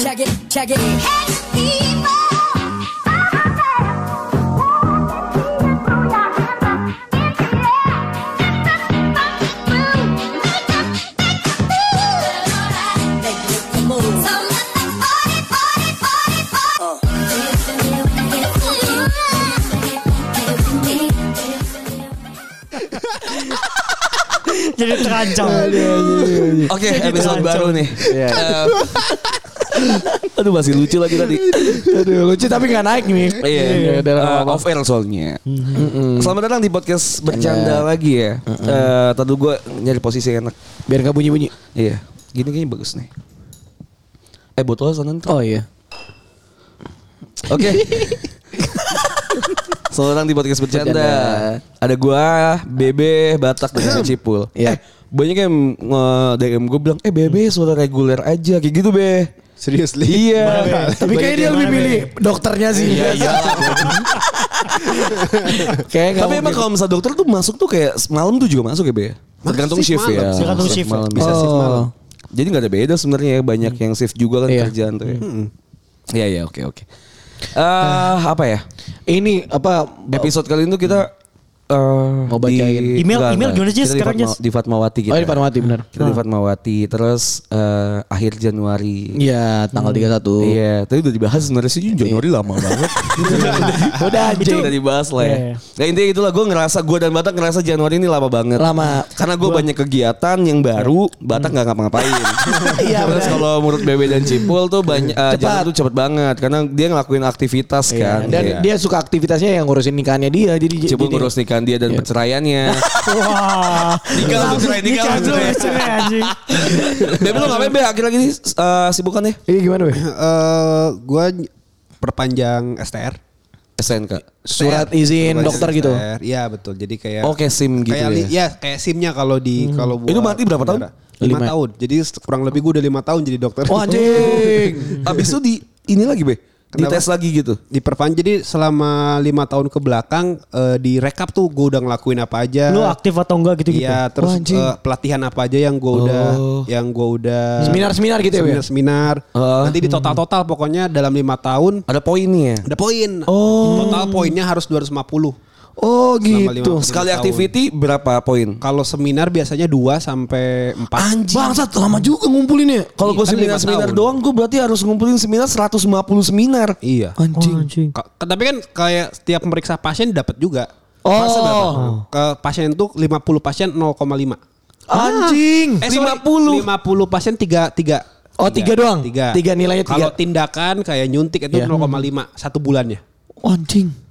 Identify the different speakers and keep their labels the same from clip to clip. Speaker 1: Check it. Make it the move.
Speaker 2: Jadi terancam.
Speaker 3: Oke, episode baru nih.
Speaker 4: Iya.
Speaker 3: Eh, aduh masih lucu lagi tadi.
Speaker 4: Aduh lucu tapi gak naik nih.
Speaker 3: Iya,
Speaker 4: udah Mm-hmm. lah,
Speaker 3: eh,
Speaker 4: nggak
Speaker 3: off air soalnya.
Speaker 4: Mm-mm.
Speaker 3: Selamat datang di podcast bercanda
Speaker 4: Bercanda.
Speaker 3: lagi ya. Eh, tadi gue nyari posisi yang enak.
Speaker 4: Biar gak bunyi bunyi.
Speaker 3: Iya, gini kayaknya bagus nih. Eh buat lo sana tuh.
Speaker 4: Oh iya.
Speaker 3: Oke. Selamat datang di podcast bercanda.
Speaker 4: Bercanda.
Speaker 3: Ada gua, Bebe, Batak dan Cipul.
Speaker 4: Iya.
Speaker 3: Eh, banyak yang nge- DM gue bilang, eh Bebe suara reguler aja kayak gitu be.
Speaker 5: Seriously?
Speaker 3: Iya.
Speaker 4: Tapi kayaknya dia lebih milih dokternya sih. Iya iya. Kayak
Speaker 3: Tapi emang kalau misalnya dokter tuh masuk tuh kayak malam tuh juga masuk ya be. Tergantung
Speaker 5: Shift
Speaker 3: shift ya.
Speaker 5: malam,
Speaker 2: tergantung shift.
Speaker 3: Malam bisa shift malam. Jadi nggak ada beda sebenarnya ya banyak yang shift juga kan
Speaker 4: Iya.
Speaker 3: kerjaan tuh. ya. Mm-mm. Iya iya oke oke. Eh apa ya?
Speaker 4: ini apa
Speaker 3: Episode kali ini tuh kita eh,
Speaker 4: Mau bacain.
Speaker 3: di-
Speaker 2: Email-
Speaker 3: enggak,
Speaker 2: email
Speaker 3: enggak.
Speaker 2: gimana, Jess,
Speaker 3: Kita di
Speaker 2: sekarang,
Speaker 3: Fatma-
Speaker 2: Jess?
Speaker 3: Di Fatmawati kita. ya.
Speaker 4: Oh, di Fatmawati, benar.
Speaker 3: Kita di Fatmawati terus eh, akhir Januari.
Speaker 4: Iya tanggal 31
Speaker 3: Iya, tadi udah dibahas sebenarnya sih Januari lama banget.
Speaker 4: Udah
Speaker 3: Itu
Speaker 4: anjing
Speaker 3: udah dibahas lah ya.
Speaker 2: Iya, iya.
Speaker 3: Nah intinya itulah gue ngerasa gue dan Batak ngerasa Januari ini lama banget.
Speaker 4: Lama. Hmm.
Speaker 3: Karena gue banyak kegiatan yang baru, Batak nggak ngapa-ngapain.
Speaker 4: Iya,
Speaker 3: Terus
Speaker 4: benar.
Speaker 3: kalau menurut Bebe dan Cipul tuh banyak eh,
Speaker 4: Cepat.
Speaker 3: Januari tuh cepet banget karena dia ngelakuin aktivitas kan.
Speaker 4: Dan
Speaker 3: Iya.
Speaker 4: dia suka aktivitasnya yang ngurusin nikahannya dia Iya. jadi
Speaker 3: Cipul
Speaker 4: jadi-
Speaker 3: ngurus nikahan dia dan perceraiannya.
Speaker 2: Wah.
Speaker 3: Nikah langsung cerai, nikah
Speaker 2: Nikah
Speaker 3: langsung
Speaker 2: dulu
Speaker 3: cerai.
Speaker 2: ya, cerai anjing.
Speaker 3: Bebe lu ngapain Bebe akhir lagi nih eh, sibukannya?
Speaker 4: Ini Iya, gimana weh?
Speaker 5: Eh, gua ny- perpanjang STR.
Speaker 3: SNK.
Speaker 4: Surat
Speaker 5: STR.
Speaker 4: izin
Speaker 5: Perpanjang
Speaker 4: dokter gitu?
Speaker 5: STR. Iya betul. Jadi kayak
Speaker 3: Oke, SIM gitu
Speaker 5: kayak
Speaker 3: ya?
Speaker 5: li- ya. kayak SIM-nya kalau di kalau buat
Speaker 3: Itu berarti berapa tahun?
Speaker 5: negara. Lima
Speaker 4: Lima.
Speaker 5: tahun. Jadi se- kurang lebih gue udah lima tahun jadi dokter.
Speaker 4: Oh anjing.
Speaker 3: Abis itu di ini lagi Be,
Speaker 5: Kenapa?
Speaker 3: dites lagi gitu.
Speaker 5: Diperpanjang jadi selama lima tahun ke belakang eh, di rekap tuh gue udah ngelakuin apa aja.
Speaker 2: Lu gitu ya? aktif atau enggak gitu-gitu.
Speaker 5: Iya, terus eh, pelatihan apa aja yang gue udah yang gue udah
Speaker 4: Seminar-seminar gitu ya, Wih?
Speaker 5: Seminar-seminar. Nanti di total-total pokoknya dalam lima tahun
Speaker 3: Ada poinnya.
Speaker 5: ada poin. Total poinnya harus 250.
Speaker 4: Oh
Speaker 5: Selama
Speaker 4: gitu.
Speaker 5: lima-
Speaker 3: Sekali
Speaker 5: tahun.
Speaker 3: activity berapa poin?
Speaker 5: Kalau seminar biasanya 2 sampai 4.
Speaker 3: Anjing.
Speaker 4: Bangsat lama juga ngumpulinnya.
Speaker 3: Kalau gue
Speaker 5: Iya, kan lima
Speaker 3: seminar-seminar
Speaker 5: tahun.
Speaker 3: doang, gue berarti harus ngumpulin seminar 150 seminar.
Speaker 5: Iya.
Speaker 2: Anjing. anjing.
Speaker 5: Ka- tapi kan kayak setiap meriksa pasien dapat juga.
Speaker 3: Masa berapa?
Speaker 5: Ke pasien itu 50 pasien 0,5.
Speaker 4: Anjing.
Speaker 5: Eh,
Speaker 3: 50.
Speaker 5: sorry, 50 pasien 3 3.
Speaker 4: Oh, tiga doang?
Speaker 5: Tiga.
Speaker 4: Tiga nilainya tiga.
Speaker 5: Kalau tindakan kayak nyuntik itu
Speaker 4: Iya.
Speaker 5: 0,5 satu bulannya.
Speaker 4: Oh, Anjing.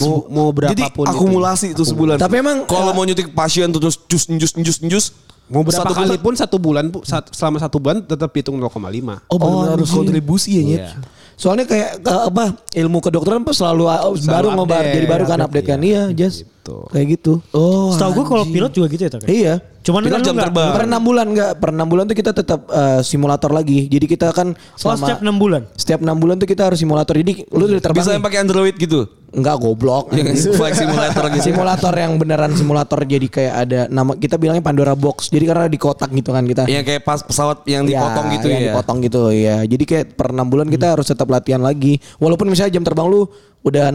Speaker 5: Mau mau
Speaker 3: Jadi
Speaker 5: berapapun itu.
Speaker 3: akumulasi itu sebulan.
Speaker 4: Tapi emang-
Speaker 3: kalau mau nyutik pasien tuh terus jus jus jus jus
Speaker 5: Mau berapa
Speaker 3: satu
Speaker 5: kali
Speaker 3: bulan-
Speaker 5: pun satu bulan bu- sat- selama satu bulan tetap hitung 0,5.
Speaker 3: Oh, benar
Speaker 4: Oh,
Speaker 3: harus
Speaker 4: anjing.
Speaker 3: kontribusi ya, Nyet.
Speaker 5: Iya.
Speaker 4: Soalnya kayak eh, apa ilmu kedokteran pas selalu, eh, baru
Speaker 5: update.
Speaker 4: ngobar jadi baru kan update kan iya Jas kayak gitu oh
Speaker 2: Setahu gua kalau pilot juga gitu ya, Tok.
Speaker 4: iya
Speaker 2: Cuman
Speaker 3: Pilot
Speaker 2: kan lu
Speaker 3: jam
Speaker 2: nggak-
Speaker 3: terbang.
Speaker 4: per enam bulan nggak per enam bulan tuh kita tetap eh, simulator lagi jadi kita kan
Speaker 2: Oh, setiap 6 bulan.
Speaker 4: setiap enam bulan tuh kita harus simulator jadi lu udah terbang
Speaker 3: Bisa yang
Speaker 4: nih.
Speaker 3: pakai Android gitu.
Speaker 4: nggak goblok
Speaker 3: Yang flight simulator gitu.
Speaker 4: simulator yang beneran simulator jadi kayak ada nama kita bilangnya Pandora box jadi karena di kotak gitu kan kita
Speaker 3: Yang kayak pas pesawat yang dipotong gitu
Speaker 4: yang
Speaker 3: ya.
Speaker 4: Iya, dipotong gitu ya. Jadi kayak per 6 bulan kita harus tetap latihan lagi. Walaupun misalnya jam terbang lu udah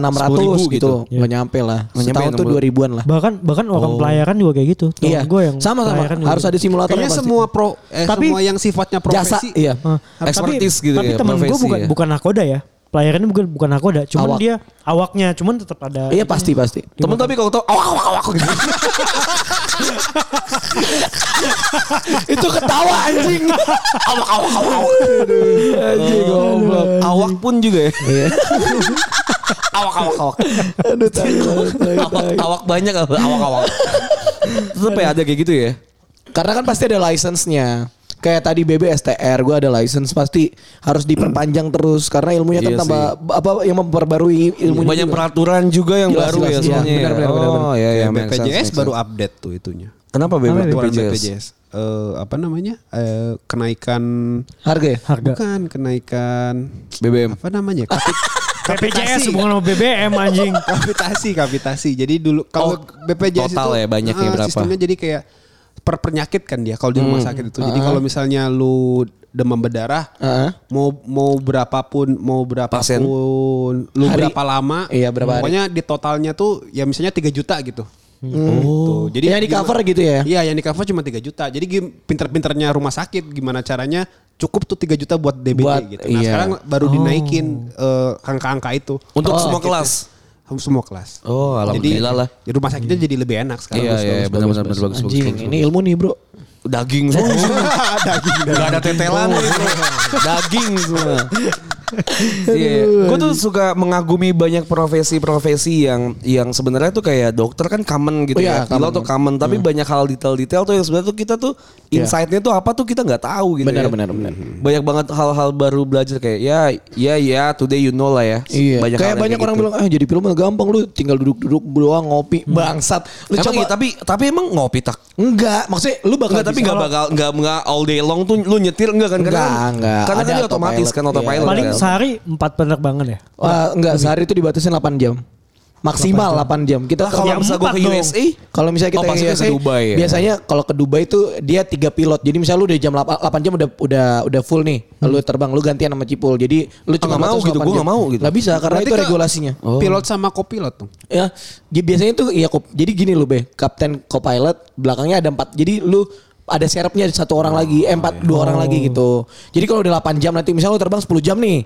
Speaker 3: 10.000
Speaker 4: 600 gitu,
Speaker 3: gitu.
Speaker 4: nggak nyampe lah.
Speaker 3: Nggak nyampe
Speaker 4: Setahun
Speaker 3: enam
Speaker 4: tuh
Speaker 3: bulan.
Speaker 4: 2000-an lah.
Speaker 2: Bahkan bahkan orang pelayaran juga kayak gitu. Temen
Speaker 4: Oh. iya.
Speaker 2: gua yang
Speaker 4: sama sama
Speaker 2: pelayaran juga
Speaker 4: harus
Speaker 2: gitu.
Speaker 4: ada simulator
Speaker 5: Kayaknya semua pro eh,
Speaker 2: Tapi-
Speaker 5: semua yang sifatnya
Speaker 4: jasa
Speaker 5: profesi.
Speaker 4: iya.
Speaker 2: Hah.
Speaker 3: Expertise
Speaker 2: tapi,
Speaker 3: gitu
Speaker 2: tapi
Speaker 3: ya,
Speaker 2: temen gue
Speaker 3: profesi
Speaker 2: bukan
Speaker 3: ya.
Speaker 2: bukan nakoda ya pelayarannya bukan bukan nakoda cuman
Speaker 4: Awak.
Speaker 2: dia awaknya cuman tetap ada
Speaker 4: Iya pasti pasti.
Speaker 3: Temen tapi kalau tau awak awak awak gitu.
Speaker 4: itu ketawa anjing.
Speaker 3: awak awak awak.
Speaker 4: anjing goblok.
Speaker 3: Awak pun juga ya.
Speaker 4: Iya.
Speaker 3: Awak awak awak.
Speaker 4: Aduh tai banget, tai,
Speaker 3: Awak
Speaker 4: tai.
Speaker 3: awak banyak awak awak. Tetep ya ada kayak gitu ya.
Speaker 4: Karena kan pasti ada license-nya. Kayak tadi BBSTR gue ada license pasti harus diperpanjang terus karena ilmunya kan
Speaker 3: Iya
Speaker 4: tambah apa yang memperbarui ilmunya.
Speaker 3: Banyak
Speaker 4: juga.
Speaker 3: peraturan juga yang
Speaker 4: Jelas,
Speaker 3: baru
Speaker 4: jelas,
Speaker 3: ya
Speaker 4: iya.
Speaker 3: soalnya. ya.
Speaker 4: Benar, benar, benar,
Speaker 3: oh
Speaker 4: benar.
Speaker 3: ya ya
Speaker 5: Kayak
Speaker 3: make sense,
Speaker 5: BPJS
Speaker 3: make
Speaker 5: baru
Speaker 3: sense.
Speaker 5: update tuh itunya.
Speaker 3: Kenapa BPJS?
Speaker 5: Aturan
Speaker 3: BPJS.
Speaker 5: BPJS. Eh, apa namanya? Eh, kenaikan
Speaker 4: harga ya?
Speaker 2: harga
Speaker 5: bukan kenaikan
Speaker 3: BBM.
Speaker 5: apa namanya? Kapi-
Speaker 2: PPJS
Speaker 5: kapitasi.
Speaker 2: hubungan sama BBM anjing
Speaker 4: Iya,
Speaker 5: kapitasi, kapitasi. Jadi dulu
Speaker 3: Oh,
Speaker 5: kalau BPJS
Speaker 3: total
Speaker 5: itu
Speaker 3: ya banyaknya
Speaker 5: eh,
Speaker 3: berapa?
Speaker 5: Sistemnya jadi kayak per penyakit kan dia kalau di rumah sakit itu. Jadi kalau misalnya lu demam berdarah
Speaker 4: Heeh.
Speaker 5: mau mau berapapun mau berapapun
Speaker 3: Persen.
Speaker 5: lu
Speaker 4: Hari.
Speaker 5: berapa lama
Speaker 4: Iya, berapa hari.
Speaker 5: pokoknya di totalnya tuh ya misalnya 3 juta gitu
Speaker 4: Oh.
Speaker 5: Jadi
Speaker 4: Yang di cover gitu ya?
Speaker 3: Eh?
Speaker 5: Iya, yang di cover cuma 3 juta. Jadi gim- pinter-pinternya rumah sakit gimana caranya cukup tuh 3 juta buat DBD
Speaker 4: Buat-
Speaker 5: gitu. Nah,
Speaker 4: iya.
Speaker 5: sekarang baru dinaikin eh, angka-angka itu.
Speaker 3: Oh. Untuk
Speaker 5: Oh,
Speaker 3: semua
Speaker 4: gitu.
Speaker 5: sakitnya.
Speaker 3: kelas?
Speaker 5: Semua kelas.
Speaker 3: Oh, alhamdulillah
Speaker 5: jadi,
Speaker 3: lah.
Speaker 5: Jadi rumah sakitnya jadi lebih enak sekarang.
Speaker 3: Iya, iya,
Speaker 5: Bagus, bagus,
Speaker 3: benar-benar
Speaker 5: bagus.
Speaker 3: bagus, bagus, bagus,
Speaker 4: Anjing,
Speaker 3: bagus.
Speaker 4: ini ilmu nih bro.
Speaker 3: Daging semua. daging, Gak ada tetelan.
Speaker 4: Oh.
Speaker 3: daging semua. Iya. Gue tuh suka mengagumi banyak profesi-profesi yang yang sebenarnya tuh kayak dokter kan common gitu
Speaker 4: Oh
Speaker 3: ya.
Speaker 4: iya,
Speaker 3: Pilot
Speaker 4: common.
Speaker 3: tuh common, tapi banyak hal detail-detail tuh yang sebenarnya tuh kita tuh insight-nya tuh apa tuh kita nggak tahu gitu
Speaker 4: Iya. Benar,
Speaker 3: ya.
Speaker 4: benar, benar.
Speaker 3: Banyak banget hal-hal baru belajar kayak ya ya ya today you know lah ya.
Speaker 4: Iya.
Speaker 3: Banyak
Speaker 4: kayak
Speaker 3: hal yang
Speaker 4: banyak orang
Speaker 3: gitu.
Speaker 4: bilang ah jadi film mah gampang lu tinggal duduk-duduk doang ngopi bangsat. Lu
Speaker 3: Hmm. Emang
Speaker 4: coba
Speaker 3: iya, tapi tapi emang ngopi tak
Speaker 4: enggak maksudnya lu bakal
Speaker 3: Enggak, tapi
Speaker 4: bisa-
Speaker 3: enggak bakal enggak enggak all day long tuh lu nyetir enggak kan? Karena
Speaker 4: Enggak,
Speaker 3: kan-
Speaker 4: enggak.
Speaker 3: Karena
Speaker 4: Ada
Speaker 3: kan dia otomatis
Speaker 4: autopilot.
Speaker 3: kan autopilot.
Speaker 4: Iya.
Speaker 2: Paling
Speaker 3: kan?
Speaker 2: sehari empat penerbangan ya.
Speaker 4: Wah, enggak sehari itu dibatasin 8 jam. Maksimal 8 jam. Kita
Speaker 3: Lah, kalau
Speaker 2: Ya,
Speaker 3: bisa gue ke
Speaker 2: empat dong.
Speaker 3: USA,
Speaker 4: Kalau misalnya kita
Speaker 3: Oh, pasti
Speaker 4: ke
Speaker 3: ke
Speaker 4: USA,
Speaker 3: Dubai ya?
Speaker 4: biasanya kalau ke Dubai itu dia tiga pilot. Jadi misalnya lu udah jam 8, jam udah udah udah full nih. Lu terbang, lu gantian sama Cipul. Jadi lu
Speaker 3: Hmm.
Speaker 4: cuma
Speaker 3: nggak mau
Speaker 4: batas
Speaker 3: gitu,
Speaker 4: 8
Speaker 3: gua
Speaker 4: jam.
Speaker 3: nggak mau gitu.
Speaker 4: Nggak bisa karena
Speaker 5: Berarti
Speaker 4: itu
Speaker 5: ke-
Speaker 4: regulasinya.
Speaker 3: Oh.
Speaker 5: Pilot sama kopilot tuh.
Speaker 4: Ya, jadi biasanya itu ya kop- jadi gini lu Be, kapten co-pilot belakangnya ada empat. Jadi lu ada serepnya satu
Speaker 3: Oh,
Speaker 4: orang lagi, eh,
Speaker 3: iya.
Speaker 4: empat dua orang lagi gitu. Jadi kalau udah 8 jam nanti misalnya lu terbang 10 jam nih.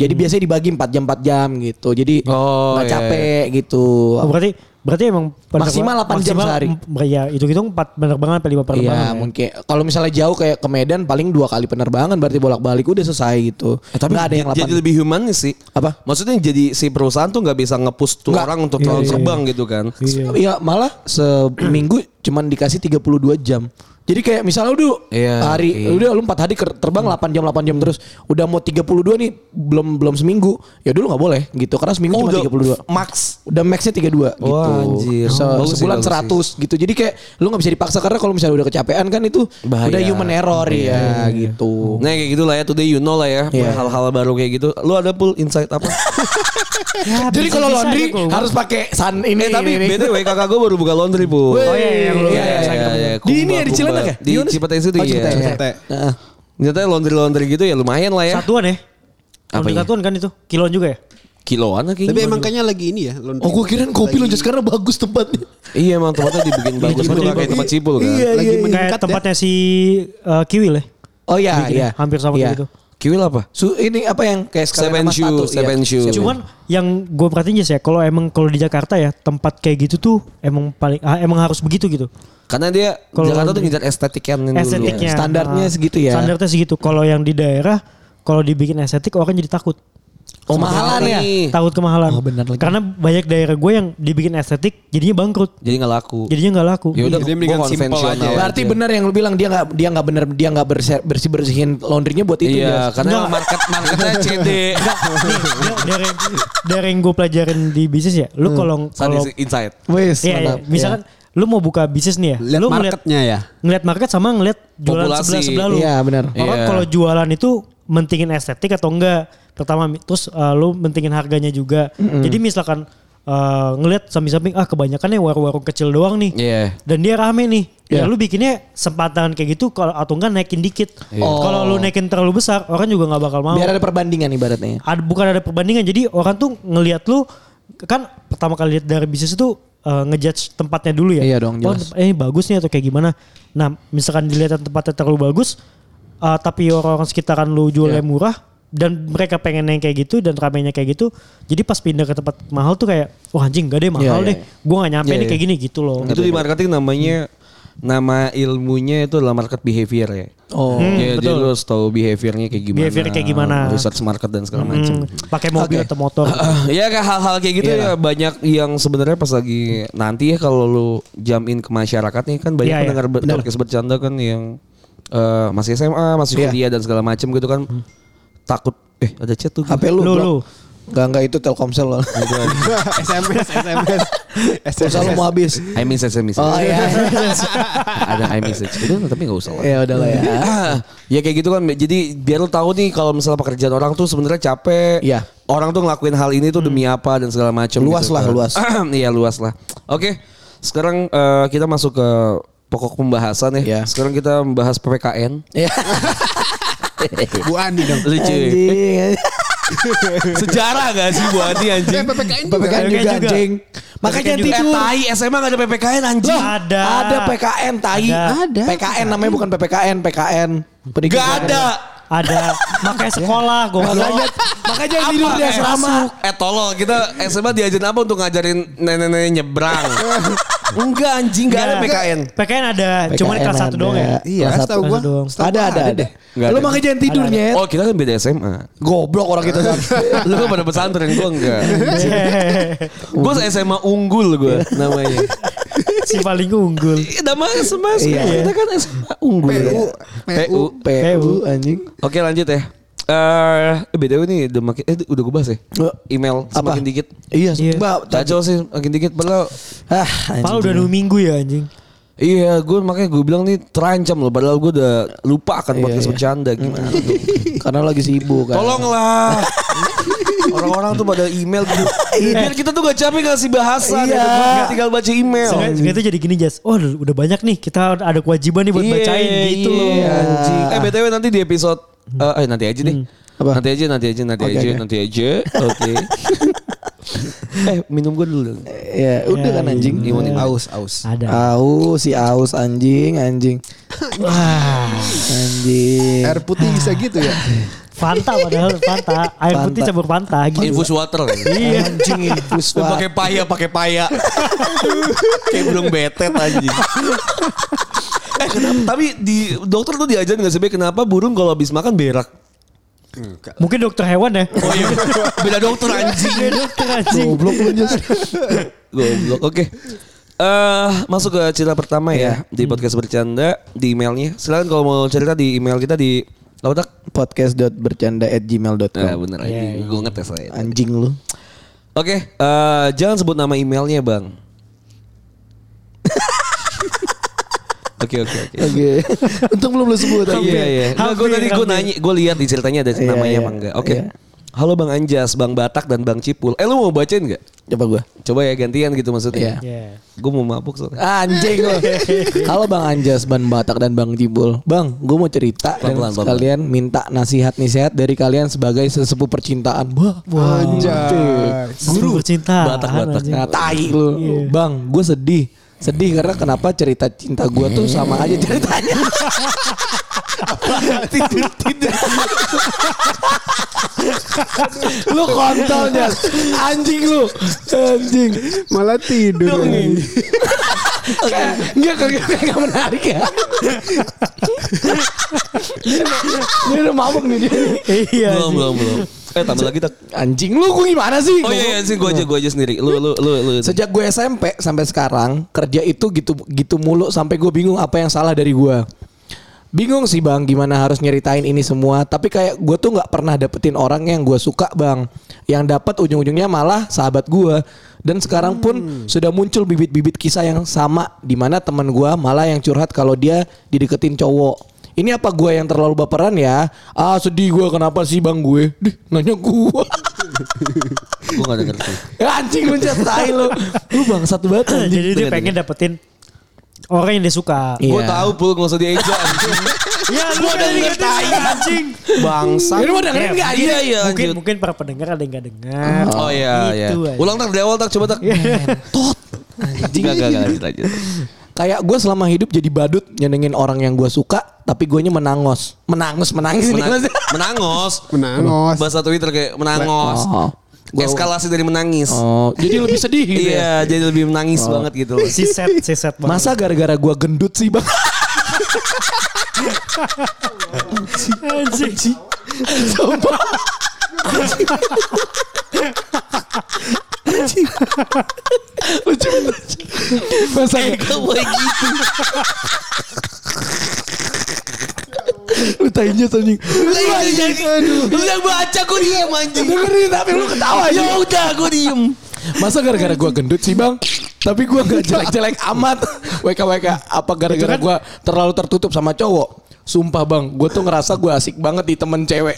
Speaker 4: Jadi biasanya dibagi 4 jam 4 jam gitu. Jadi
Speaker 3: Hmm. Oh,
Speaker 4: nggak
Speaker 3: iya,
Speaker 4: capek gitu.
Speaker 2: Oh, berarti berarti emang penerbang-
Speaker 4: Maksimal 8 jam
Speaker 2: maksimal
Speaker 4: sehari.
Speaker 2: em- Ya hitung-hitung 4 penerbangan sampai 5 penerbangan.
Speaker 4: Iya
Speaker 2: ya.
Speaker 4: mungkin kalau misalnya jauh kayak ke Medan paling dua kali penerbangan berarti bolak-balik udah selesai gitu.
Speaker 3: Eh, tapi
Speaker 4: Nggak ada yang
Speaker 3: jadi
Speaker 4: 8.
Speaker 3: lebih humanis sih.
Speaker 4: Apa?
Speaker 3: Maksudnya jadi si perusahaan tuh nggak bisa nge-push tuh
Speaker 4: Nggak.
Speaker 3: orang untuk terlalu terbang gitu kan.
Speaker 4: Iya. malah seminggu cuman dikasih 32 jam. Jadi kayak misalnya udah
Speaker 3: Iya,
Speaker 4: hari
Speaker 3: iya.
Speaker 4: udah lu 4 hari ker- terbang 8 jam 8 jam terus udah mau 32 nih belum belum seminggu. Ya dulu nggak boleh gitu karena seminggu cuma 32.
Speaker 3: Oh, max.
Speaker 4: Udah maxnya 32 gitu.
Speaker 3: Wah, anjir.
Speaker 4: Se-
Speaker 3: Bagus sih,
Speaker 4: sebulan
Speaker 3: bagus
Speaker 4: 100 gitu. Jadi kayak lu nggak bisa dipaksa karena kalau misalnya udah kecapean kan itu
Speaker 3: Bahaya.
Speaker 4: udah human error ya gitu.
Speaker 3: Nah kayak gitu lah ya today you know lah ya
Speaker 4: Iya.
Speaker 3: hal-hal baru kayak gitu. Lu ada full insight apa?
Speaker 2: Ya,
Speaker 4: Jadi
Speaker 2: bisa-
Speaker 4: kalau
Speaker 2: bisa
Speaker 4: laundry
Speaker 2: aja gua.
Speaker 4: harus pakai sun ini
Speaker 3: eh tapi
Speaker 4: ini, ini.
Speaker 3: btw kakak gue baru buka laundry bu.
Speaker 4: Weh,
Speaker 2: Oh, iya, iya, iya,
Speaker 4: iya,
Speaker 2: iya,
Speaker 4: iya,
Speaker 3: iya.
Speaker 4: Di ini ya di
Speaker 3: Kumba,
Speaker 4: Cilandak ya?
Speaker 3: Kumba. Di Cipete situ,
Speaker 4: Oh,
Speaker 3: iya.
Speaker 4: Cipete,
Speaker 5: Cipete.
Speaker 4: Heeh.
Speaker 3: Ternyata laundry laundry gitu ya lumayan lah ya.
Speaker 2: satuan ya. Apa
Speaker 3: Apanya?
Speaker 2: satuan kan itu? Kiloan juga ya?
Speaker 3: kiloan lah kayaknya.
Speaker 5: Tapi emang kayaknya lagi ini ya. laundry.
Speaker 4: Oh gue kirain kopi loncat karena bagus tempatnya.
Speaker 3: Iya emang tempatnya dibikin bagus
Speaker 2: Iya,
Speaker 3: gitu lah
Speaker 2: bagus.
Speaker 3: kayak tempat cipul kan.
Speaker 5: Iya,
Speaker 2: Lagi
Speaker 5: iya, iya.
Speaker 2: kayak
Speaker 5: meningkat ya.
Speaker 2: tempatnya si uh, Kiwi lah.
Speaker 4: Oh iya
Speaker 2: Bikinnya hampir sama kayak gitu.
Speaker 3: Kiwil apa?
Speaker 4: Su ini apa yang kayak
Speaker 3: Seven
Speaker 4: sekalian sama
Speaker 3: shoe,
Speaker 4: sepatu, iya.
Speaker 3: seven shoe.
Speaker 2: kan Cuman yang gue perhatiin Jess, ya, kalau emang kalau di Jakarta ya tempat kayak gitu tuh emang paling ah, emang harus begitu gitu.
Speaker 3: Karena dia
Speaker 2: Kalau
Speaker 3: Jakarta tuh
Speaker 2: laundry.
Speaker 3: ngejar estetikan dulu. ya.
Speaker 2: Estetiknya.
Speaker 4: Standarnya
Speaker 2: Nah,
Speaker 4: segitu ya.
Speaker 2: Standarnya segitu. Kalau yang di daerah kalau dibikin estetik orang jadi takut.
Speaker 4: Oh mahalan ya.
Speaker 3: Nih.
Speaker 2: Takut kemahalan.
Speaker 4: Oh, benar lagi.
Speaker 2: Karena banyak daerah gue yang dibikin estetik jadinya bangkrut.
Speaker 3: Jadi nggak laku.
Speaker 2: Jadinya nggak laku.
Speaker 3: Ya udah,
Speaker 5: Jadi
Speaker 3: gua
Speaker 5: mendingan simple
Speaker 3: konvensional
Speaker 5: aja ya.
Speaker 4: Berarti benar yang lu bilang dia nggak dia nggak benar dia nggak bersih bersihin laundrynya buat itu
Speaker 3: Iya,
Speaker 4: ya.
Speaker 3: karena
Speaker 2: Nggak.
Speaker 3: emang market marketnya CD.
Speaker 2: Iya, dari dari yang gue pelajarin di bisnis ya, lu kalau
Speaker 3: Tadi
Speaker 2: kalau
Speaker 3: si insight.
Speaker 2: Iya,
Speaker 4: Wes,
Speaker 2: iya.
Speaker 4: mantap.
Speaker 2: misalkan lu mau buka bisnis nih ya,
Speaker 5: Lihat
Speaker 2: lu ngeliat-
Speaker 5: marketnya ya.
Speaker 2: ngeliat market sama ngeliat jualan
Speaker 3: Populasi.
Speaker 2: sebelah sebelah lu.
Speaker 4: Iya, benar.
Speaker 2: Orang
Speaker 3: Iya.
Speaker 2: kalau jualan itu mentingin estetik atau enggak? Pertama, mi- terus uh, lu mentingin harganya juga. Jadi misalkan uh, ngeliat samping-samping ah kebanyakan ya warung-warung kecil doang nih.
Speaker 3: Iya.
Speaker 2: Dan dia rame nih. Ya
Speaker 4: Iya.
Speaker 2: lu bikinnya sempatangan kayak gitu kalau atau enggak naikin dikit.
Speaker 3: Iya.
Speaker 4: Oh.
Speaker 2: Kalau lu naikin terlalu besar, orang juga nggak bakal mau
Speaker 4: Biar ada perbandingan ibaratnya.
Speaker 2: ada bukan ada perbandingan jadi orang tuh ngelihat lu kan pertama kali lihat dari bisnis itu eh, ngejudge tempatnya dulu ya
Speaker 4: Iya dong,
Speaker 2: Oh,
Speaker 4: jelas.
Speaker 2: tem- eh bagus nih atau kayak gimana nah misalkan dilihat tempatnya terlalu bagus eh, tapi orang-orang sekitaran lu jualnya
Speaker 4: Iya.
Speaker 2: murah dan mereka pengen yang kayak gitu dan ramenya kayak gitu jadi pas pindah ke tempat mahal tuh kayak wah anjing gak deh mahal
Speaker 4: Iya,
Speaker 2: deh
Speaker 4: iya,
Speaker 2: gua gak nyampe
Speaker 4: Iya,
Speaker 2: nih
Speaker 4: iya.
Speaker 2: kayak gini gitu loh
Speaker 3: Itu di marketing namanya nama ilmunya itu adalah market behavior ya.
Speaker 4: Oh.
Speaker 2: Hmm,
Speaker 3: ya, jadi
Speaker 2: betul.
Speaker 3: lu harus tahu behaviornya kayak gimana.
Speaker 2: Behavior kayak gimana.
Speaker 3: Research market dan segala macam.
Speaker 2: Hmm, pakai mobil
Speaker 4: Oke.
Speaker 2: atau motor
Speaker 3: ya kayak hal-hal kayak
Speaker 4: Iya.
Speaker 3: gitu ya banyak yang sebenarnya pas lagi nanti ya kalau lu jamin ke masyarakat nih kan banyak
Speaker 2: Iya, iya.
Speaker 3: pendengar ber- podcast bercanda kan yang eh, masih SMA, masih
Speaker 4: Iya. Hmm.
Speaker 3: kuliah dan segala macam gitu kan takut eh ada chat tuh.
Speaker 4: HP lu,
Speaker 2: Lu,
Speaker 4: bro.
Speaker 2: lu.
Speaker 4: Enggak enggak itu Telkomsel loh.
Speaker 5: Iya. SMS, SMS.
Speaker 4: Pulsa lu mau habis.
Speaker 3: I message, I message.
Speaker 4: Oh iya.
Speaker 3: ada I message. Itu tapi nggak usah lah.
Speaker 4: Ya udahlah ya.
Speaker 3: Ah, ya kayak gitu kan. Jadi biar lu tahu nih kalau misalnya pekerjaan orang tuh sebenarnya capek.
Speaker 4: Iya.
Speaker 3: Orang tuh ngelakuin hal ini tuh demi apa dan segala macam.
Speaker 4: Hmm. Luas lah,
Speaker 3: kan.
Speaker 4: luas.
Speaker 3: Iya luas lah. Oke, sekarang eh, kita masuk ke pokok pembahasan ya.
Speaker 4: Iya.
Speaker 3: Sekarang kita membahas PPKN.
Speaker 4: Iya.
Speaker 5: Bu Ani dong.
Speaker 3: Lucu.
Speaker 4: Anjing.
Speaker 3: Sejarah gak sih Bu Ani anjing?
Speaker 5: Eh, PPKN juga.
Speaker 4: PPKN juga,
Speaker 2: juga.
Speaker 4: anjing. Makanya
Speaker 3: Eh,
Speaker 4: jangan tidur.
Speaker 3: tai SMA gak ada PPKN anjing.
Speaker 4: Loh,
Speaker 2: Ada.
Speaker 4: Ada PKN tai.
Speaker 2: Ada.
Speaker 5: Ada.
Speaker 4: PKN namanya bukan PPKN, PKN. Pendidikan
Speaker 3: Gak ada.
Speaker 2: Ada makanya sekolah
Speaker 4: Makanya
Speaker 2: goblok.
Speaker 4: makanya jangan tidur di
Speaker 3: eh,
Speaker 4: asrama.
Speaker 3: masuk. Eh tolol kita SMA diajarin apa untuk ngajarin nenek-nenek nyebrang. Enggak anjing gak ada
Speaker 2: Nggak.
Speaker 3: PKN.
Speaker 2: PKN ada, cuman
Speaker 4: PKN
Speaker 2: kelas satu doang
Speaker 4: ada.
Speaker 2: ya.
Speaker 5: Iya,
Speaker 4: Kelas
Speaker 5: setahu
Speaker 4: satu.
Speaker 5: gua.
Speaker 2: doang.
Speaker 5: setahu
Speaker 4: Ada
Speaker 5: gua
Speaker 4: ada ada.
Speaker 3: Nggak
Speaker 4: Lu
Speaker 3: ada.
Speaker 4: makanya jangan tidur nyet.
Speaker 3: Oh kita kan beda SMA.
Speaker 4: Goblok orang kita.
Speaker 3: Lu kan pada pesantren gue enggak. Gue SMA unggul gue
Speaker 4: Iya.
Speaker 3: namanya.
Speaker 2: si paling unggul.
Speaker 3: Iya, Nama SMA
Speaker 4: Iya.
Speaker 3: kita kan SMA unggul.
Speaker 5: PU.
Speaker 3: PU.
Speaker 4: PU anjing.
Speaker 3: Oke lanjut ya. Eh, beda nih udah makin eh udah gue bahas ya.
Speaker 4: Eh,
Speaker 3: Email
Speaker 4: Apa?
Speaker 3: semakin dikit.
Speaker 4: Iya,
Speaker 2: Iya.
Speaker 4: Mbak.
Speaker 3: Kacau sih makin dikit padahal
Speaker 4: Ah, anjing.
Speaker 2: Padahal udah dua minggu ya anjing.
Speaker 3: Iya, gue makanya gue bilang nih terancam loh. Padahal gue udah lupa akan podcast
Speaker 4: iya.
Speaker 3: bercanda gimana. tuh.
Speaker 4: Karena lagi sibuk kan.
Speaker 3: Tolonglah. Orang-orang tuh pada email gitu. Biar kita tuh gak capek ngasih bahasa.
Speaker 4: Iya.
Speaker 3: Tinggal baca email.
Speaker 2: Seenggaknya seenggaknya tuh jadi gini Jas. Oh udah udah banyak nih kita ada kewajiban nih buat
Speaker 3: Iya,
Speaker 2: bacain gitu
Speaker 3: iya,
Speaker 2: loh. Hmm.
Speaker 3: Anjing. Eh btw nanti di episode eh, eh nanti aja deh.
Speaker 4: Apa?
Speaker 3: Nanti aja, nanti aja, nanti
Speaker 4: Oke,
Speaker 3: aja,
Speaker 4: oke.
Speaker 3: nanti aja. Oke. eh minum gue dulu. dong.
Speaker 4: Ya, udah
Speaker 2: Ya,
Speaker 4: kan anjing.
Speaker 2: iya.
Speaker 4: Gimana?
Speaker 5: Aus, aus.
Speaker 2: Ada.
Speaker 3: Ah.
Speaker 4: Aus, si Aus anjing, anjing. Anjing.
Speaker 5: Air putih bisa gitu ya.
Speaker 2: Fanta padahal Fanta. Air
Speaker 4: Fanta.
Speaker 2: putih campur Fanta gitu.
Speaker 3: Infus water.
Speaker 2: Iya.
Speaker 4: Anjing infus
Speaker 3: Lu pakai paya, pakai paya. Kayak belum betet anjing. Eh, kenapa? Tapi di dokter tuh diajarin nggak sih Be, kenapa burung kalau habis makan berak?
Speaker 2: Mungkin dokter hewan ya.
Speaker 3: Oh iya, beda dokter anjing.
Speaker 2: Iya, dokter anjing.
Speaker 4: goblok lu Jus.
Speaker 3: Goblok. Oke. Eh, masuk ke cerita pertama ya di podcast bercanda di emailnya. Silakan kalau mau cerita di email kita di Lautak. Nah,
Speaker 4: podcast.bercanda@gmail.com.
Speaker 3: bener anjing. Gue ngetes aja.
Speaker 4: Anjing lu.
Speaker 3: Oke, eh, jangan sebut nama emailnya, Bang. Oke, oke, oke.
Speaker 4: Oke. Untung belum lu sebut
Speaker 3: Iya iya. Nah, gue
Speaker 2: Hampir,
Speaker 3: tadi gue
Speaker 2: hampir.
Speaker 3: nanya, gue lihat di ceritanya ada
Speaker 4: Iya,
Speaker 3: namanya
Speaker 4: iya.
Speaker 3: emang enggak. Oke.
Speaker 4: Iya.
Speaker 3: Halo Bang Anjas, Bang Batak dan Bang Cipul. Eh lu mau bacain nggak?
Speaker 4: Coba gua.
Speaker 3: Coba ya gantian gitu maksudnya.
Speaker 4: Iya.
Speaker 2: Iya.
Speaker 3: Gue mau mabuk soalnya.
Speaker 4: Anjing lu. Halo Bang Anjas, Bang Batak dan Bang Jibul. Bang, gue mau cerita dan
Speaker 3: Pelan-pelan, pelan-pelan.
Speaker 4: sekalian minta nasihat-nasihat dari kalian sebagai sesepuh percintaan. Wah,
Speaker 5: Anjay.
Speaker 2: Guru cinta.
Speaker 3: Batak-batak.
Speaker 4: Nah, tai lu. Bang, gue sedih. Sedih karena kenapa cerita cinta gue tuh sama aja ceritanya. tidur, tidur. lu kontolnya. Anjing lu. Anjing.
Speaker 5: Malah tidur.
Speaker 4: Enggak, enggak, enggak menarik ya. Dia- Dia udah mabuk nih dia.
Speaker 2: Iya. anjing.
Speaker 3: belum belum belum. Eh tambah lagi tak.
Speaker 4: Anjing lu gue gimana sih?
Speaker 3: Oh iya iya sih gue aja gue aja sendiri. Lu lu lu lu.
Speaker 4: Sejak gue SMP sampai sekarang kerja itu gitu gitu mulu sampai gue bingung apa yang salah dari gue. Bingung sih bang gimana harus nyeritain ini semua tapi kayak gue tuh nggak pernah dapetin orang yang gue suka bang. Yang dapat ujung-ujungnya malah sahabat gue. Dan sekarang pun sudah muncul bibit-bibit kisah yang sama di mana teman gue malah yang curhat kalau dia dideketin cowok. Ini apa gue yang terlalu baperan ya? Ah sedih gue kenapa sih bang gue? Dih, nanya gue.
Speaker 3: Gue gak denger sih.
Speaker 4: Ya, anjing lu Jas, tai lu. Lu bangsat banget anjing.
Speaker 2: Jadi dia pengen dapetin orang yang dia suka.
Speaker 4: Iya.
Speaker 3: Gue tahu pul nggak usah dieja. anjing.
Speaker 2: Ya lu
Speaker 3: Gua
Speaker 2: kan
Speaker 3: denger
Speaker 2: ingetin
Speaker 3: tai.
Speaker 2: anjing.
Speaker 3: Bangsa.
Speaker 4: Ini mau dengerin enggak?
Speaker 3: Iya iya
Speaker 2: Mungkin
Speaker 3: lanjut.
Speaker 2: mungkin para pendengar ada yang gak dengar.
Speaker 3: Oh iya iya.
Speaker 2: Gitu, anjing.
Speaker 3: Ulang tak dari awal tak coba tak.
Speaker 4: Tot.
Speaker 3: Anjing. Gak gak gak lanjut lanjut.
Speaker 4: Kayak gue selama hidup jadi badut nyenengin orang yang gue suka, tapi gue menangos, menangos, menangis ini
Speaker 3: Menang-
Speaker 4: maksudnya.
Speaker 3: menangos.
Speaker 5: Menangos.
Speaker 3: Bahasa Twitter kayak menangos.
Speaker 4: Oh. Gua-
Speaker 3: Eskalasi dari menangis.
Speaker 4: Oh, jadi lebih sedih gitu
Speaker 3: Iya,
Speaker 4: ya. Oh.
Speaker 3: jadi lebih menangis banget gitu loh.
Speaker 2: Si set, si set banget.
Speaker 4: Masa gara-gara gue gendut sih bang?
Speaker 2: anjing.
Speaker 4: Sumpah. Anjing. Lucu banget. Masa
Speaker 3: Gak boleh gitu.
Speaker 4: lu tainya anjing. Lu anjing. Aduh.
Speaker 3: Lu yang baca gue diem anjing.
Speaker 4: Dengerin tapi lu ketawa aja.
Speaker 3: Ya udah gue diem.
Speaker 4: Masa gara-gara gue gendut sih bang? Tapi gue gak jelek-jelek amat. WKWK apa gara-gara
Speaker 3: kan
Speaker 4: gue terlalu tertutup sama cowok? Sumpah bang, gue tuh ngerasa gue asik banget di temen cewek.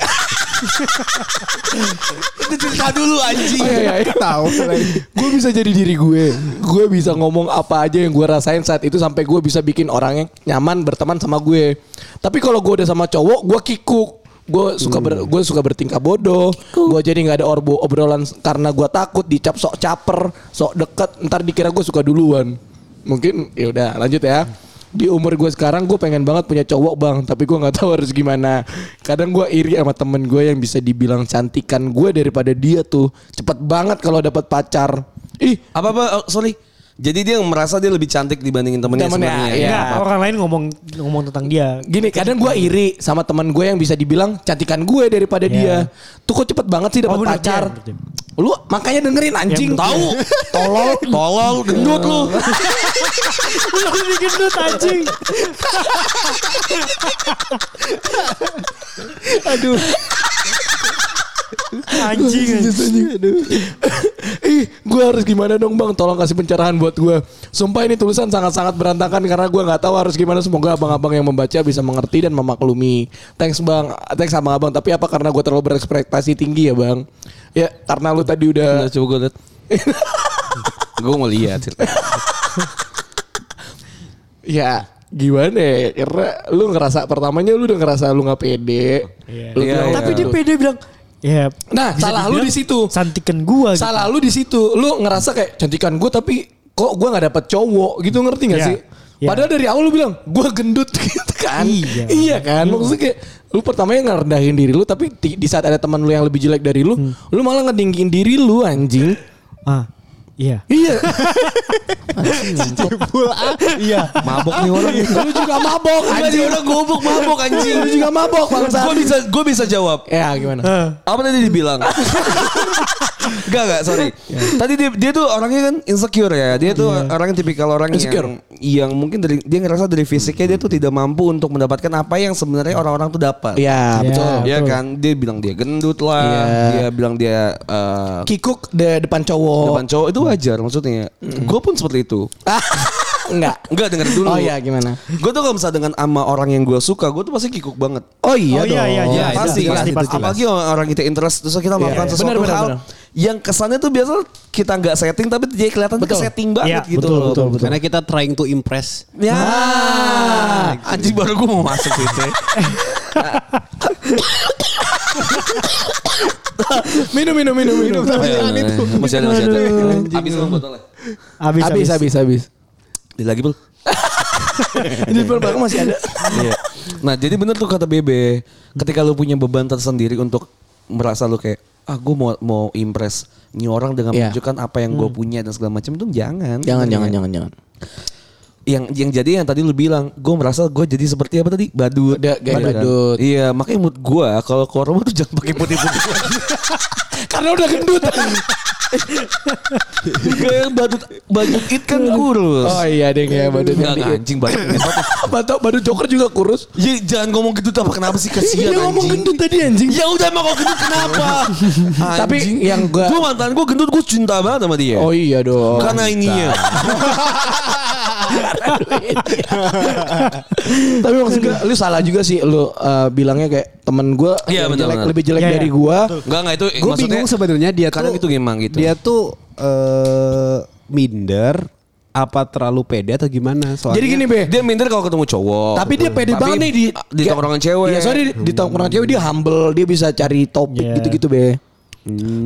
Speaker 3: Itu cerita dulu anjing.
Speaker 4: Oh, iya,
Speaker 5: Tahu lagi.
Speaker 4: gue bisa jadi diri gue. Gue bisa ngomong apa aja yang gue rasain saat itu sampai gue bisa bikin orangnya nyaman berteman sama gue. Tapi kalau gue udah sama cowok, gue kikuk. Gue suka ber, gue suka bertingkah bodoh. Gue jadi nggak ada orbo obrolan s- karena gue takut dicap sok caper, sok deket. Ntar dikira gue suka duluan. Mungkin ya udah lanjut ya. Di umur gue sekarang gue pengen banget punya cowok bang, tapi gue nggak tahu harus gimana. Kadang gue iri sama temen gue yang bisa dibilang cantikan gue daripada dia tuh. Cepet banget kalau dapat pacar. Ih,
Speaker 3: Apa apa oh, sorry. Jadi dia merasa dia lebih cantik dibandingin temennya,
Speaker 4: Temennya,
Speaker 3: sebenarnya.
Speaker 4: iya.
Speaker 2: Enggak, orang lain ngomong ngomong tentang dia.
Speaker 4: Gini kadang gue iri sama teman gue yang bisa dibilang cantikan gue daripada
Speaker 2: Iya.
Speaker 4: dia. Tuh kok cepet banget sih dapat
Speaker 2: Oh, menurut
Speaker 4: pacar.
Speaker 2: dia, menurut
Speaker 4: Lu makanya dengerin anjing.
Speaker 2: Ya, menurut
Speaker 4: Tahu. Tolol.
Speaker 3: Tolol, gendut lu.
Speaker 2: Lu lebih gendut anjing.
Speaker 4: Aduh.
Speaker 2: Anjing. anjing.
Speaker 4: Aduh. Ih, gue harus gimana dong bang? Tolong kasih pencerahan buat gue. Sumpah ini tulisan sangat-sangat berantakan karena gue nggak tahu harus gimana. Semoga abang-abang yang membaca bisa mengerti dan memaklumi. Thanks bang, thanks sama abang. Tapi apa karena gue terlalu berekspektasi tinggi ya bang? Ya karena lu tadi udah.
Speaker 3: coba gue liat. gue mau lihat.
Speaker 4: Ya gimana ya Karena lu ngerasa Pertamanya lu udah ngerasa lu gak pede Lu
Speaker 3: Iya,
Speaker 4: bilang
Speaker 3: iya.
Speaker 2: Tapi
Speaker 4: gitu.
Speaker 2: dia pede bilang, ya
Speaker 4: Nah
Speaker 2: bisa
Speaker 4: salah lu
Speaker 2: dibilang
Speaker 4: di situ
Speaker 2: Santikan gua gitu.
Speaker 4: Salah lu di situ Lu ngerasa kayak Cantikan gue tapi Kok gue gak dapet cowok gitu ngerti gak
Speaker 2: Iya.
Speaker 4: sih
Speaker 2: Iya.
Speaker 4: Padahal dari awal lu bilang Gue gendut gitu kan
Speaker 2: Iya.
Speaker 4: kan Maksudnya kayak Lu pertamanya ngerendahin diri lu Tapi di, di saat ada teman lu yang lebih jelek dari lu Lu malah ngedinggiin diri lu anjing
Speaker 2: Ah. Iya.
Speaker 4: Iya
Speaker 2: Iya.
Speaker 3: Mabok nih orang.
Speaker 4: Lu juga mabok
Speaker 3: Anjing
Speaker 4: anjing
Speaker 3: udah gobok mabok anjing.
Speaker 4: Lu juga mabok bangsa
Speaker 3: Gue bisa gue bisa jawab.
Speaker 4: Ya gimana
Speaker 3: Apa tadi dibilang? Enggak enggak, sorry. Tadi dia, dia tuh orangnya kan insecure ya. Dia tuh orangnya tipikal orang
Speaker 4: Iya. Insecure.
Speaker 3: yang yang mungkin dari dia ngerasa dari fisiknya dia tuh tidak mampu untuk mendapatkan apa yang sebenarnya orang-orang tuh dapat.
Speaker 4: Iya
Speaker 2: Iya.
Speaker 4: betul.
Speaker 3: Iya
Speaker 2: betul.
Speaker 3: kan, dia bilang dia gendut lah,
Speaker 4: Iya.
Speaker 3: dia bilang dia eh,
Speaker 4: Kikuk de depan cowok.
Speaker 3: depan cowok itu wajar maksudnya. Gue pun seperti itu.
Speaker 4: Ah, enggak.
Speaker 3: Enggak denger dulu.
Speaker 4: Oh iya gimana?
Speaker 3: Gue tuh kalau misalnya dengan ama orang yang gue suka, gue tuh pasti kikuk banget.
Speaker 4: Oh iya
Speaker 2: Oh, iya, iya,
Speaker 4: dong.
Speaker 2: iya.
Speaker 3: Iya, pasti,
Speaker 2: itu jelas,
Speaker 3: pasti,
Speaker 2: itu jelas.
Speaker 3: Apalagi orang orang kita interest terus kita melakukan
Speaker 4: iya.
Speaker 3: sesuatu
Speaker 4: Benar, benar,
Speaker 3: hal
Speaker 4: benar.
Speaker 3: yang kesannya tuh biasa kita nggak setting tapi jadi kelihatan ke setting banget
Speaker 2: Iya,
Speaker 3: gitu
Speaker 2: betul,
Speaker 3: loh.
Speaker 2: betul, betul.
Speaker 5: Karena kita trying to impress.
Speaker 3: Ya. Ah, Anjing baru gue mau masuk gitu.
Speaker 4: Minum minum minum minum.
Speaker 5: Iya,
Speaker 3: Jangan itu. Masih ada masih ada. Habis lu botolnya.
Speaker 2: Habis
Speaker 4: Habis habis habis.
Speaker 3: Di lagi bel.
Speaker 4: Di depan belakang masih ada.
Speaker 3: Iya. Nah jadi bener tuh kata Bebe Ketika lu punya beban tersendiri untuk merasa lu kayak Ah gue mau, mau impress Ini orang dengan
Speaker 4: Iya.
Speaker 3: menunjukkan apa yang gue punya dan segala macam tuh jangan
Speaker 4: Jangan jangan jangan jangan.
Speaker 3: yang yang jadi yang tadi lu bilang gue merasa gue jadi seperti apa tadi badut
Speaker 4: Udah, gaya
Speaker 3: Badut, kan?
Speaker 4: badut.
Speaker 3: iya makanya mood gue kalau keluar rumah tuh jangan pakai putih putih
Speaker 4: Karena udah gendut.
Speaker 3: gaya badut badut it kan kurus
Speaker 4: oh iya deh ya badut
Speaker 3: Nggak,
Speaker 4: yang
Speaker 3: nggak,
Speaker 4: di.
Speaker 3: anjing badut
Speaker 4: Batok badut Joker juga kurus.
Speaker 3: ya jangan ngomong gendut apa kenapa sih
Speaker 4: Iya, Dia
Speaker 3: kasihan
Speaker 4: ngomong
Speaker 3: anjing
Speaker 4: gendut tadi anjing.
Speaker 3: ya udah emang kok gendut kenapa
Speaker 4: Tapi yang gua-
Speaker 3: gue mantan gue gendut gue cinta banget sama dia
Speaker 4: Oh iya dong.
Speaker 3: karena ini ya
Speaker 4: Tapi maksud gue lu salah juga sih lu eh, bilangnya kayak temen gue
Speaker 3: Iya, benar,
Speaker 4: jelek,
Speaker 3: benar.
Speaker 4: lebih jelek
Speaker 2: Iya, iya.
Speaker 4: dari gue.
Speaker 3: Enggak enggak itu
Speaker 5: Gue bingung sebenarnya dia
Speaker 3: kadang
Speaker 5: tuh
Speaker 3: itu memang gitu.
Speaker 5: Dia tuh eh, minder apa terlalu pede atau gimana soalnya.
Speaker 4: Jadi gini be.
Speaker 3: dia minder kalau ketemu cowok gitu.
Speaker 4: Tapi dia pede
Speaker 3: Tapi
Speaker 4: banget nih di
Speaker 3: di tongkrongan cewek
Speaker 4: Iya, soalnya di, di tongkrongan cewek dia humble, dia bisa cari topik
Speaker 2: Iya.
Speaker 4: gitu-gitu, Be.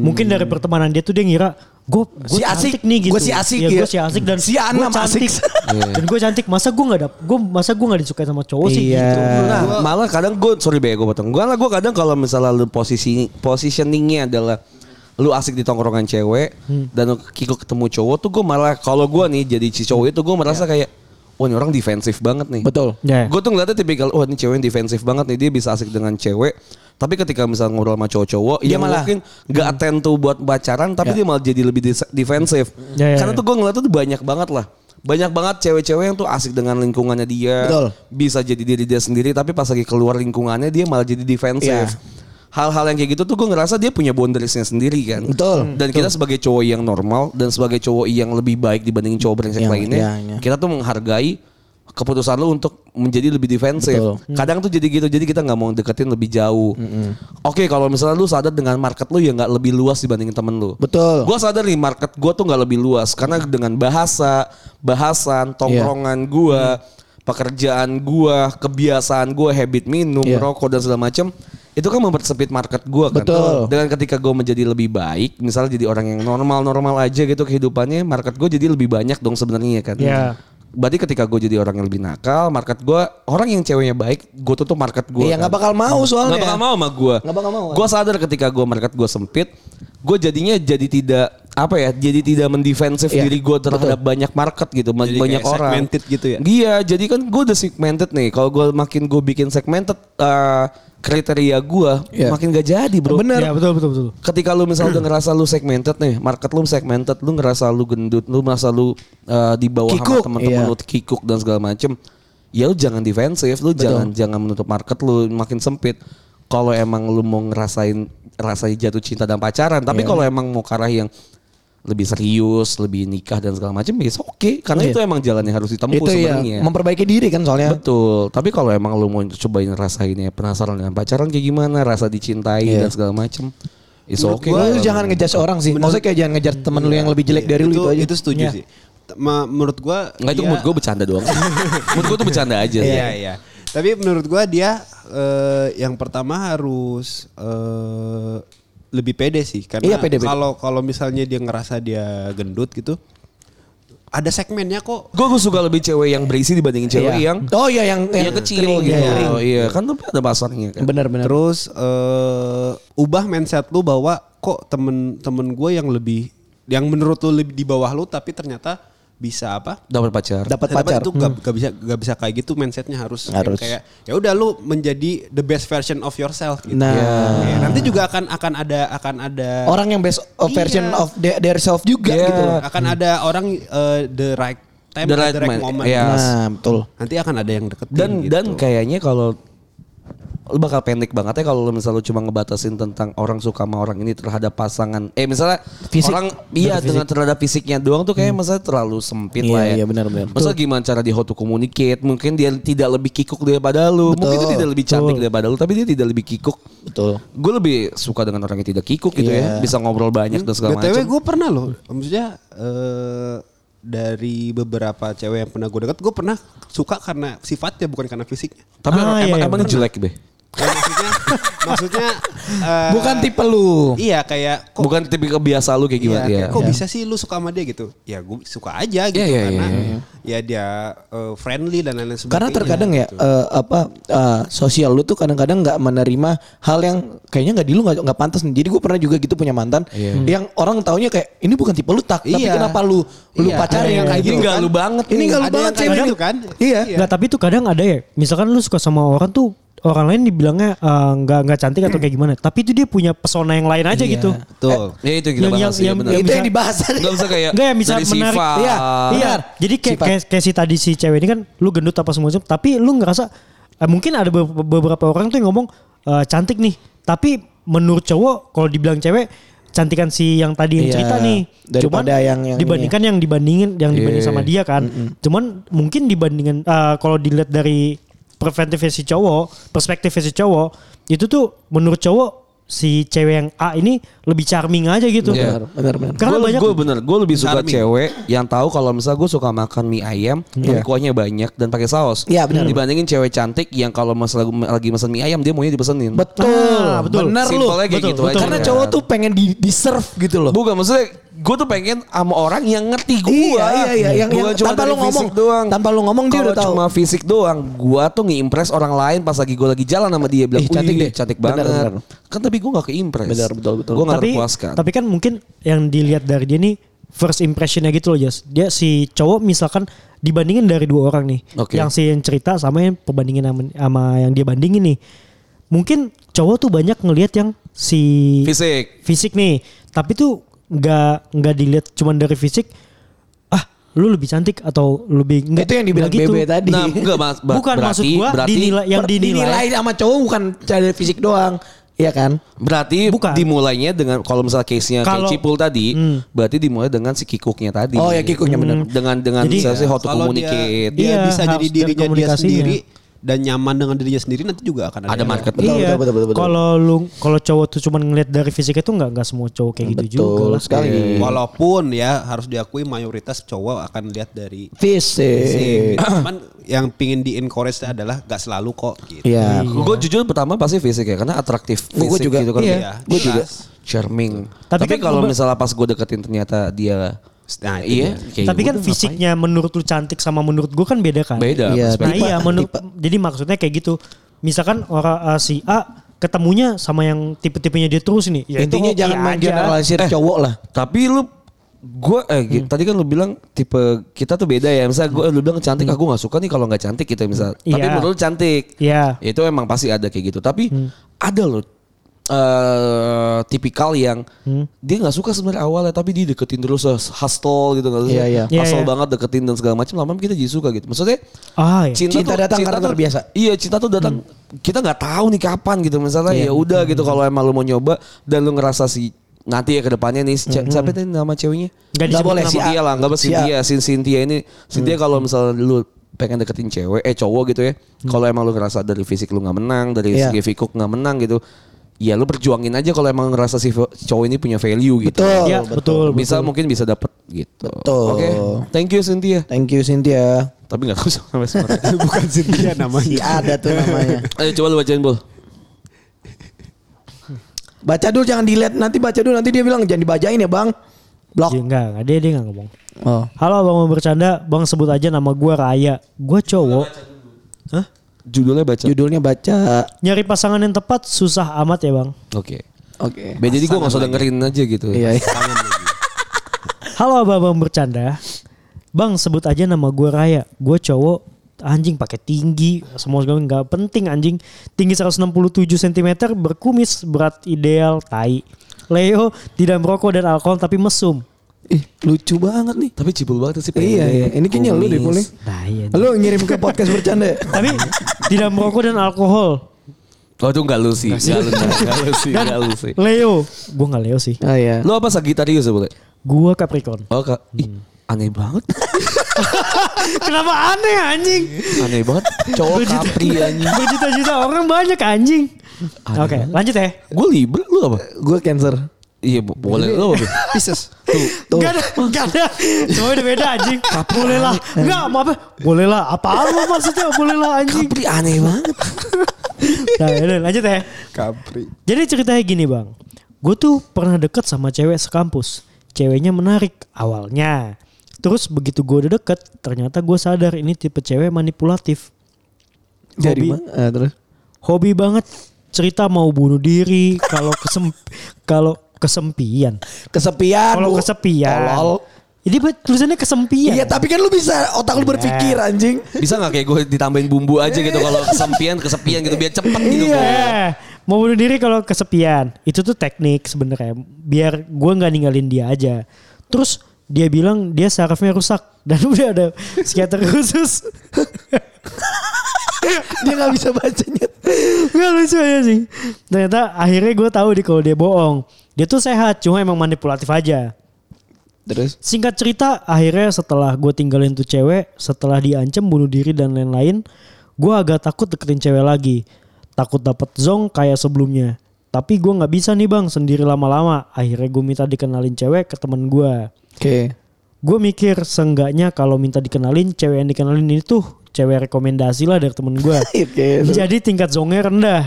Speaker 2: Mungkin dari pertemanan dia tuh dia ngira gue
Speaker 4: Si asik
Speaker 2: nih gitu.
Speaker 4: Gue si asik
Speaker 2: ya.
Speaker 4: ya.
Speaker 2: Gue si asik dan
Speaker 4: Si
Speaker 2: gua
Speaker 4: Anam
Speaker 2: cantik.
Speaker 4: asik.
Speaker 2: dan gue cantik. Masa gue nggak ada, gue masa gue nggak disukai sama cowok sih?
Speaker 4: Iya.
Speaker 2: Gitu.
Speaker 3: Nah, malah kadang gue sorry be gue potong. Gue gue kadang kalau misalnya lu posisi positioningnya adalah lu asik di tongkrongan cewek
Speaker 2: Hmm.
Speaker 3: dan lu kiko ketemu cowok tuh gue malah kalau gue nih jadi si cowok itu gue merasa kayak wah ini orang defensif banget nih.
Speaker 4: Betul.
Speaker 2: Ya.
Speaker 3: Gue tuh ngeliatnya tipikal wah ini cewek yang defensif banget nih dia bisa asik dengan cewek. Tapi ketika misalnya ngobrol sama cowok-cowok
Speaker 2: Iya
Speaker 4: Dia
Speaker 3: yang
Speaker 4: malah-
Speaker 3: mungkin gak
Speaker 2: Hmm.
Speaker 3: attend tuh buat pacaran tapi dia malah jadi lebih dis- defensif.
Speaker 2: Ya, ya,
Speaker 3: Karena
Speaker 2: ya.
Speaker 3: tuh gue ngeliatnya tuh banyak banget lah. Banyak banget cewek-cewek yang tuh asik dengan lingkungannya dia
Speaker 4: Betul.
Speaker 3: bisa jadi diri dia sendiri tapi pas lagi keluar lingkungannya dia malah jadi defensif.
Speaker 4: Iya.
Speaker 3: Hal-hal yang kayak gitu tuh gue ngerasa dia punya boundariesnya sendiri kan.
Speaker 4: Betul.
Speaker 3: Dan kita sebagai cowok yang normal dan sebagai cowok yang lebih baik dibandingin cowok brengsek
Speaker 4: Yang-
Speaker 3: lainnya,
Speaker 4: iya, iya.
Speaker 3: kita tuh menghargai keputusan lu untuk menjadi lebih defensif.
Speaker 4: Betul. Hmm.
Speaker 3: Kadang tuh jadi gitu, jadi kita nggak mau deketin lebih jauh. Oke, kalau misalnya lu sadar dengan market lu ya nggak lebih luas dibandingin temen lu.
Speaker 4: Betul.
Speaker 3: Gue sadar nih market gue tuh nggak lebih luas karena dengan bahasa, bahasan,
Speaker 4: Iya.
Speaker 3: tongkrongan
Speaker 4: Hmm.
Speaker 3: gua, pekerjaan gua, kebiasaan gua, habit minum,
Speaker 4: Iya.
Speaker 3: rokok dan segala macam itu kan mempersempit market gua kan.
Speaker 4: Betul.
Speaker 3: Dengan ketika gua menjadi lebih baik, misalnya jadi orang yang normal-normal aja gitu kehidupannya, market gua jadi lebih banyak dong sebenarnya kan.
Speaker 2: Iya.
Speaker 3: Berarti ketika gua jadi orang yang lebih nakal, market gua orang yang ceweknya baik, gua tutup market gua.
Speaker 4: Iya
Speaker 3: kan.
Speaker 4: nggak bakal mau soalnya.
Speaker 3: Nggak bakal mau sama gue.
Speaker 4: Nggak bakal mau, kan?
Speaker 3: Gue sadar ketika gue market gue sempit, gue jadinya jadi tidak apa ya, jadi tidak mendefensif
Speaker 4: Iya,
Speaker 3: diri gue terhadap banyak market gitu, ma-
Speaker 5: Jadi
Speaker 3: banyak
Speaker 5: kayak
Speaker 3: orang.
Speaker 5: segmented gitu ya?
Speaker 3: Iya, jadi kan gue udah segmented nih. Kalau gue makin gue bikin segmented eh, kriteria gue,
Speaker 4: Iya.
Speaker 3: makin gak jadi bro.
Speaker 4: Bener.
Speaker 2: Iya betul betul betul.
Speaker 3: Ketika lu misalnya udah ngerasa lu segmented nih, market lu segmented, lu ngerasa lu gendut, lu merasa lu eh, di bawah
Speaker 4: Kikuk,
Speaker 3: sama teman-teman
Speaker 4: iya.
Speaker 3: lu kikuk dan segala macem. Ya lu jangan defensif, lu jangan jangan menutup market lu makin sempit. Kalau emang lu mau ngerasain rasain jatuh cinta dan pacaran, tapi
Speaker 4: Iya.
Speaker 3: kalau emang mau ke arah yang lebih serius, lebih nikah dan segala macem, ya oke karena
Speaker 4: Iya.
Speaker 3: itu emang jalan yang harus ditempuh
Speaker 4: Itu ya
Speaker 3: sebenarnya.
Speaker 4: memperbaiki diri kan soalnya.
Speaker 3: Betul. Tapi kalau emang lu mau cobain rasainnya penasaran dengan pacaran kayak gimana, rasa dicintai
Speaker 4: Iya.
Speaker 3: dan segala macem. It's
Speaker 5: Menurut
Speaker 3: okay.
Speaker 5: gua
Speaker 3: kalau
Speaker 4: Lu jangan
Speaker 3: emang-
Speaker 4: ngejudge orang sih. Maksudnya kayak jangan ngejar temen
Speaker 3: Iya.
Speaker 4: lu yang lebih jelek dari lu
Speaker 5: itu,
Speaker 4: itu aja.
Speaker 5: Itu setuju
Speaker 2: Iya.
Speaker 5: sih. Ma- Menurut gua
Speaker 3: Enggak itu
Speaker 4: Iya.
Speaker 5: dia-
Speaker 3: menurut gue bercanda doang. menurut gue tuh bercanda aja.
Speaker 5: Iya iya. Tapi menurut gua dia eh, yang pertama harus eh, lebih pede sih karena
Speaker 4: Iya, pede, pede.
Speaker 5: kalau kalau misalnya dia ngerasa dia gendut gitu ada segmennya kok.
Speaker 3: Gue gue suka lebih cewek yang berisi dibandingin cewek
Speaker 4: Iya.
Speaker 3: yang
Speaker 4: Oh iya yang
Speaker 3: yang kecil gitu.
Speaker 4: kering, iya,
Speaker 3: Oh, iya, kan tapi ada pasarnya kan.
Speaker 4: Benar benar.
Speaker 5: Terus eh, ubah mindset lu bahwa kok temen-temen gue yang lebih yang menurut lu lebih di bawah lu tapi ternyata bisa apa?
Speaker 3: Dapat pacar.
Speaker 4: Dapat
Speaker 5: Ternyata
Speaker 4: pacar. Hmm.
Speaker 5: itu gak, gak bisa gak bisa kayak gitu mindsetnya harus,
Speaker 4: Harus.
Speaker 5: kayak ya udah lu menjadi the best version of yourself gitu.
Speaker 4: Nah. Oh,
Speaker 5: Ya, nanti juga akan akan ada akan ada
Speaker 4: Orang yang best of version
Speaker 5: Iya.
Speaker 4: of their, their self juga
Speaker 3: Iya.
Speaker 4: gitu. loh.
Speaker 5: akan ada orang eh, the right time
Speaker 3: The
Speaker 5: and
Speaker 3: right man, iya.
Speaker 4: Nah, betul.
Speaker 5: Nanti akan ada yang deketin
Speaker 3: dan
Speaker 5: gitu.
Speaker 3: dan kayaknya kalau lu bakal pendek banget ya kalau lu misalnya lu cuma ngebatasin tentang orang suka sama orang ini terhadap pasangan eh misalnya
Speaker 4: Fisik. Hmm.
Speaker 3: orang iya dengan terhadap fisiknya doang tuh kayak masalah terlalu sempit
Speaker 4: Iya,
Speaker 3: lah ya
Speaker 4: iya, benar, benar.
Speaker 3: Maksudnya gimana cara di how to communicate mungkin dia tidak lebih kikuk daripada lu mungkin dia tidak lebih cantik daripada lu tapi dia tidak lebih kikuk
Speaker 4: Betul.
Speaker 3: gue lebih suka dengan orang yang tidak kikuk gitu ya
Speaker 4: Iya.
Speaker 3: bisa ngobrol banyak dan segala
Speaker 5: BTW
Speaker 3: macam
Speaker 5: gue pernah loh Maksudnya eh, dari beberapa cewek yang pernah gue deket Gue pernah suka karena sifatnya bukan karena fisiknya
Speaker 3: tapi
Speaker 2: Ah,
Speaker 3: orang-
Speaker 2: iya,
Speaker 3: emang
Speaker 2: iya,
Speaker 3: emang jelek be
Speaker 5: Ya, Maksudnya Maksudnya eh,
Speaker 4: Bukan tipe lu.
Speaker 5: Iya kayak kok,
Speaker 3: bukan tipe kebiasa lu kayak
Speaker 5: iya,
Speaker 3: gimana
Speaker 5: kayak,
Speaker 3: ya,
Speaker 5: kok bisa sih lu suka sama dia gitu Ya gue suka aja gitu
Speaker 3: Iya, iya,
Speaker 5: Karena
Speaker 3: iya,
Speaker 5: ya dia eh, friendly dan lain-lain sebagainya
Speaker 4: Karena terkadang ya eh, apa eh, sosial lu tuh kadang-kadang nggak menerima hal yang kayaknya nggak di lu nggak nggak pantas. nih. Jadi gue pernah juga gitu punya mantan yang orang taunya kayak ini bukan tipe lu tak, tapi
Speaker 5: Iya.
Speaker 4: kenapa lu lu
Speaker 5: Iya,
Speaker 4: pacaran
Speaker 5: ada
Speaker 4: yang
Speaker 5: yang
Speaker 4: kayak
Speaker 5: kayak
Speaker 4: gitu? kan?
Speaker 5: gitu kan.
Speaker 4: Ini nggak lu
Speaker 5: Ada yang
Speaker 4: banget
Speaker 5: kayak
Speaker 4: cewek
Speaker 5: gitu
Speaker 4: ini.
Speaker 5: kan?
Speaker 4: Iya.
Speaker 5: Iya.
Speaker 2: Nggak, tapi itu kadang ada ya. Misalkan lu suka sama orang tuh orang lain dibilangnya eh, nggak nggak cantik atau kayak gimana. Tapi itu dia punya pesona yang lain
Speaker 4: Iya.
Speaker 2: aja gitu.
Speaker 5: Betul
Speaker 3: ya itu kita
Speaker 2: Yang-
Speaker 3: bahas
Speaker 2: yang-
Speaker 3: sih,
Speaker 2: yang-
Speaker 3: benar.
Speaker 2: yang
Speaker 4: Itu
Speaker 2: bisa-
Speaker 4: yang dibahas tadi.
Speaker 3: Gak usah kayak
Speaker 2: Enggak yang bisa
Speaker 3: dari
Speaker 2: menarik.
Speaker 3: sifat.
Speaker 4: Iya,
Speaker 2: Iya.
Speaker 4: Benar.
Speaker 2: Jadi kayak,
Speaker 4: Sifat.
Speaker 2: kayak, kayak si tadi si cewek ini kan lu gendut apa semua macam, tapi lu ngerasa eh, mungkin ada be- beberapa orang tuh yang ngomong eh, cantik nih, tapi menurut cowok kalau dibilang cewek cantikan si yang tadi yang
Speaker 4: Iya,
Speaker 2: cerita nih.
Speaker 4: daripada yang- yang
Speaker 2: dibandingkan yang dibandingin yang dibanding
Speaker 3: Iya.
Speaker 2: sama dia kan. Cuman mungkin dibandingin eh, kalau dilihat dari preventif si cowok, perspektif si cowok, itu tuh menurut cowok si cewek yang A ini lebih charming aja gitu.
Speaker 3: Iya.
Speaker 4: Benar, benar.
Speaker 2: Karena
Speaker 3: Gua-
Speaker 2: banyak
Speaker 3: gua bener, gue lebih suka
Speaker 5: Charming.
Speaker 3: cewek yang tahu kalau misalnya gue suka makan mie ayam, tapi kuahnya banyak dan pakai saus.
Speaker 4: Iya, benar.
Speaker 3: Dibandingin cewek cantik yang kalau masalah lagi pesan mie ayam dia maunya dipesenin.
Speaker 4: Betul.
Speaker 2: Ah, betul.
Speaker 4: Benar lu.
Speaker 3: Simpelnya kayak gitu aja.
Speaker 4: Karena
Speaker 3: Iya.
Speaker 4: cowok tuh pengen di, di serve gitu loh.
Speaker 3: Bukan maksudnya gue tuh pengen sama orang yang ngerti gue.
Speaker 4: Iya, iya, iya. Yang- yang tanpa lu ngomong.
Speaker 3: doang.
Speaker 4: Tanpa lu ngomong dia
Speaker 3: Kalau
Speaker 4: udah tahu.
Speaker 3: Cuma fisik doang. Gue tuh ngeimpress orang lain pas lagi gue lagi jalan sama dia bilang,
Speaker 4: Ih, cantik
Speaker 3: "Wih,
Speaker 4: deh."
Speaker 3: cantik
Speaker 4: Benar,
Speaker 3: banget."
Speaker 4: benar.
Speaker 3: Kan tapi gue gak keimpress.
Speaker 4: Benar, betul, betul.
Speaker 3: Gue gak
Speaker 2: tapi
Speaker 3: terpuaskan.
Speaker 2: tapi kan mungkin yang dilihat dari dia nih first impressionnya gitu loh Jas. Dia si cowok misalkan dibandingin dari dua orang nih.
Speaker 3: Oke.
Speaker 2: Yang si yang cerita sama yang perbandingin sama, sama yang dia bandingin nih. Mungkin cowok tuh banyak ngelihat yang si
Speaker 3: fisik.
Speaker 2: fisik nih. Tapi tuh nggak nggak dilihat cuman dari fisik. Ah, lu lebih cantik atau lebih gitu." enggak
Speaker 4: Itu yang dibilang Bebe tadi.
Speaker 3: Nah, enggak, Mas. Ba-
Speaker 2: Bukan maksud
Speaker 3: berarti-
Speaker 2: gua
Speaker 3: berarti-
Speaker 2: dinilai yang
Speaker 4: Per-
Speaker 2: dinilai.
Speaker 4: sama cowok bukan dari fisik doang. Iya kan?
Speaker 3: Berarti
Speaker 2: Bukan.
Speaker 3: dimulainya dengan kalau misalnya case-nya kayak
Speaker 2: Kalau-
Speaker 3: Cipul tadi,
Speaker 2: Hmm.
Speaker 3: berarti dimulai dengan si kikuknya tadi.
Speaker 4: Oh, ya, kikuknya benar.
Speaker 3: Dengan dengan
Speaker 2: Jadi-
Speaker 3: misalnya Iya sih how to
Speaker 5: Iya. Kalau dia,
Speaker 3: communicate.
Speaker 5: dia
Speaker 2: Iya,
Speaker 5: bisa jadi
Speaker 2: harus dan
Speaker 5: dirinya dia
Speaker 2: komunikasinya.
Speaker 5: sendiri dan nyaman dengan dirinya sendiri nanti juga akan ada,
Speaker 3: Ada
Speaker 5: yang-
Speaker 3: market.
Speaker 2: iya.
Speaker 4: Betul, betul, betul, betul, betul.
Speaker 2: Kalau lu kalau cowok tuh cuman ngelihat dari fisiknya tuh nggak nggak semua cowok kayak gitu juga
Speaker 4: Betul
Speaker 2: lah.
Speaker 4: sekali. Eh.
Speaker 5: Walaupun ya harus diakui mayoritas cowok akan lihat dari
Speaker 4: Fisik.
Speaker 5: cuman yang pingin di encourage adalah gak selalu kok gitu.
Speaker 4: Iya.
Speaker 3: Gue jujur pertama pasti fisik ya karena atraktif fisik
Speaker 4: Gua- gua juga,
Speaker 3: gitu kan.
Speaker 4: iya,
Speaker 5: gua juga.
Speaker 3: Charming.
Speaker 2: Tapi kan
Speaker 3: Tapi, kalau
Speaker 2: gua-
Speaker 3: misalnya pas gue deketin ternyata dia
Speaker 5: Nah, itu
Speaker 3: iya. kayak
Speaker 2: Tapi
Speaker 3: gua
Speaker 2: kan
Speaker 3: tuh
Speaker 2: fisiknya menurut lu cantik sama menurut gue kan beda kan.
Speaker 3: ngapain? beda.
Speaker 4: Iya,
Speaker 3: perspektif.
Speaker 2: Nah
Speaker 4: Tipe-
Speaker 2: iya menurut
Speaker 4: tipe.
Speaker 2: jadi maksudnya kayak gitu. Misalkan orang eh, si A ketemunya sama yang tipe-tipenya dia terus nih. Ya itu
Speaker 4: Intinya
Speaker 2: oke
Speaker 4: jangan
Speaker 2: aja.
Speaker 4: menggeneralisir cowok lah.
Speaker 3: Tapi lu gue eh gi- tadi kan lu bilang tipe kita tuh beda ya. Misalnya gue lu bilang cantik, aku nggak suka nih kalau nggak cantik gitu misalnya. Tapi
Speaker 2: Iya.
Speaker 3: menurut lu cantik.
Speaker 2: Iya.
Speaker 3: Itu emang pasti ada kayak gitu. Tapi ada loh eh tipikal yang dia nggak suka sebenarnya awalnya tapi dia deketin terus eh, hustle gitu nggak
Speaker 4: Iya, iya.
Speaker 2: Iya, iya.
Speaker 3: hustle banget deketin dan segala macam lama-lama kita jadi suka gitu maksudnya
Speaker 2: Ah, iya.
Speaker 4: Eh, Cinta datang karena
Speaker 3: tuh-
Speaker 4: terbiasa. Hmm.
Speaker 3: Iya, cinta tuh datang kita nggak tahu nih kapan gitu misalnya
Speaker 4: Iya.
Speaker 3: ya udah gitu kalau emang lu mau nyoba dan lu ngerasa si nanti ya ke depannya nih si ce-
Speaker 4: Hmm.
Speaker 3: siapa tadi nama ceweknya?
Speaker 2: Nggak
Speaker 3: Nggak
Speaker 2: disebut
Speaker 3: boleh
Speaker 2: nama.
Speaker 3: si Iya lah, nggak boleh
Speaker 4: Si A. Hmm.
Speaker 3: Cynthia, si Cynthia ini Cynthia kalau misalnya lu pengen deketin cewek eh cowok gitu ya. Kalau emang lu ngerasa dari fisik lu nggak menang, dari
Speaker 4: Hmm. Iya.
Speaker 3: segi fikuk nggak menang gitu. Ya lu perjuangin aja kalau emang ngerasa si vo- cowok ini punya value gitu.
Speaker 4: Betul,
Speaker 2: Iya, betul,
Speaker 3: Bisa mungkin bisa dapet gitu.
Speaker 4: Betul.
Speaker 3: Oke. Thank you Cynthia.
Speaker 4: Thank you Cynthia.
Speaker 3: Tapi nggak usah sampai sekarang.
Speaker 5: Bukan Cynthia
Speaker 4: Si
Speaker 5: namanya.
Speaker 4: ada tuh namanya.
Speaker 3: Ayo coba lu bacain Bol.
Speaker 4: Baca dulu jangan dilihat nanti baca dulu nanti dia bilang jangan dibajain ya bang. Blok.
Speaker 2: Dia Iya, enggak, enggak, dia dia enggak ngomong.
Speaker 4: Oh.
Speaker 2: Halo Bang mau bercanda, Bang sebut aja nama gue Raya. Gue cowok. Hah?
Speaker 3: Judulnya baca.
Speaker 4: Judulnya baca.
Speaker 2: Nyari pasangan yang tepat susah amat ya Bang.
Speaker 3: Oke.
Speaker 4: Oke.
Speaker 3: Be, jadi gue gak usah dengerin aja gitu.
Speaker 4: Iya. iya.
Speaker 2: Halo Abang Bang bercanda. Bang sebut aja nama gue Raya. Gue cowok anjing pakai tinggi semua segala nggak penting anjing tinggi 167 cm berkumis berat ideal tai Leo tidak merokok dan alkohol tapi mesum
Speaker 4: Ih, lucu banget nih.
Speaker 3: Tapi cibul banget sih.
Speaker 4: Iya,
Speaker 3: pendek,
Speaker 4: iya. Ini kayaknya lu deh,
Speaker 3: kumis.
Speaker 4: Pul, nih.
Speaker 2: tai anjing.
Speaker 4: Lu ngirim ke podcast bercanda. ya?
Speaker 2: tapi tidak merokok dan alkohol
Speaker 3: Oh itu gak lu sih. Gak lu, gak- gak lu sih. Gak lu sih.
Speaker 2: Leo gue nggak Leo sih
Speaker 4: Ah iya.
Speaker 3: Lu apa Sagittarius ya boleh?
Speaker 2: gue Capricorn
Speaker 3: Oh kak. Ih, aneh banget.
Speaker 2: kenapa aneh anjing
Speaker 3: Aneh banget. Cowok Capri anjing.
Speaker 2: berjuta-juta orang banyak anjing
Speaker 3: Ada.
Speaker 2: oke lanjut ya
Speaker 3: Gue Libra lu apa?
Speaker 4: Gue cancer.
Speaker 3: Iya bo- boleh lu apa? Be?
Speaker 5: Pisces.
Speaker 4: Tuh.
Speaker 2: Gak ada, gak ada. Semua udah beda anjing. Boleh lah. Enggak, mau apa? Boleh lah. Apaan lu maksudnya? Boleh lah anjing.
Speaker 3: Capri aneh banget.
Speaker 2: Nah, yaudah, lanjut ya.
Speaker 5: Capri.
Speaker 2: Jadi ceritanya gini bang. Gue tuh pernah deket sama cewek sekampus. Ceweknya menarik awalnya. Terus begitu gue udah deket, ternyata gue sadar ini tipe cewek manipulatif. Hobi.
Speaker 4: Jadi mah ah, terus.
Speaker 2: Hobi banget cerita mau bunuh diri kalau kesem kalau kesempian.
Speaker 4: Kesepian.
Speaker 2: Kalau
Speaker 4: Bu.
Speaker 2: kesepian.
Speaker 4: Tolol.
Speaker 2: Ini buat tulisannya kesempian.
Speaker 4: Iya, tapi kan lu bisa otak lu berpikir anjing.
Speaker 3: Bisa gak kayak gue ditambahin bumbu aja gitu. Kalau kesempian, kesepian gitu. Biar cepet gitu. Bo.
Speaker 2: Iya. Mau bunuh diri kalau kesepian. Itu tuh teknik sebenarnya. Biar gue nggak ninggalin dia aja. Terus dia bilang dia sarafnya rusak dan udah ada psikiater khusus.
Speaker 4: Dia nggak bisa bacanya.
Speaker 2: Gak lucu aja sih. Ternyata akhirnya gue tahu deh kalau dia bohong. Dia tuh sehat, cuma emang manipulatif aja.
Speaker 4: Terus.
Speaker 2: Singkat cerita, akhirnya setelah gue tinggalin tuh cewek, setelah diancam bunuh diri dan lain-lain, gue agak takut deketin cewek lagi. Takut dapet zong kayak sebelumnya. Tapi gue nggak bisa nih bang sendiri lama-lama. Akhirnya gue minta dikenalin cewek ke temen gue.
Speaker 4: Oke.
Speaker 2: Gue mikir seenggaknya kalau minta dikenalin cewek yang dikenalin ini tuh cewek rekomendasi lah dari temen gue.
Speaker 4: Iya, Oke. terus.
Speaker 2: Jadi tingkat zongnya rendah.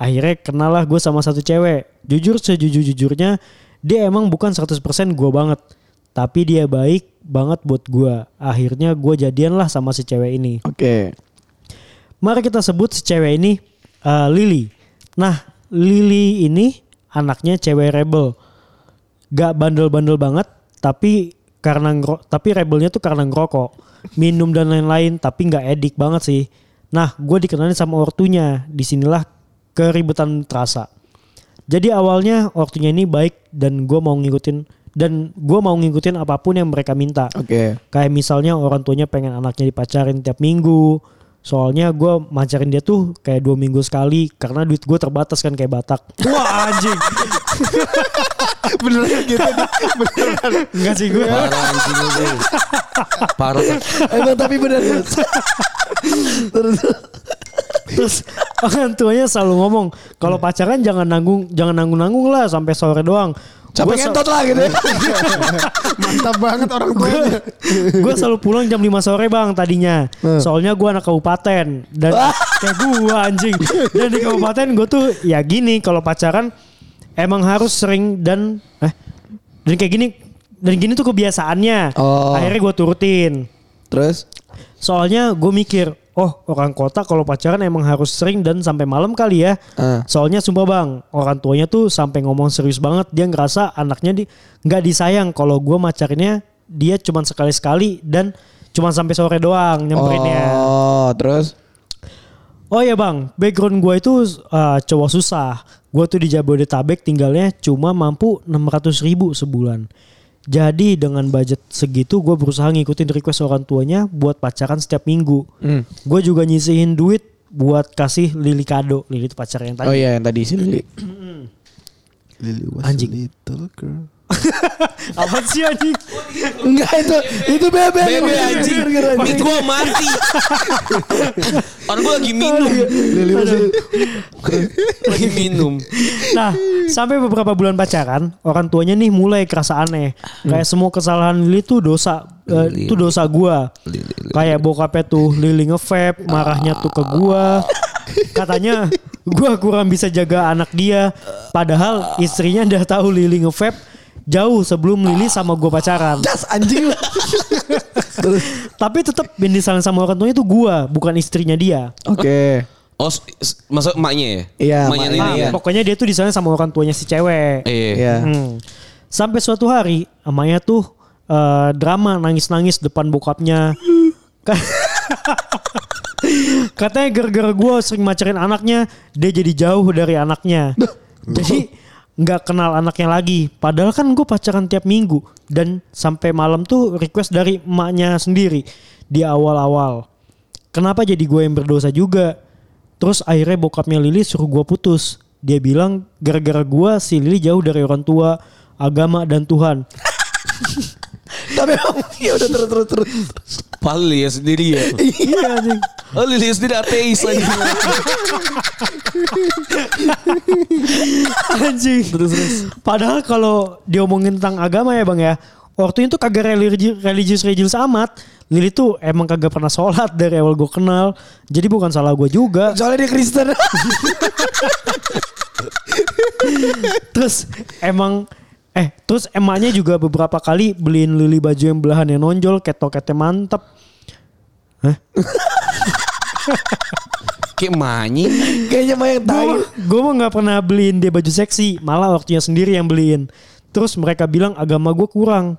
Speaker 2: Akhirnya kenal lah gue sama satu cewek. Jujur sejujur-jujurnya dia emang bukan 100% gue banget. Tapi dia baik banget buat gue. Akhirnya gue jadian lah sama si cewek ini.
Speaker 4: Oke.
Speaker 2: Mari kita sebut si cewek ini eh, Lily. Nah Lily ini anaknya cewek rebel. Gak bandel-bandel banget tapi karena ngero- tapi rebelnya tuh karena ngerokok. Minum dan lain-lain tapi gak edik banget sih. Nah gue dikenalin sama ortunya. Disinilah keributan terasa. Jadi awalnya ortunya ini baik dan gue mau ngikutin dan gue mau ngikutin apapun yang mereka minta.
Speaker 4: Oke.
Speaker 2: Kayak misalnya orang tuanya pengen anaknya dipacarin tiap minggu. Soalnya gue macarin dia tuh kayak dua minggu sekali karena duit gue terbatas kan kayak Batak. Wah anjing.
Speaker 5: Beneran gitu. Beneran.
Speaker 2: kan Enggak sih gue.
Speaker 3: Parah anjing lu. Bo. Parah.
Speaker 4: Emang tapi benar. Terus. Terus.
Speaker 2: Terus orang tuanya selalu ngomong kalau pacaran jangan nanggung jangan nanggung nanggung lah sampai sore doang.
Speaker 4: Sampai
Speaker 2: Gua sa-
Speaker 4: ngentot lah gitu ya.
Speaker 1: Mantap banget orang tuanya.
Speaker 2: gue selalu pulang jam 5 sore bang tadinya. Soalnya gue anak kabupaten dan kayak gue anjing. Dan di kabupaten gue tuh ya gini kalau pacaran emang harus sering dan eh dan kayak gini dan gini tuh kebiasaannya.
Speaker 4: Oh.
Speaker 2: Akhirnya gue turutin.
Speaker 4: Terus
Speaker 2: Soalnya gue mikir, oh orang kota kalau pacaran emang harus sering dan sampai malam kali ya.
Speaker 4: Ah.
Speaker 2: Soalnya sumpah bang, orang tuanya tuh sampai ngomong serius banget. Dia ngerasa anaknya di nggak disayang kalau gue macarnya dia cuman sekali sekali dan cuman sampai sore doang nyemperinnya.
Speaker 4: Oh, terus
Speaker 2: Oh ya bang, background gue itu uh, cowok susah. Gue tuh di Jabodetabek tinggalnya cuma mampu 600 ribu sebulan. Jadi dengan budget segitu gue berusaha ngikutin request orang tuanya buat pacaran setiap minggu.
Speaker 4: Hmm.
Speaker 2: Gue juga nyisihin duit buat kasih Lili kado. Lili itu pacar yang
Speaker 4: Oh
Speaker 2: tadi.
Speaker 4: iya yang tadi sih Lili.
Speaker 1: Lily was
Speaker 2: Anjing.
Speaker 1: a little girl.
Speaker 2: Apa sih anjing?
Speaker 4: Enggak itu itu bebe.
Speaker 3: Bebe anjing. Mie gue mati. Orang gue lagi minum.
Speaker 1: Lily was a-
Speaker 3: Lagi minum.
Speaker 2: Nah, sampai beberapa bulan pacaran, orang tuanya nih mulai kerasa aneh. Kayak semua kesalahan Lili tuh dosa eh, itu dosa gua. Kayak bokapnya tuh Lili nge-vape, marahnya tuh ke gua. Katanya gua kurang bisa jaga anak dia. Padahal istrinya udah tahu Lili nge-vape jauh sebelum Lili sama gua pacaran.
Speaker 4: Das anjing. Terus,
Speaker 2: Tapi tetap yang disalahin sama orang tuanya tuh gua, bukan istrinya dia.
Speaker 4: Oke.
Speaker 3: Oh, s- s- maksud emaknya ya?
Speaker 4: Iya,
Speaker 3: Emaknya
Speaker 4: emaknya.
Speaker 3: Lili ya?
Speaker 2: Nah, pokoknya dia tuh disalahin sama orang tuanya si cewek.
Speaker 3: Iya.
Speaker 4: Iya.
Speaker 2: Hmm. Sampai suatu hari emaknya tuh eh, drama nangis-nangis depan bokapnya. Ka- Katanya gara-gara gue sering macerin anaknya, dia jadi jauh dari anaknya. Jadi nggak kenal anaknya lagi. Padahal kan gue pacaran tiap minggu dan sampai malam tuh request dari emaknya sendiri di awal-awal. Kenapa jadi gue yang berdosa juga? Terus akhirnya bokapnya Lili suruh gue putus. Dia bilang gara-gara gue si Lili jauh dari orang tua, agama dan Tuhan.
Speaker 4: Tapi emang ya udah terus terus terus.
Speaker 3: Padahal Lili ya sendiri ya.
Speaker 2: iya anjing.
Speaker 3: Oh Lili ya sendiri ateis aja.
Speaker 2: Anjing. Padahal kalau diomongin tentang agama ya bang ya. Waktu itu kagak religi- religius religius amat. Lili tuh emang kagak pernah sholat dari awal gue kenal. Jadi bukan salah gue juga.
Speaker 4: Soalnya dia Kristen.
Speaker 2: Terus emang eh terus emaknya juga beberapa kali beliin Lili baju yang belahan yang nonjol, ketok-ketoknya mantep.
Speaker 3: Kayak emaknya.
Speaker 4: Kayaknya mah yang tai.
Speaker 2: Gue mah nggak pernah beliin dia baju seksi, malah waktunya sendiri yang beliin. Terus mereka bilang agama gue kurang.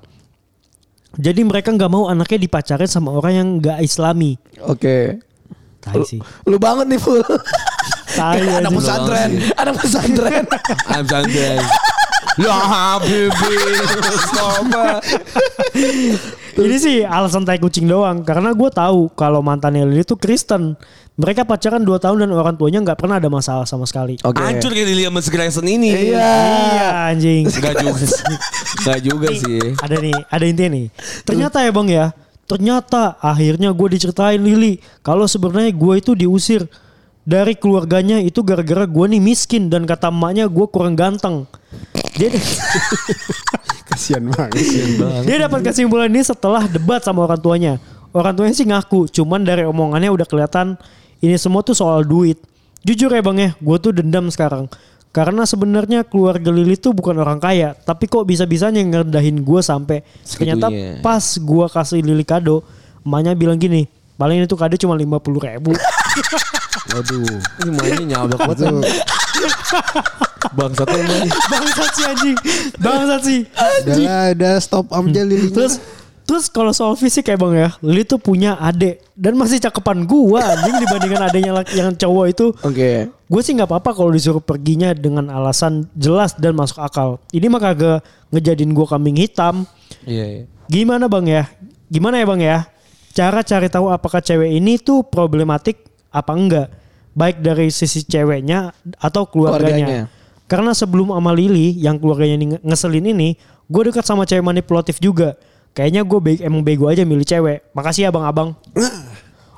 Speaker 2: Jadi mereka nggak mau anaknya dipacarin sama orang yang nggak Islami.
Speaker 4: Oke.
Speaker 2: Tai sih.
Speaker 4: Lu banget nih full.
Speaker 2: Tai
Speaker 4: Anak
Speaker 2: anjing.
Speaker 4: pesantren, anak pesantren.
Speaker 3: I'm Sandra. Ya Habibi Mustafa.
Speaker 2: Ini sih alasan tai kucing doang karena gue tahu kalau mantannya Lili itu Kristen. Mereka pacaran 2 tahun dan orang tuanya nggak pernah ada masalah sama sekali.
Speaker 3: Hancur kayak Lili sama si Grayson ini.
Speaker 2: Iya anjing.
Speaker 3: Enggak juga. Enggak juga sih.
Speaker 2: ada nih, ada intinya nih. Ternyata ya bang ya, ternyata akhirnya gue diceritain Lili kalau sebenarnya gue itu diusir dari keluarganya itu gara-gara gue nih miskin dan kata emaknya gue kurang ganteng. Dia,
Speaker 1: Kasian banget.
Speaker 2: dia dapat kesimpulan ini setelah debat sama orang tuanya. Orang tuanya sih ngaku, cuman dari omongannya udah kelihatan ini semua tuh soal duit. Jujur ya bang ya, gue tuh dendam sekarang. Karena sebenarnya keluarga Lili tuh bukan orang kaya, tapi kok bisa-bisanya ngerendahin gue sampai ternyata
Speaker 3: Segitunya.
Speaker 2: pas gue kasih Lili kado, emaknya bilang gini, paling itu kado cuma lima puluh ribu.
Speaker 3: Waduh. Ini mainnya nyabak banget.
Speaker 1: Aduh,
Speaker 3: Bangsat emang.
Speaker 2: Bangsat sih anjing, bangsat sih.
Speaker 1: udah lah, udah stop aja Lily.
Speaker 2: Terus terus kalau soal fisik ya bang ya, Lili tuh punya adik dan masih cakepan gua anjing dibandingkan adiknya laki- yang cowok itu.
Speaker 4: Oke.
Speaker 2: Gue sih nggak apa-apa kalau disuruh perginya dengan alasan jelas dan masuk akal. Ini mah kagak ngejadiin gua kambing hitam.
Speaker 3: Iya, iya.
Speaker 2: Gimana bang ya? Gimana ya bang ya? Cara cari tahu apakah cewek ini tuh problematik apa enggak? Baik dari sisi ceweknya atau keluarganya.
Speaker 4: Keluarganya.
Speaker 2: Karena sebelum sama Lili yang keluarganya ini nge- ngeselin ini, gue dekat sama cewek manipulatif juga. Kayaknya gue be- emang bego aja milih cewek. Makasih ya abang-abang.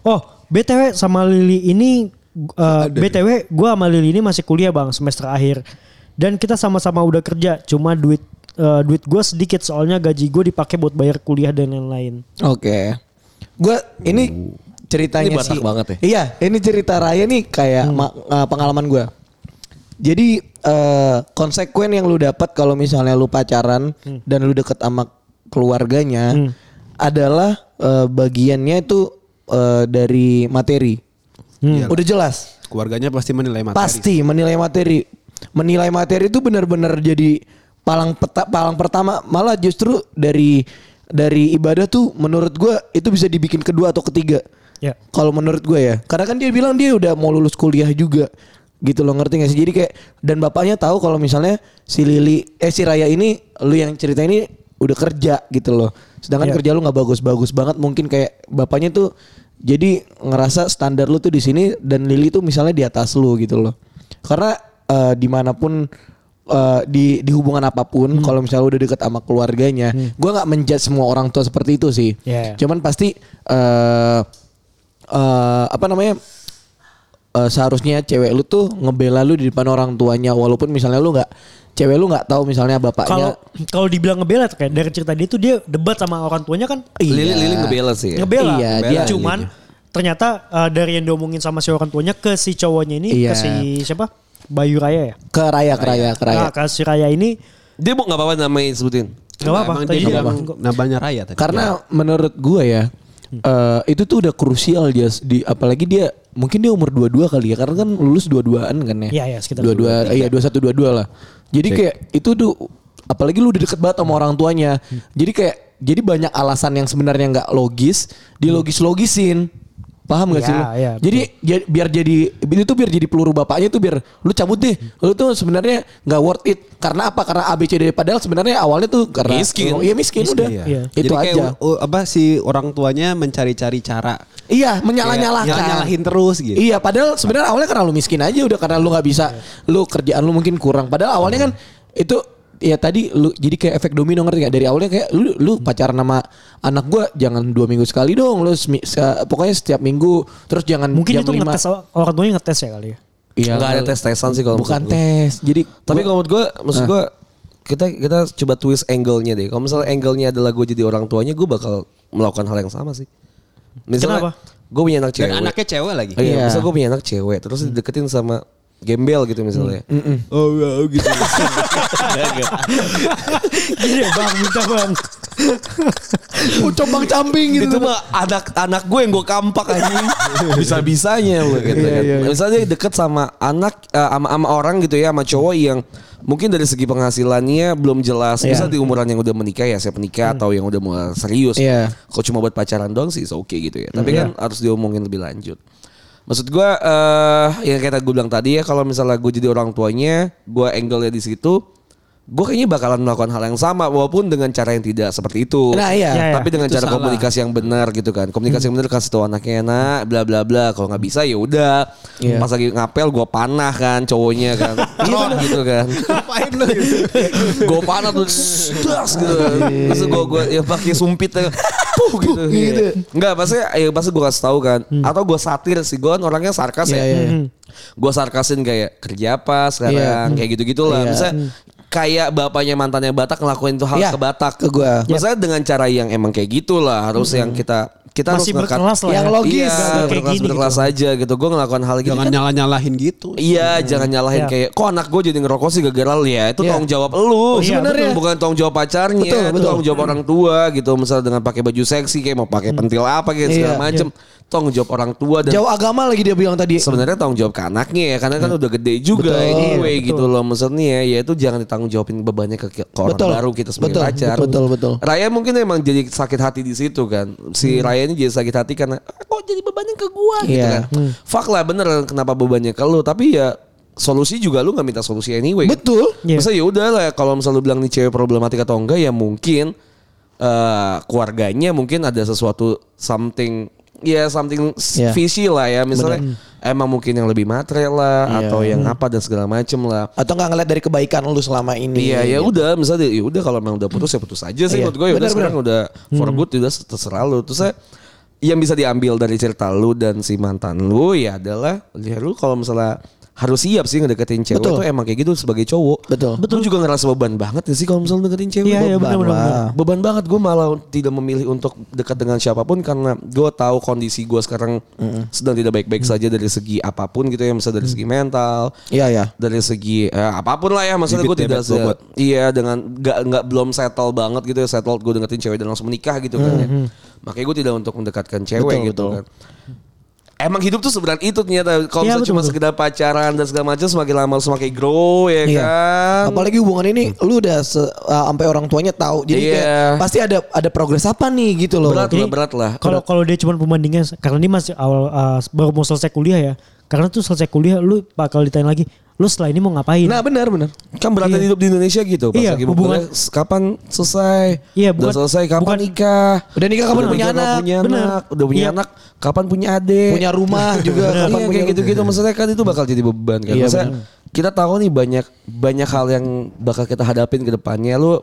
Speaker 2: Oh, BTW sama Lili ini uh, BTW gue sama Lili ini masih kuliah Bang semester akhir. Dan kita sama-sama udah kerja, cuma duit eh, duit gue sedikit soalnya gaji gue dipakai buat bayar kuliah dan lain-lain.
Speaker 4: Oke. Gua ini ceritanya
Speaker 3: Ini Batak
Speaker 4: sih-
Speaker 3: banget ya? Hmm.
Speaker 4: Iya, ini cerita Raya nih kayak ma- eh, pengalaman gua. Jadi eh, konsekuen yang lu dapat kalau misalnya lu pacaran
Speaker 3: Hmm.
Speaker 4: dan lu deket sama keluarganya adalah eh, bagiannya itu eh, dari materi.
Speaker 3: Hmm.
Speaker 4: Udah jelas.
Speaker 5: Keluarganya pasti menilai materi.
Speaker 4: Pasti menilai materi. Menilai materi itu benar-benar jadi palang peta, palang pertama malah justru dari dari ibadah tuh menurut gua itu bisa dibikin kedua atau ketiga.
Speaker 2: Ya.
Speaker 4: Kalau menurut gua ya. Karena kan dia bilang dia udah mau lulus kuliah juga. Gitu loh ngerti gak sih? Jadi kayak dan bapaknya tahu kalau misalnya si Lili eh si Raya ini lu yang cerita ini udah kerja gitu loh. Sedangkan
Speaker 2: Iya.
Speaker 4: kerja lu nggak bagus-bagus banget mungkin kayak bapaknya tuh jadi ngerasa standar lu tuh di sini dan Lili tuh misalnya di atas lu gitu loh. Karena eh, dimanapun eh, di di hubungan
Speaker 2: Hmm.
Speaker 4: apapun kalau misalnya lu udah deket sama keluarganya, gua nggak menjudge semua orang tua seperti itu sih.
Speaker 2: Iya.
Speaker 4: Cuman pasti eh eh, apa namanya? eh, seharusnya cewek lu tuh ngebela lu di depan orang tuanya walaupun misalnya lu nggak cewek lu nggak tahu misalnya
Speaker 2: Kalau
Speaker 4: bapaknya
Speaker 2: kalau dibilang ngebela tuh kayak dari cerita dia tuh dia debat sama orang tuanya kan
Speaker 4: Iya.
Speaker 3: Lili Lili ngebela sih. Ya.
Speaker 2: ngebela.
Speaker 4: Iya,
Speaker 2: Ngebela
Speaker 4: dia-
Speaker 2: Cuman ternyata eh, dari yang diomongin sama si orang tuanya ke si cowoknya ini ke
Speaker 4: Iya.
Speaker 2: si siapa? Bayu Raya ya.
Speaker 4: ke raya ke raya ke raya.
Speaker 2: Nah, ke si Raya ini
Speaker 3: Dia mau nggak apa-apa namanya sebutin.
Speaker 2: Gak apa-apa.
Speaker 5: Emang
Speaker 2: Tadi
Speaker 5: dia
Speaker 2: dia
Speaker 5: bilang
Speaker 2: bilang-
Speaker 5: namanya Raya
Speaker 2: Iya,
Speaker 5: tadi. Iya.
Speaker 4: Karena menurut gua ya eh, itu tuh udah krusial dia s- di apalagi dia mungkin dia umur 22 kali ya karena kan lulus dua-duaan kan ya.
Speaker 2: Iya, iya, sekitar
Speaker 4: 22 iya 21 22 lah. Jadi kayak itu tuh apalagi lu udah deket banget sama orang tuanya.
Speaker 2: Hmm.
Speaker 4: Jadi kayak jadi banyak alasan yang sebenarnya nggak logis dilogis-logisin. Paham gak sih
Speaker 2: Iya,
Speaker 4: lu?
Speaker 2: iya,
Speaker 4: jadi ja- biar jadi itu tuh biar jadi peluru bapaknya tuh biar lu cabut deh. Lu tuh sebenarnya nggak worth it. Karena apa? Karena ABCD padahal sebenarnya awalnya tuh karena
Speaker 3: Miskin.
Speaker 4: Iya miskin, udah.
Speaker 2: Iya.
Speaker 4: Itu
Speaker 5: Jadi kayak,
Speaker 4: aja.
Speaker 5: uh, apa si orang tuanya mencari-cari cara
Speaker 4: Iya, menyala-nyalakan.
Speaker 5: Kayak nyalahin terus gitu.
Speaker 4: Iya, padahal sebenarnya awalnya karena lu miskin aja udah karena lu nggak bisa,
Speaker 2: Iya.
Speaker 4: lu kerjaan lu mungkin kurang. Padahal awalnya kan itu ya tadi lu jadi kayak efek domino ngerti gak? Dari awalnya kayak lu lu pacaran sama anak gua jangan dua minggu sekali dong, lu semi- se- pokoknya setiap minggu terus jangan
Speaker 2: mungkin
Speaker 4: jam
Speaker 2: itu
Speaker 4: lima.
Speaker 2: ngetes orang tuanya ngetes ya kali ya.
Speaker 4: Iya,
Speaker 3: Nggak ada tes-tesan sih kalau
Speaker 4: bukan
Speaker 3: menurut gua.
Speaker 4: tes. Jadi
Speaker 3: Tapi
Speaker 4: gua-
Speaker 3: kalau menurut gue, maksud gue kita kita coba twist angle-nya deh. Kalau misalnya angle-nya adalah gue jadi orang tuanya, gue bakal melakukan hal yang sama sih.
Speaker 2: Kenapa?
Speaker 3: Misalnya gue punya anak
Speaker 5: Dan
Speaker 3: cewek.
Speaker 5: anaknya cewek lagi.
Speaker 3: Iya,
Speaker 4: Iya.
Speaker 3: misalnya gue punya anak cewek, terus dideketin sama gembel gitu misalnya.
Speaker 5: Oh, iya, oh, gitu. Iya,
Speaker 2: Gini ya, bang, minta bang.
Speaker 4: Ucobang camping gitu.
Speaker 3: Itu mah anak anak gue yang gue kampak anjing. Bisa-bisanya lu
Speaker 4: Iya,
Speaker 3: gitu kan. Misalnya deket sama anak eh, sama sama orang gitu ya sama cowok yang mungkin dari segi penghasilannya belum jelas.
Speaker 4: Iya.
Speaker 3: Bisa di umuran yang udah menikah ya, saya penikah atau yang udah mau serius.
Speaker 4: Hmm. Iya. Hmm.
Speaker 3: Kalau cuma buat pacaran doang sih oke gitu ya. Tapi kan harus diomongin lebih lanjut. Maksud gue eh yang kayak gue bilang tadi ya kalau misalnya gue jadi orang tuanya, gue angle-nya di situ gue kayaknya bakalan melakukan hal yang sama walaupun dengan cara yang tidak seperti itu.
Speaker 4: Nah, iya.
Speaker 2: Iya, iya.
Speaker 3: Tapi dengan
Speaker 5: Itu
Speaker 3: cara
Speaker 5: salah.
Speaker 3: komunikasi yang benar gitu kan. Komunikasi yang benar kasih tahu anaknya enak, bla bla bla. Kalau nggak bisa ya udah.
Speaker 4: Iya.
Speaker 3: Pas lagi ngapel gue panah kan cowoknya kan. Tron gitu kan.
Speaker 5: Ngapain lu? gitu?
Speaker 3: Gue panah tuh das gitu. Terus gue gue ya pakai sumpit ya. Puh gitu.
Speaker 4: Iya. gitu. Hmm.
Speaker 3: Enggak, maksudnya ya pasti gue kasih tahu kan. Atau gue satir sih gue kan orangnya sarkas
Speaker 4: Iya,
Speaker 3: ya.
Speaker 4: iya, iya.
Speaker 3: Gue sarkasin kayak kerja apa
Speaker 4: Iya.
Speaker 3: sekarang kayak gitu-gitulah.
Speaker 4: Iya.
Speaker 3: Misalnya kayak bapaknya mantannya Batak ngelakuin tuh hal ke
Speaker 4: Iya,
Speaker 3: Batak
Speaker 4: ke gua. Iya. Hmm.
Speaker 3: Maksudnya dengan cara yang emang kayak gitulah harus yang kita kita
Speaker 2: Masih
Speaker 3: harus ngangkat-
Speaker 2: berkelas lah
Speaker 4: Yang
Speaker 2: ya. Nggak
Speaker 4: logis.
Speaker 3: Iya,
Speaker 2: kayak
Speaker 3: berkelas
Speaker 2: gini
Speaker 3: berkelas aja gitu. Gue ngelakuin hal gitu.
Speaker 5: Jangan
Speaker 3: kan-
Speaker 5: nyalah-nyalahin gitu.
Speaker 3: Iya, jangan nyalahin
Speaker 2: Iya.
Speaker 3: kayak kok anak gue jadi ngerokok sih gara-gara lu ya. Itu
Speaker 4: Iya.
Speaker 3: tanggung jawab lu.
Speaker 2: Iya,
Speaker 3: Sebenarnya
Speaker 2: betul.
Speaker 3: bukan tanggung jawab pacarnya,
Speaker 4: Betul,
Speaker 3: itu
Speaker 4: betul.
Speaker 3: tanggung jawab orang tua gitu. Misalnya dengan pakai baju seksi kayak mau pakai pentil apa kayak segala
Speaker 4: Iya.
Speaker 3: macem. Tanggung jawab orang tua dan
Speaker 4: jauh agama lagi dia bilang tadi.
Speaker 3: sebenarnya tanggung jawab ke anaknya ya karena kan udah gede juga
Speaker 4: Iya. Betul.
Speaker 3: anyway
Speaker 2: Iya, betul.
Speaker 3: gitu loh maksudnya ya itu jangan ditanggung jawabin bebannya ke, ke orang
Speaker 4: Betul.
Speaker 3: baru kita sebagai
Speaker 4: Betul,
Speaker 3: pacar
Speaker 4: betul, betul. Hmm.
Speaker 3: Raya mungkin emang jadi sakit hati di situ kan si Raya ini jadi sakit hati karena "Ah, kok jadi bebannya ke gua gitu
Speaker 4: Iya.
Speaker 3: kan fuck lah bener kenapa bebannya ke lu tapi ya solusi juga lu nggak minta solusi anyway kan?
Speaker 4: Betul.
Speaker 2: Iya.
Speaker 3: Masa ya udah lah kalau misalnya lu bilang nih cewek problematik atau enggak ya mungkin eh keluarganya mungkin ada sesuatu something ya something s-
Speaker 4: Iya.
Speaker 3: fishy lah ya misalnya emang mungkin yang lebih matre lah atau yang apa dan segala macem lah.
Speaker 4: Atau nggak ngeliat dari kebaikan lu selama ini. gitu.
Speaker 3: Iya ya udah misalnya ya udah kalau memang udah putus ya putus aja sih
Speaker 4: Iya.
Speaker 3: menurut gue ya udah
Speaker 4: Benar, Hmm.
Speaker 3: sekarang udah for good udah terserah lu. Terus saya yang bisa diambil dari cerita lu dan si mantan lu ya adalah ya lu kalau misalnya harus siap sih ngedeketin cewek
Speaker 4: Betul.
Speaker 3: tuh emang kayak gitu sebagai cowok.
Speaker 4: Betul.
Speaker 3: Betul. juga ngerasa beban banget gak sih kalau misalnya deketin cewek?
Speaker 2: Iya, iya,
Speaker 3: Beban
Speaker 2: benar, benar,
Speaker 3: lah.
Speaker 2: benar.
Speaker 3: Beban banget gue malah tidak memilih untuk dekat dengan siapapun karena gue tahu kondisi gue sekarang sedang tidak baik-baik saja dari segi apapun gitu ya, misalnya dari
Speaker 4: Mm.
Speaker 3: segi mental,
Speaker 4: Iya ya.
Speaker 3: dari segi eh, apapun lah ya maksudnya
Speaker 5: Bibit
Speaker 3: gue tidak
Speaker 5: bebek
Speaker 3: se-
Speaker 5: bobot.
Speaker 3: iya dengan nggak nggak belum settle banget gitu ya settle gue deketin cewek dan langsung menikah gitu kan ya. makanya gue tidak untuk mendekatkan cewek
Speaker 4: Betul,
Speaker 3: gitu
Speaker 4: betul.
Speaker 3: kan Emang hidup tuh seberat itu ternyata kalau
Speaker 2: Iya,
Speaker 3: misalnya
Speaker 2: betul,
Speaker 3: cuma
Speaker 2: betul.
Speaker 3: sekedar pacaran dan segala macam semakin lama semakin grow ya
Speaker 4: Iya.
Speaker 3: kan.
Speaker 4: Apalagi hubungan ini lu udah se- uh, sampai orang tuanya tahu. Jadi kayak
Speaker 3: Iya.
Speaker 4: pasti ada ada progres apa nih gitu loh.
Speaker 3: berat
Speaker 2: Jadi,
Speaker 3: lah, berat lah.
Speaker 2: Kalau kalau dia cuma pembandingnya karena dia masih awal uh, baru mau selesai kuliah ya. Karena tuh selesai kuliah lu bakal ditanya lagi, lu setelah ini mau ngapain?
Speaker 4: Nah, benar benar.
Speaker 3: kan beratan
Speaker 2: iya.
Speaker 3: hidup di Indonesia gitu. Pas
Speaker 2: Iya,
Speaker 3: lagi
Speaker 2: hubungan-
Speaker 3: hubungan kapan selesai?
Speaker 2: Iya,
Speaker 3: udah
Speaker 2: bukan-
Speaker 3: selesai kapan
Speaker 2: bukan-
Speaker 3: nikah?
Speaker 4: Udah nikah kapan punya
Speaker 3: nikah,
Speaker 4: anak?
Speaker 3: Punya
Speaker 2: Bener.
Speaker 3: anak, udah punya
Speaker 2: Iya.
Speaker 3: anak, kapan punya adik?
Speaker 4: Punya rumah juga
Speaker 3: Iya,
Speaker 4: kapan punya
Speaker 3: kayak gitu-gitu maksudnya kan itu bakal jadi beban kan.
Speaker 4: Iya,
Speaker 3: Maksudnya kita tahu nih banyak banyak hal yang bakal kita hadapin ke depannya lu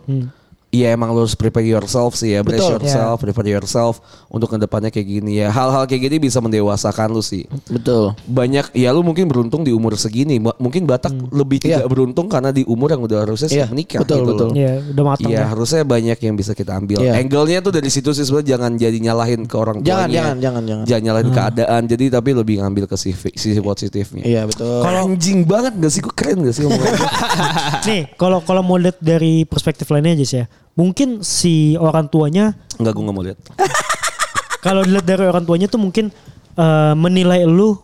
Speaker 3: Iya emang lu harus prepare yourself sih ya, brace
Speaker 4: Hmm. Betul. iya.
Speaker 3: yourself, prepare yourself untuk ke depannya kayak gini ya. Hal-hal kayak gini bisa mendewasakan lu sih.
Speaker 4: Betul.
Speaker 3: Banyak ya lu mungkin beruntung di umur segini, Ma- mungkin Batak lebih tidak beruntung karena di umur yang udah harusnya sih
Speaker 4: Iya,
Speaker 3: menikah
Speaker 4: betul,
Speaker 3: gitu
Speaker 4: betul.
Speaker 3: loh.
Speaker 2: Iya, udah matang.
Speaker 3: Iya
Speaker 2: kan.
Speaker 3: harusnya banyak yang bisa kita ambil.
Speaker 4: Iya.
Speaker 3: Angle-nya tuh dari situ sih sebenarnya jangan jadi nyalahin ke orang
Speaker 4: Jangan,
Speaker 3: tuanya.
Speaker 4: jangan, jangan, jangan.
Speaker 3: nyalahin keadaan. Jadi tapi lebih ngambil ke sisi, sisi positifnya.
Speaker 4: Iya, betul.
Speaker 3: Kalau anjing banget gak sih? Kok keren gak sih omongannya?
Speaker 2: Nih, kalau kalau mau lihat dari perspektif lainnya aja sih ya. Mungkin si orang tuanya
Speaker 3: Enggak gue gak mau lihat.
Speaker 2: kalau dilihat dari orang tuanya tuh mungkin eh, menilai lu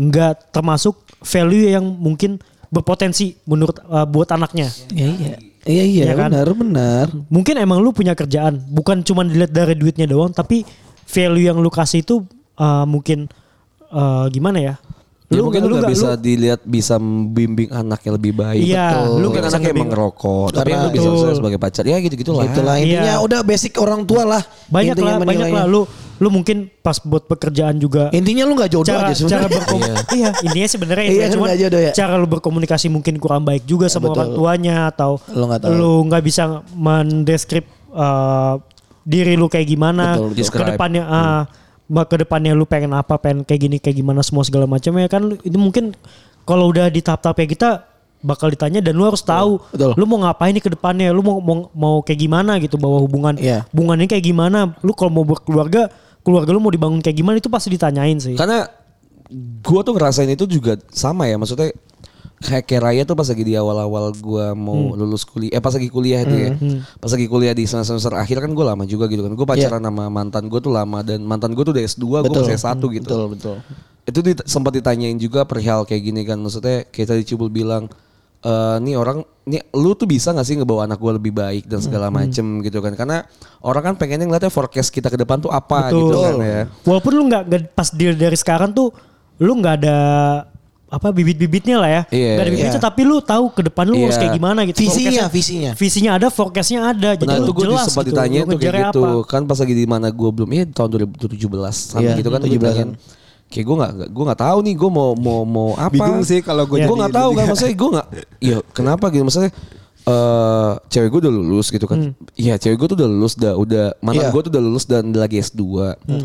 Speaker 2: nggak termasuk value yang mungkin berpotensi menurut eh, buat anaknya.
Speaker 4: Iya iya. Iya iya,
Speaker 2: Iya kan?
Speaker 4: benar benar.
Speaker 2: Mungkin emang lu punya kerjaan, bukan cuma dilihat dari duitnya doang, tapi value yang lu kasih itu eh, mungkin eh, gimana ya?
Speaker 3: Ya, mungkin lu gak
Speaker 2: nggak-
Speaker 3: bisa dilihat bisa membimbing anaknya lebih baik.
Speaker 2: Iya,
Speaker 3: Betul.
Speaker 2: lu nggak
Speaker 3: mungkin
Speaker 2: bisa
Speaker 3: anaknya emang
Speaker 2: ngebimbing.
Speaker 3: ngerokok. Tapi
Speaker 4: Karena-
Speaker 3: lu bisa
Speaker 2: Betul.
Speaker 3: usaha sebagai pacar. Ya gitu-gitu lah.
Speaker 4: Itulah intinya
Speaker 2: Iya.
Speaker 4: udah basic orang tua lah.
Speaker 2: banyak
Speaker 4: intinya
Speaker 2: lah, banyak
Speaker 4: menilainya.
Speaker 2: lah lu lu mungkin pas buat pekerjaan juga
Speaker 4: Intinya lu nggak jodoh
Speaker 2: cara
Speaker 4: aja
Speaker 2: cara
Speaker 4: sebenarnya.
Speaker 2: berkomunikasi iya intinya sebenarnya
Speaker 4: Iya,
Speaker 2: itu
Speaker 4: kan
Speaker 2: cuman
Speaker 4: nggak jodoh ya?
Speaker 2: cara lu berkomunikasi mungkin kurang baik juga sama
Speaker 4: betul.
Speaker 2: orang tuanya atau
Speaker 4: Lu nggak tahu.
Speaker 2: lu nggak bisa mendeskrip eh, diri lu kayak gimana
Speaker 3: Betul, betul.
Speaker 2: ke depannya
Speaker 4: Hmm.
Speaker 2: ah, ma- ke depannya lu pengen apa pengen kayak gini kayak gimana semua segala macamnya kan lu- itu mungkin kalau udah di tahap-tahap kayak kita bakal ditanya dan lu harus tahu
Speaker 4: betul.
Speaker 2: lu mau ngapain nih ke depannya lu mau mau, mau kayak gimana gitu bahwa hubungan
Speaker 4: Iya.
Speaker 2: hubungannya kayak gimana lu kalau mau berkeluarga keluarga lu mau dibangun kayak gimana itu pasti ditanyain sih
Speaker 3: Karena gue tuh ngerasain itu juga sama ya. Maksudnya kayak kayak Raya tuh pas lagi di awal-awal gue
Speaker 4: Hmm.
Speaker 3: mau lulus kuliah. Eh pas lagi kuliah itu ya. Pas lagi kuliah di semester akhir kan gue lama juga gitu kan. Gue pacaran sama mantan gue tuh lama. Dan mantan gue tuh udah S2 gue
Speaker 4: Iya. Betul. Hmm,
Speaker 3: masih S1 gitu.
Speaker 4: Betul betul.
Speaker 3: Itu dit- sempat ditanyain juga perihal kayak gini kan. Maksudnya kayak tadi Cibul bilang. eh nih orang, nih lu tuh bisa gak sih ngebawa anak gue lebih baik dan segala
Speaker 4: Hmm,
Speaker 3: macem gitu kan? Karena orang kan pengennya ngeliatnya forecast kita ke depan tuh apa gitu kan ya.
Speaker 2: Walaupun lu nggak nggak- pas deal dari sekarang tuh lu nggak ada apa bibit-bibitnya lah ya.
Speaker 3: Iya,
Speaker 2: Nggak ada bibitnya
Speaker 4: iya.
Speaker 2: tapi lu tahu ke depan lu harus
Speaker 3: Iya.
Speaker 2: kayak gimana gitu.
Speaker 4: Visinya,
Speaker 2: Forecastnya-
Speaker 4: visinya.
Speaker 2: Visinya ada, forecastnya ada. Jadi
Speaker 3: Nah
Speaker 2: lu
Speaker 3: itu gue
Speaker 2: jelas
Speaker 3: sempat
Speaker 2: gitu, lu
Speaker 3: ditanya tuh kayak
Speaker 2: ngejarnya
Speaker 3: gitu
Speaker 2: apa.
Speaker 3: kan pas lagi di mana gue belum ya tahun 2017 an
Speaker 4: Iya,
Speaker 3: gitu kan
Speaker 4: 17-an.
Speaker 3: 17 kayak gue nggak gue nggak tahu nih gue mau mau mau apa
Speaker 5: Bingung sih kalau gua
Speaker 3: gue
Speaker 5: jadi
Speaker 3: nggak
Speaker 5: itu
Speaker 3: tahu kan
Speaker 5: juga.
Speaker 3: maksudnya gue nggak ya kenapa gitu maksudnya eh cewek gue udah lulus gitu kan Iya cewek gue tuh udah lulus dah udah mantan
Speaker 4: Hmm. Iya. Hmm,
Speaker 3: gue tuh udah lulus dan lagi S2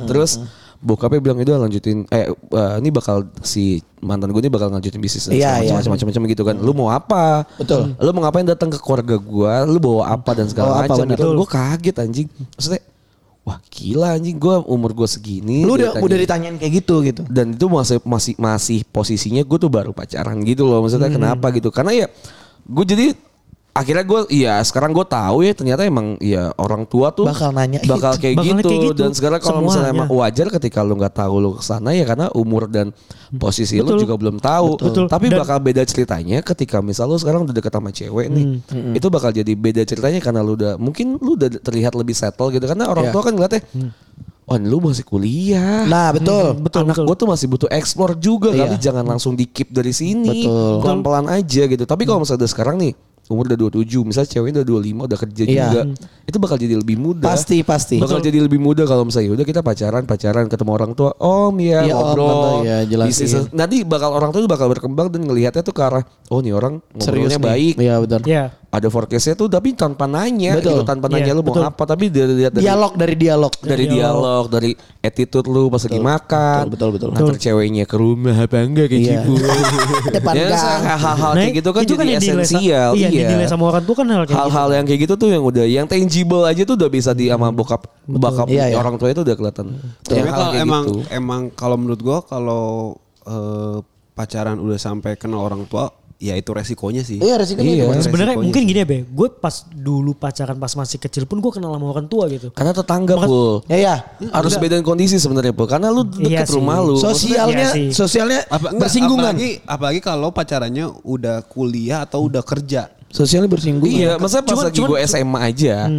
Speaker 3: terus bokapnya bilang itu lanjutin eh eh, ini bakal si mantan gue ini bakal lanjutin bisnis dan
Speaker 4: Iya,
Speaker 3: segala
Speaker 4: iya.
Speaker 3: macam-macam macam-macam gitu kan. Lu mau apa?
Speaker 4: Betul.
Speaker 3: Lu mau ngapain datang ke keluarga gua? Lu bawa apa dan
Speaker 4: Bawa
Speaker 3: segala
Speaker 4: Oh, apa,
Speaker 3: macam
Speaker 4: benar.
Speaker 3: gitu. Gua kaget anjing. Maksudnya wah gila anjing gua umur gua segini
Speaker 4: Lu udah
Speaker 3: ditanya-
Speaker 4: udah ditanyain kayak gitu gitu.
Speaker 3: dan itu masih masih masih posisinya gue tuh baru pacaran gitu loh maksudnya
Speaker 2: Hmm.
Speaker 3: kenapa gitu karena ya gue jadi akhirnya gue ya sekarang gue tahu ya ternyata emang ya orang tua tuh
Speaker 4: Bakal nanya
Speaker 3: bakal
Speaker 4: gitu.
Speaker 3: kayak,
Speaker 2: Bakal
Speaker 3: gitu.
Speaker 2: kayak gitu. ya.
Speaker 3: dan sekarang kalau misalnya
Speaker 2: Semuanya.
Speaker 3: emang wajar ketika lu nggak tahu lu kesana ya karena umur dan posisi lu
Speaker 2: Betul.
Speaker 3: juga belum tahu
Speaker 2: Betul.
Speaker 3: tapi
Speaker 2: Dan-
Speaker 3: bakal beda ceritanya ketika misal lu sekarang udah deket sama cewek nih
Speaker 2: Hmm.
Speaker 3: itu bakal jadi beda ceritanya karena lu udah mungkin lu udah terlihat lebih settle gitu karena orang
Speaker 4: Iya.
Speaker 3: tua kan ngeliatnya
Speaker 2: Hmm.
Speaker 3: oh lu masih kuliah
Speaker 4: Nah, betul.
Speaker 2: Betul,
Speaker 3: anak
Speaker 2: betul.
Speaker 3: gue tuh masih butuh explore juga
Speaker 4: Iya.
Speaker 3: kali jangan langsung di keep dari sini
Speaker 4: Betul. Hmm.
Speaker 3: pelan-pelan aja gitu tapi kalau misalnya udah sekarang nih umur udah 27 misalnya ceweknya udah 25 udah kerja
Speaker 4: Iya.
Speaker 3: juga itu bakal jadi lebih mudah
Speaker 4: Pasti, pasti.
Speaker 3: bakal jadi lebih mudah kalau misalnya "Ya udah kita pacaran pacaran ketemu orang tua om ya
Speaker 4: Iya, om, tante,
Speaker 3: ngobrol
Speaker 4: iya, jelasin.
Speaker 3: bisnis nanti bakal orang tua tuh bakal berkembang dan ngelihatnya tuh ke arah oh nih orang
Speaker 4: Serius
Speaker 3: ngobrolnya
Speaker 4: nih.
Speaker 3: baik
Speaker 4: Iya, betul.
Speaker 2: Iya.
Speaker 3: ada forecastnya tuh tapi tanpa nanya gitu
Speaker 4: Betul.
Speaker 3: tanpa
Speaker 2: Iya,
Speaker 3: nanya lu
Speaker 2: betul.
Speaker 3: mau apa tapi dia lihat dari
Speaker 4: dialog dari dialog.
Speaker 3: dari dialog, dari attitude lu pas lagi makan.
Speaker 4: betul, betul.
Speaker 3: Antar ceweknya ke rumah apa enggak kayak
Speaker 4: Iya.
Speaker 3: gitu.
Speaker 4: Depan
Speaker 3: Ya,
Speaker 4: gang.
Speaker 3: sa- hal-hal kayak
Speaker 2: Nah,
Speaker 3: gitu kan
Speaker 2: itu
Speaker 3: jadi
Speaker 2: dinilai sa-
Speaker 3: esensial.
Speaker 2: Iya, dinilai sama orang tua kan hal kayak gitu.
Speaker 3: Hal-hal yang kayak gitu tuh yang udah yang tangible aja tuh udah bisa di sama bokap bakap
Speaker 4: Iya, iya.
Speaker 3: orang tua itu udah kelihatan.
Speaker 5: Tapi
Speaker 3: Yang hal
Speaker 5: kalau
Speaker 3: kayak
Speaker 5: emang
Speaker 3: gitu.
Speaker 5: emang kalau menurut gua kalau eh, pacaran udah sampai kenal orang tua, ya itu resikonya sih.
Speaker 4: Iya, resikonya itu.
Speaker 5: Resikonya
Speaker 2: Sebenarnya
Speaker 5: sih.
Speaker 2: mungkin gini ya, Be. Gue pas dulu pacaran pas masih kecil pun gue kenal sama orang tua gitu.
Speaker 3: karena tetangga pul
Speaker 4: Ya ya.
Speaker 3: harus bedain kondisi sebenarnya pul karena lu
Speaker 2: Iya
Speaker 3: deket
Speaker 2: sih.
Speaker 3: rumah lu.
Speaker 4: Sosialnya
Speaker 2: Iya sih.
Speaker 4: sosialnya
Speaker 5: Apa, enggak,
Speaker 4: bersinggungan.
Speaker 5: Apalagi, apalagi kalau pacarannya udah kuliah atau udah kerja.
Speaker 4: Sosialnya bersinggungan. Kan
Speaker 3: Iya, masa pas lagi gue SMA aja.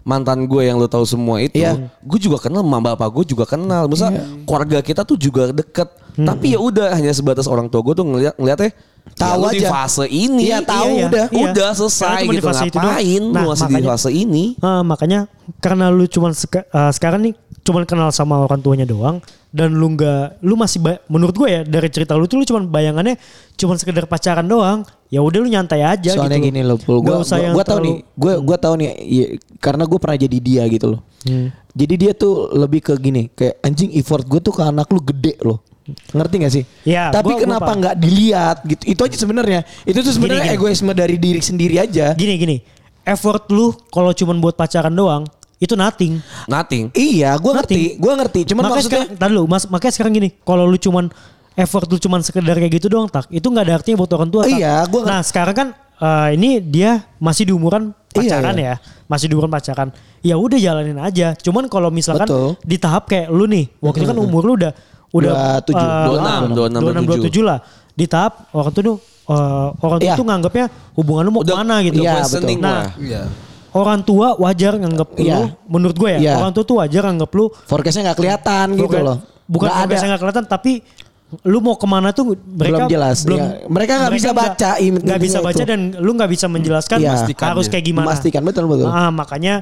Speaker 3: Mantan gue yang lo tahu semua itu,
Speaker 4: Iya.
Speaker 3: gue juga kenal, mama bapak gue juga kenal. Masa keluarga kita tuh juga deket. Tapi ya udah hanya sebatas orang tua gue tuh ngeliat ngeliatnya
Speaker 4: Tahu
Speaker 3: ya lu di
Speaker 4: aja.
Speaker 3: fase ini.
Speaker 4: Iya, tahu
Speaker 2: Iya, iya.
Speaker 4: udah.
Speaker 2: Iya.
Speaker 3: Udah
Speaker 2: Karena
Speaker 3: selesai
Speaker 2: cuma di
Speaker 3: gitu.
Speaker 2: fase itu doang.
Speaker 3: Ngapain lu
Speaker 2: Nah,
Speaker 3: masih di
Speaker 2: makanya-
Speaker 3: fase ini?
Speaker 2: Ah, makanya karena lu cuman seka- ah, sekarang nih cuman kenal sama orang tuanya doang dan lu nggak lu masih ba- menurut gue ya dari cerita lu tuh lu cuman bayangannya cuman sekedar pacaran doang ya udah lu nyantai aja
Speaker 4: Soalnya
Speaker 2: gitu
Speaker 4: gini loh, Pul.
Speaker 2: Nggak
Speaker 4: Gua,
Speaker 2: usah
Speaker 4: gua,
Speaker 2: yang Hmm.
Speaker 4: gua tahu nih,
Speaker 2: terlalu-
Speaker 4: gua gua tahu nih iya, karena gue pernah jadi dia gitu loh.
Speaker 2: Hmm.
Speaker 4: Jadi dia tuh lebih ke gini, kayak anjing effort gue tuh ke anak lu gede loh. Ngerti gak sih?
Speaker 2: Iya,
Speaker 4: Tapi
Speaker 2: gua- gua
Speaker 4: kenapa
Speaker 2: paham.
Speaker 4: nggak dilihat gitu? Itu aja sebenarnya. Itu tuh sebenarnya
Speaker 2: Gini, gini.
Speaker 4: egoisme dari diri sendiri aja.
Speaker 2: gini gini effort lu kalau cuman buat pacaran doang itu nothing
Speaker 3: Nothing.
Speaker 4: Iya, gue
Speaker 2: Nothing.
Speaker 4: ngerti, gue ngerti. Cuman
Speaker 2: makanya
Speaker 4: maksudnya
Speaker 2: sekarang, tar dulu, mas, makanya sekarang gini, kalau lu cuman effort lu cuman sekedar kayak gitu doang tak, itu nggak ada artinya buat orang tua. Tak.
Speaker 4: Iya, gua-
Speaker 2: Nah sekarang kan eh, ini dia masih di umuran
Speaker 4: Iya,
Speaker 2: pacaran
Speaker 4: iya.
Speaker 2: ya, masih di umuran pacaran. Ya udah jalanin aja. Cuman kalau misalkan
Speaker 4: Betul.
Speaker 2: di tahap kayak lu nih, waktu itu kan umur lu udah udah
Speaker 4: Dua tujuh,
Speaker 2: eh,
Speaker 3: dua enam,
Speaker 2: ah,
Speaker 3: dua enam,
Speaker 2: dua enam, dua
Speaker 3: dua
Speaker 2: tujuh lah. Di tahap orang tuh eh, orang
Speaker 4: Iya.
Speaker 2: tuh nganggapnya hubungan lu mau kemana gitu.
Speaker 3: Udah Nah.
Speaker 4: Iya,
Speaker 3: questioning
Speaker 2: betul.
Speaker 3: lah.
Speaker 5: Iya.
Speaker 2: Orang tua wajar nganggap
Speaker 4: Iya.
Speaker 2: lu, menurut gue ya,
Speaker 4: Iya.
Speaker 2: orang tua tuh wajar nganggap lu
Speaker 4: forecastnya nggak kelihatan gitu
Speaker 2: Bukan-
Speaker 4: loh.
Speaker 2: Bukan
Speaker 4: Nggak
Speaker 2: ada nggak kelihatan tapi lu mau kemana tuh mereka
Speaker 4: Belum jelas, iya. Mereka nggak bisa baca intinya
Speaker 2: nggak bisa
Speaker 4: itu.
Speaker 2: baca dan lu nggak bisa menjelaskan
Speaker 4: Iya.
Speaker 5: Memastikan
Speaker 2: harus
Speaker 5: ya.
Speaker 2: kayak gimana.
Speaker 4: Memastikan, betul, betul.
Speaker 2: Ah, makanya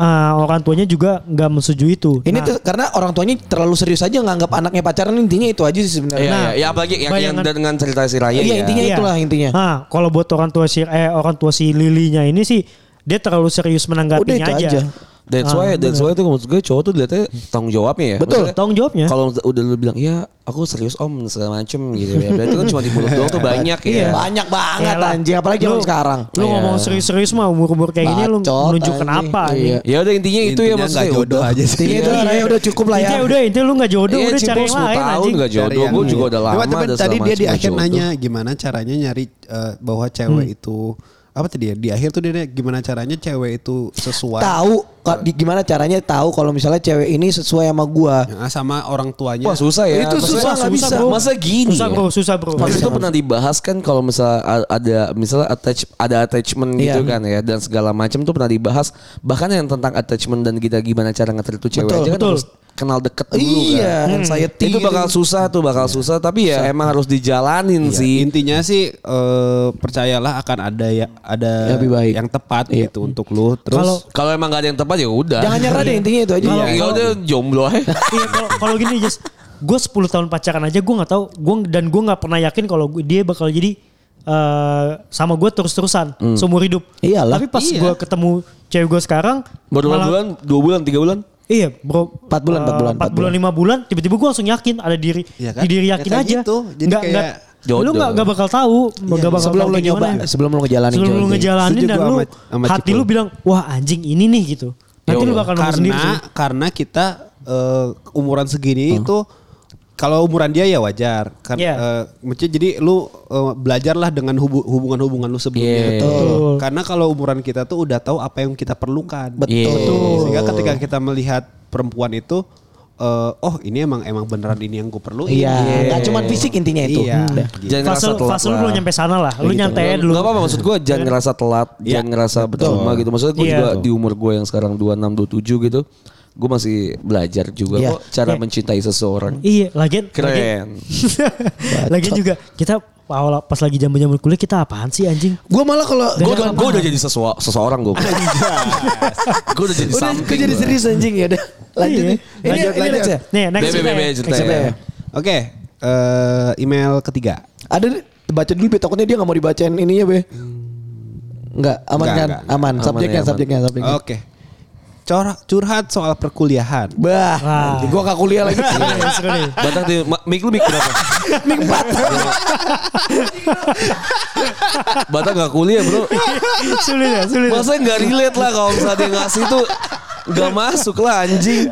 Speaker 2: ah, orang tuanya juga nggak menyetujui itu.
Speaker 4: Ini
Speaker 2: Nah,
Speaker 4: tuh karena orang tuanya terlalu serius aja nganggap anaknya pacaran intinya itu aja sih
Speaker 3: Iya,
Speaker 4: sebenarnya.
Speaker 3: iya. ya apalagi yang, yang
Speaker 2: bayangan-
Speaker 3: dengan cerita si Raya
Speaker 4: Iya,
Speaker 3: ya.
Speaker 4: intinya- itulah intinya.
Speaker 2: Ah, kalau buat orang tua si eh orang tua si Lilinya ini sih dia terlalu serius
Speaker 4: Udah
Speaker 2: menanggapinya
Speaker 4: itu
Speaker 2: aja.
Speaker 4: aja.
Speaker 3: That's why, that's why itu maksud gue cowok tuh dilihatnya tanggung jawabnya ya.
Speaker 4: Betul.
Speaker 3: Maksudnya-
Speaker 2: Tanggung jawabnya.
Speaker 3: Kalau udah lu bilang ya aku serius om segala macem gitu ya. Berarti kan cuma di mulut doang tuh banyak
Speaker 2: Iya.
Speaker 3: ya.
Speaker 4: Iya, Banyak banget
Speaker 2: Iyalah.
Speaker 4: anjing apalagi zaman
Speaker 2: Lu-
Speaker 4: sekarang. Iya.
Speaker 2: Lu ngomong serius-serius mah umur-umur kayak gini lu
Speaker 4: Bacot,
Speaker 2: menunjukkan
Speaker 4: anjing.
Speaker 2: apa?
Speaker 4: Iya.
Speaker 3: Ya udah intinya, itu ya
Speaker 5: Intinya
Speaker 3: maksudnya
Speaker 5: nggak jodoh
Speaker 3: udah.
Speaker 5: aja sih.
Speaker 4: Intinya itu
Speaker 2: Iya.
Speaker 4: Raya udah cukup lah ya.
Speaker 2: Intinya udah, intinya lu nggak jodoh,
Speaker 3: Iya,
Speaker 2: udah
Speaker 3: Cipul
Speaker 2: cari yang
Speaker 3: 10
Speaker 2: lain
Speaker 3: tahun
Speaker 2: anjing.
Speaker 3: nggak jodoh. Gue juga udah lama.
Speaker 5: Cuma temen
Speaker 3: ada
Speaker 5: tadi
Speaker 3: segala
Speaker 5: dia di
Speaker 3: macem
Speaker 5: akhir
Speaker 3: jodoh. Hmm.
Speaker 5: nanya gimana caranya nyari eh, bahwa cewek itu apa tadi ya? Di akhir tuh dia nanya gimana caranya cewek itu sesuai
Speaker 4: tahu kok di- gimana caranya tahu kalau misalnya cewek ini sesuai sama gua.
Speaker 5: Nah, sama orang tuanya.
Speaker 3: Wah susah ya.
Speaker 4: Itu susah, nggak bisa.
Speaker 2: bro.
Speaker 3: Masa gini
Speaker 2: Susah
Speaker 3: ya?
Speaker 2: bro, susah bro.
Speaker 3: Waktu itu pernah dibahas kan kalau misalnya a- ada misalnya attach ada attachment gitu
Speaker 4: Iya.
Speaker 3: kan ya dan segala macam tuh pernah dibahas bahkan yang tentang attachment dan kita gimana cara ngetir tuh cewek
Speaker 4: Betul,
Speaker 3: aja kan
Speaker 2: betul.
Speaker 3: harus kenal deket dulu
Speaker 4: Iya,
Speaker 2: Hmm.
Speaker 3: kan.
Speaker 4: anxiety
Speaker 3: Itu
Speaker 4: gitu. Iya.
Speaker 3: bakal susah tuh, bakal susah tapi ya emang harus dijalanin
Speaker 5: Ya,
Speaker 3: sih.
Speaker 5: intinya sih eh, percayalah akan ada ya ada
Speaker 4: Yang lebih baik.
Speaker 5: yang tepat
Speaker 4: Iya.
Speaker 5: gitu untuk lu. Terus
Speaker 2: Kalau-
Speaker 3: Kalau emang gak ada yang tepat ya udah.
Speaker 4: Jangan nyerah deh intinya itu aja.
Speaker 3: Iya, ya udah jomblo aja.
Speaker 2: Iya, kalau- kalau gini just gue 10 tahun pacaran aja gue nggak tahu gue dan gue nggak pernah yakin kalau gua- dia bakal jadi eh, sama gue terus-terusan seumur hidup.
Speaker 4: Iyalah.
Speaker 2: Tapi pas gue ketemu cewek gue sekarang
Speaker 3: Baru berapa
Speaker 2: malah-
Speaker 3: bulan, dua bulan, tiga bulan.
Speaker 2: Iya bro.
Speaker 4: Empat bulan, empat
Speaker 2: eh,
Speaker 4: bulan,
Speaker 2: Empat
Speaker 4: empat
Speaker 2: bulan, lima bulan. Tiba-tiba gue langsung yakin ada diri.
Speaker 5: Iya kan?
Speaker 2: Di diri yakin
Speaker 5: Kayak
Speaker 2: aja.
Speaker 5: gitu, jadi
Speaker 2: Nggak-
Speaker 5: kayak Iya.
Speaker 2: nggak- Lu
Speaker 3: jodoh.
Speaker 2: gak, bakal tahu. nggak bakal
Speaker 4: sebelum
Speaker 2: tahu
Speaker 4: lu
Speaker 2: kayak
Speaker 4: nyoba,
Speaker 2: gimana.
Speaker 4: sebelum lu ngejalanin
Speaker 2: Sebelum lu
Speaker 4: coy.
Speaker 2: ngejalanin
Speaker 5: Setuju
Speaker 2: dan
Speaker 5: gua
Speaker 2: lu
Speaker 5: sama- sama
Speaker 2: hati
Speaker 5: Cipul.
Speaker 2: lu bilang wah anjing ini nih gitu. Nanti
Speaker 3: Yo,
Speaker 2: lu bakal nemu sendiri.
Speaker 5: karena karena kita eh, umuran segini itu kalau umuran dia ya wajar kan
Speaker 2: Iya.
Speaker 5: eh, maksudnya jadi lu eh, belajarlah dengan hubu- hubungan-hubungan lu sebelumnya
Speaker 3: Iya.
Speaker 2: Betul.
Speaker 5: karena kalau umuran kita tuh udah tahu apa yang kita perlukan Gitu.
Speaker 4: Betul.
Speaker 3: Iya. Betul.
Speaker 5: sehingga ketika kita melihat perempuan itu eh, oh ini emang emang beneran ini yang gue perlu
Speaker 4: Iya, enggak cuma fisik intinya itu. Hmm.
Speaker 5: Iya.
Speaker 4: Udah.
Speaker 3: Jangan
Speaker 2: Fase,
Speaker 3: ngerasa telat
Speaker 2: fase lu
Speaker 3: lah.
Speaker 2: belum nyampe sana lah.
Speaker 5: gitu.
Speaker 3: gitu.
Speaker 2: Lu nyantai aja dulu.
Speaker 3: Gak apa-apa maksud gue jangan ngerasa telat, jangan ngerasa percuma gitu. Maksudnya gue
Speaker 2: Iya.
Speaker 3: juga di umur gue yang sekarang 26, 27 gitu. Gue masih belajar juga
Speaker 4: Iya.
Speaker 3: kok cara
Speaker 2: Iya.
Speaker 3: mencintai seseorang.
Speaker 2: Iya, lagian lagian-
Speaker 3: Keren.
Speaker 2: lagian juga kita awal pas lagi zaman-zaman kuliah kita apaan sih anjing?
Speaker 4: Gua malah kalau
Speaker 3: Gue
Speaker 4: gua
Speaker 3: udah, gua udah jadi sesua- seseorang gue. gue udah jadi
Speaker 4: udah
Speaker 3: something.
Speaker 4: gua jadi
Speaker 3: gua.
Speaker 4: serius anjing ya udah. Lanjut
Speaker 2: Iya.
Speaker 4: nih. Ini
Speaker 5: Lanjut,
Speaker 4: ini
Speaker 5: lanjut.
Speaker 4: next ya?
Speaker 2: Nih, next
Speaker 3: BBB
Speaker 2: kita ya.
Speaker 3: cerita ya.
Speaker 4: Next ya.
Speaker 5: Iya. oke eh, email ketiga
Speaker 4: Ada nih, baca dulu be takutnya dia nggak mau dibacain ininya be. Enggak, aman kan?
Speaker 5: Enggak, enggak, enggak.
Speaker 3: Aman,
Speaker 4: Aman. Subjeknya,
Speaker 3: aman.
Speaker 4: subjeknya, subjeknya.
Speaker 5: Oke. Cora- curhat soal perkuliahan.
Speaker 2: Wah.
Speaker 4: Bah,
Speaker 2: Iya.
Speaker 4: nanti gua gak kuliah lagi.
Speaker 2: Seru nih.
Speaker 3: Batak di ma- mic lu mic berapa?
Speaker 4: Mik batak.
Speaker 3: Batak gak kuliah bro.
Speaker 2: Sulit ya, sulit. ya.
Speaker 3: Masa gak relate lah kalau misalnya dia ngasih tuh gak masuk lah anjing.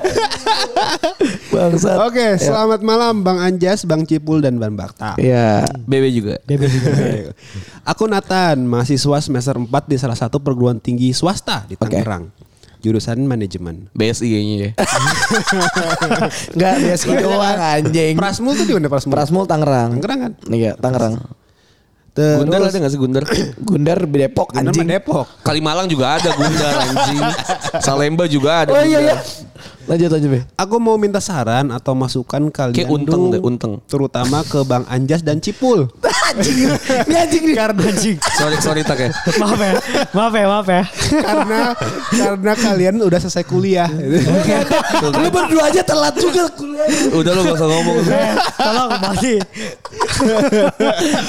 Speaker 4: Bangsat.
Speaker 1: Oke, selamat malam Bang Anjas, Bang Cipul dan Bang Bakta.
Speaker 4: Iya.
Speaker 3: Bebe juga.
Speaker 2: Bebe juga.
Speaker 5: Aku Nathan, mahasiswa semester 4 di salah satu perguruan tinggi swasta di Tangerang. Jurusan manajemen.
Speaker 3: BSI kayaknya ya.
Speaker 4: Enggak, biasa doang anjing.
Speaker 5: Prasmul tuh di mana Prasmul?
Speaker 4: Prasmul Tangerang.
Speaker 5: Tangerang kan?
Speaker 4: Iya, Tangerang.
Speaker 5: Terus-
Speaker 3: Gundar ada gak sih Gundar?
Speaker 4: Gundar Depok
Speaker 5: Gundar
Speaker 4: anjing.
Speaker 5: mah Depok.
Speaker 3: Kalimalang juga ada Gundar anjing. Salemba juga ada.
Speaker 4: Oh iya iya.
Speaker 3: Gundar.
Speaker 4: Lanjut lanjut, Be.
Speaker 5: Aku mau minta saran atau masukan kalian
Speaker 3: Kayak unteng
Speaker 5: dong,
Speaker 3: deh, unteng.
Speaker 5: Terutama ke Bang Anjas dan Cipul.
Speaker 4: Ini anjing nih.
Speaker 1: Karena
Speaker 2: Anjing.
Speaker 3: Sorry sorry tak ya.
Speaker 2: Maaf ya. Maaf ya, maaf ya.
Speaker 1: karena karena kalian udah selesai kuliah.
Speaker 4: Lu berdua aja telat juga kuliah.
Speaker 3: Udah lu gak usah ngomong.
Speaker 2: Eh, Tolong mati.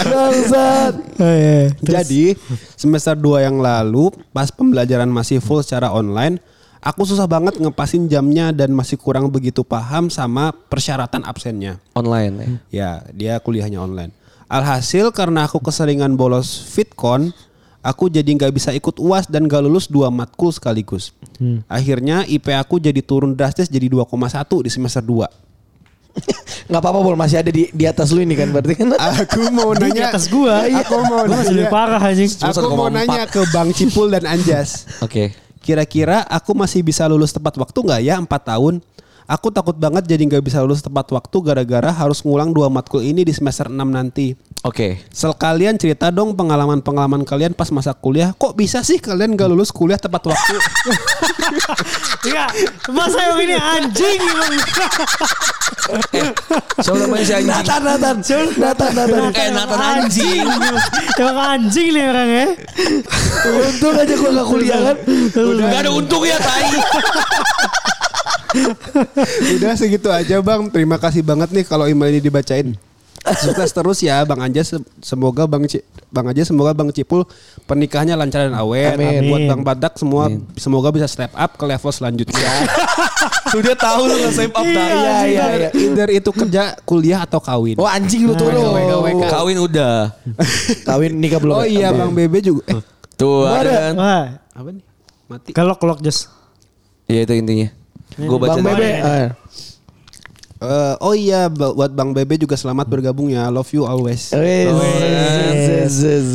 Speaker 4: Bangsat.
Speaker 2: Oh, iya.
Speaker 5: Jadi semester 2 yang lalu pas pembelajaran masih full secara online, aku susah banget ngepasin jamnya dan masih kurang begitu paham sama persyaratan absennya.
Speaker 3: Online ya.
Speaker 5: Ya, dia kuliahnya online. Alhasil karena aku keseringan bolos fitcon, aku jadi nggak bisa ikut UAS dan gak lulus dua matkul sekaligus.
Speaker 2: Hmm.
Speaker 5: Akhirnya IP aku jadi turun drastis jadi 2,1 di semester 2.
Speaker 4: Enggak apa-apa, Bol. Masih ada di di atas lu ini kan berarti kan.
Speaker 5: Ah,
Speaker 1: Aku mau
Speaker 2: Di
Speaker 1: nanya Iya,
Speaker 2: atas gua.
Speaker 5: Iya,
Speaker 1: Aku mau
Speaker 2: Gua masih lebih
Speaker 1: nanya.
Speaker 2: parah anjing.
Speaker 1: Aku mau
Speaker 3: 1,4.
Speaker 1: nanya ke Bang Cipul dan Anjas.
Speaker 3: Oke.
Speaker 5: Kira-kira aku masih bisa lulus tepat waktu nggak ya 4 tahun? Aku takut banget jadi nggak bisa lulus tepat waktu gara-gara harus ngulang dua matkul ini di semester 6 nanti.
Speaker 3: Oke.
Speaker 5: Sekalian cerita dong pengalaman-pengalaman kalian pas masa kuliah. Kok bisa sih kalian gak lulus kuliah tepat waktu?
Speaker 1: Iya.
Speaker 2: Enggak, masa yang ini anjing emang.
Speaker 3: Siapa namanya si anjing?
Speaker 4: Natan, Natan. Natan, Natan.
Speaker 3: Eh Nathan anjing.
Speaker 2: Emang anjing nih orang ya.
Speaker 4: Untung aja gua gak kuliah kan.
Speaker 3: Gak ada untungnya tai.
Speaker 5: Udah segitu aja Bang. Terima kasih banget nih kalau email ini dibacain. Sukses terus ya Bang Anja. Se- Semoga Bang Ci- Bang Anja semoga Bang Cipul pernikahannya lancar dan awet.
Speaker 2: Amin.
Speaker 5: Buat Bang Badak semua semoga bisa step up ke level selanjutnya.
Speaker 3: Tuh dia tahu lu nge-save up
Speaker 2: Iya,
Speaker 3: tai.
Speaker 4: Iya, iya, iya.
Speaker 5: Either itu kerja, kuliah atau kawin.
Speaker 4: Wah anjing lu turun. Iya.
Speaker 3: Kawin udah.
Speaker 4: Kawin nikah belum. ya?
Speaker 5: Oh iya Bang Bebe juga. Eh,
Speaker 3: Tuh ada kan.
Speaker 2: Wah,
Speaker 5: apa nih? Mati.
Speaker 2: kalau kelok just.
Speaker 3: Iya itu intinya. Gue baca.
Speaker 4: Bang Bebe. eh.
Speaker 5: Eh, oh iya ba- buat Bang Bebe juga selamat bergabung ya. Love you always.
Speaker 4: Wes, wes, wes, wes.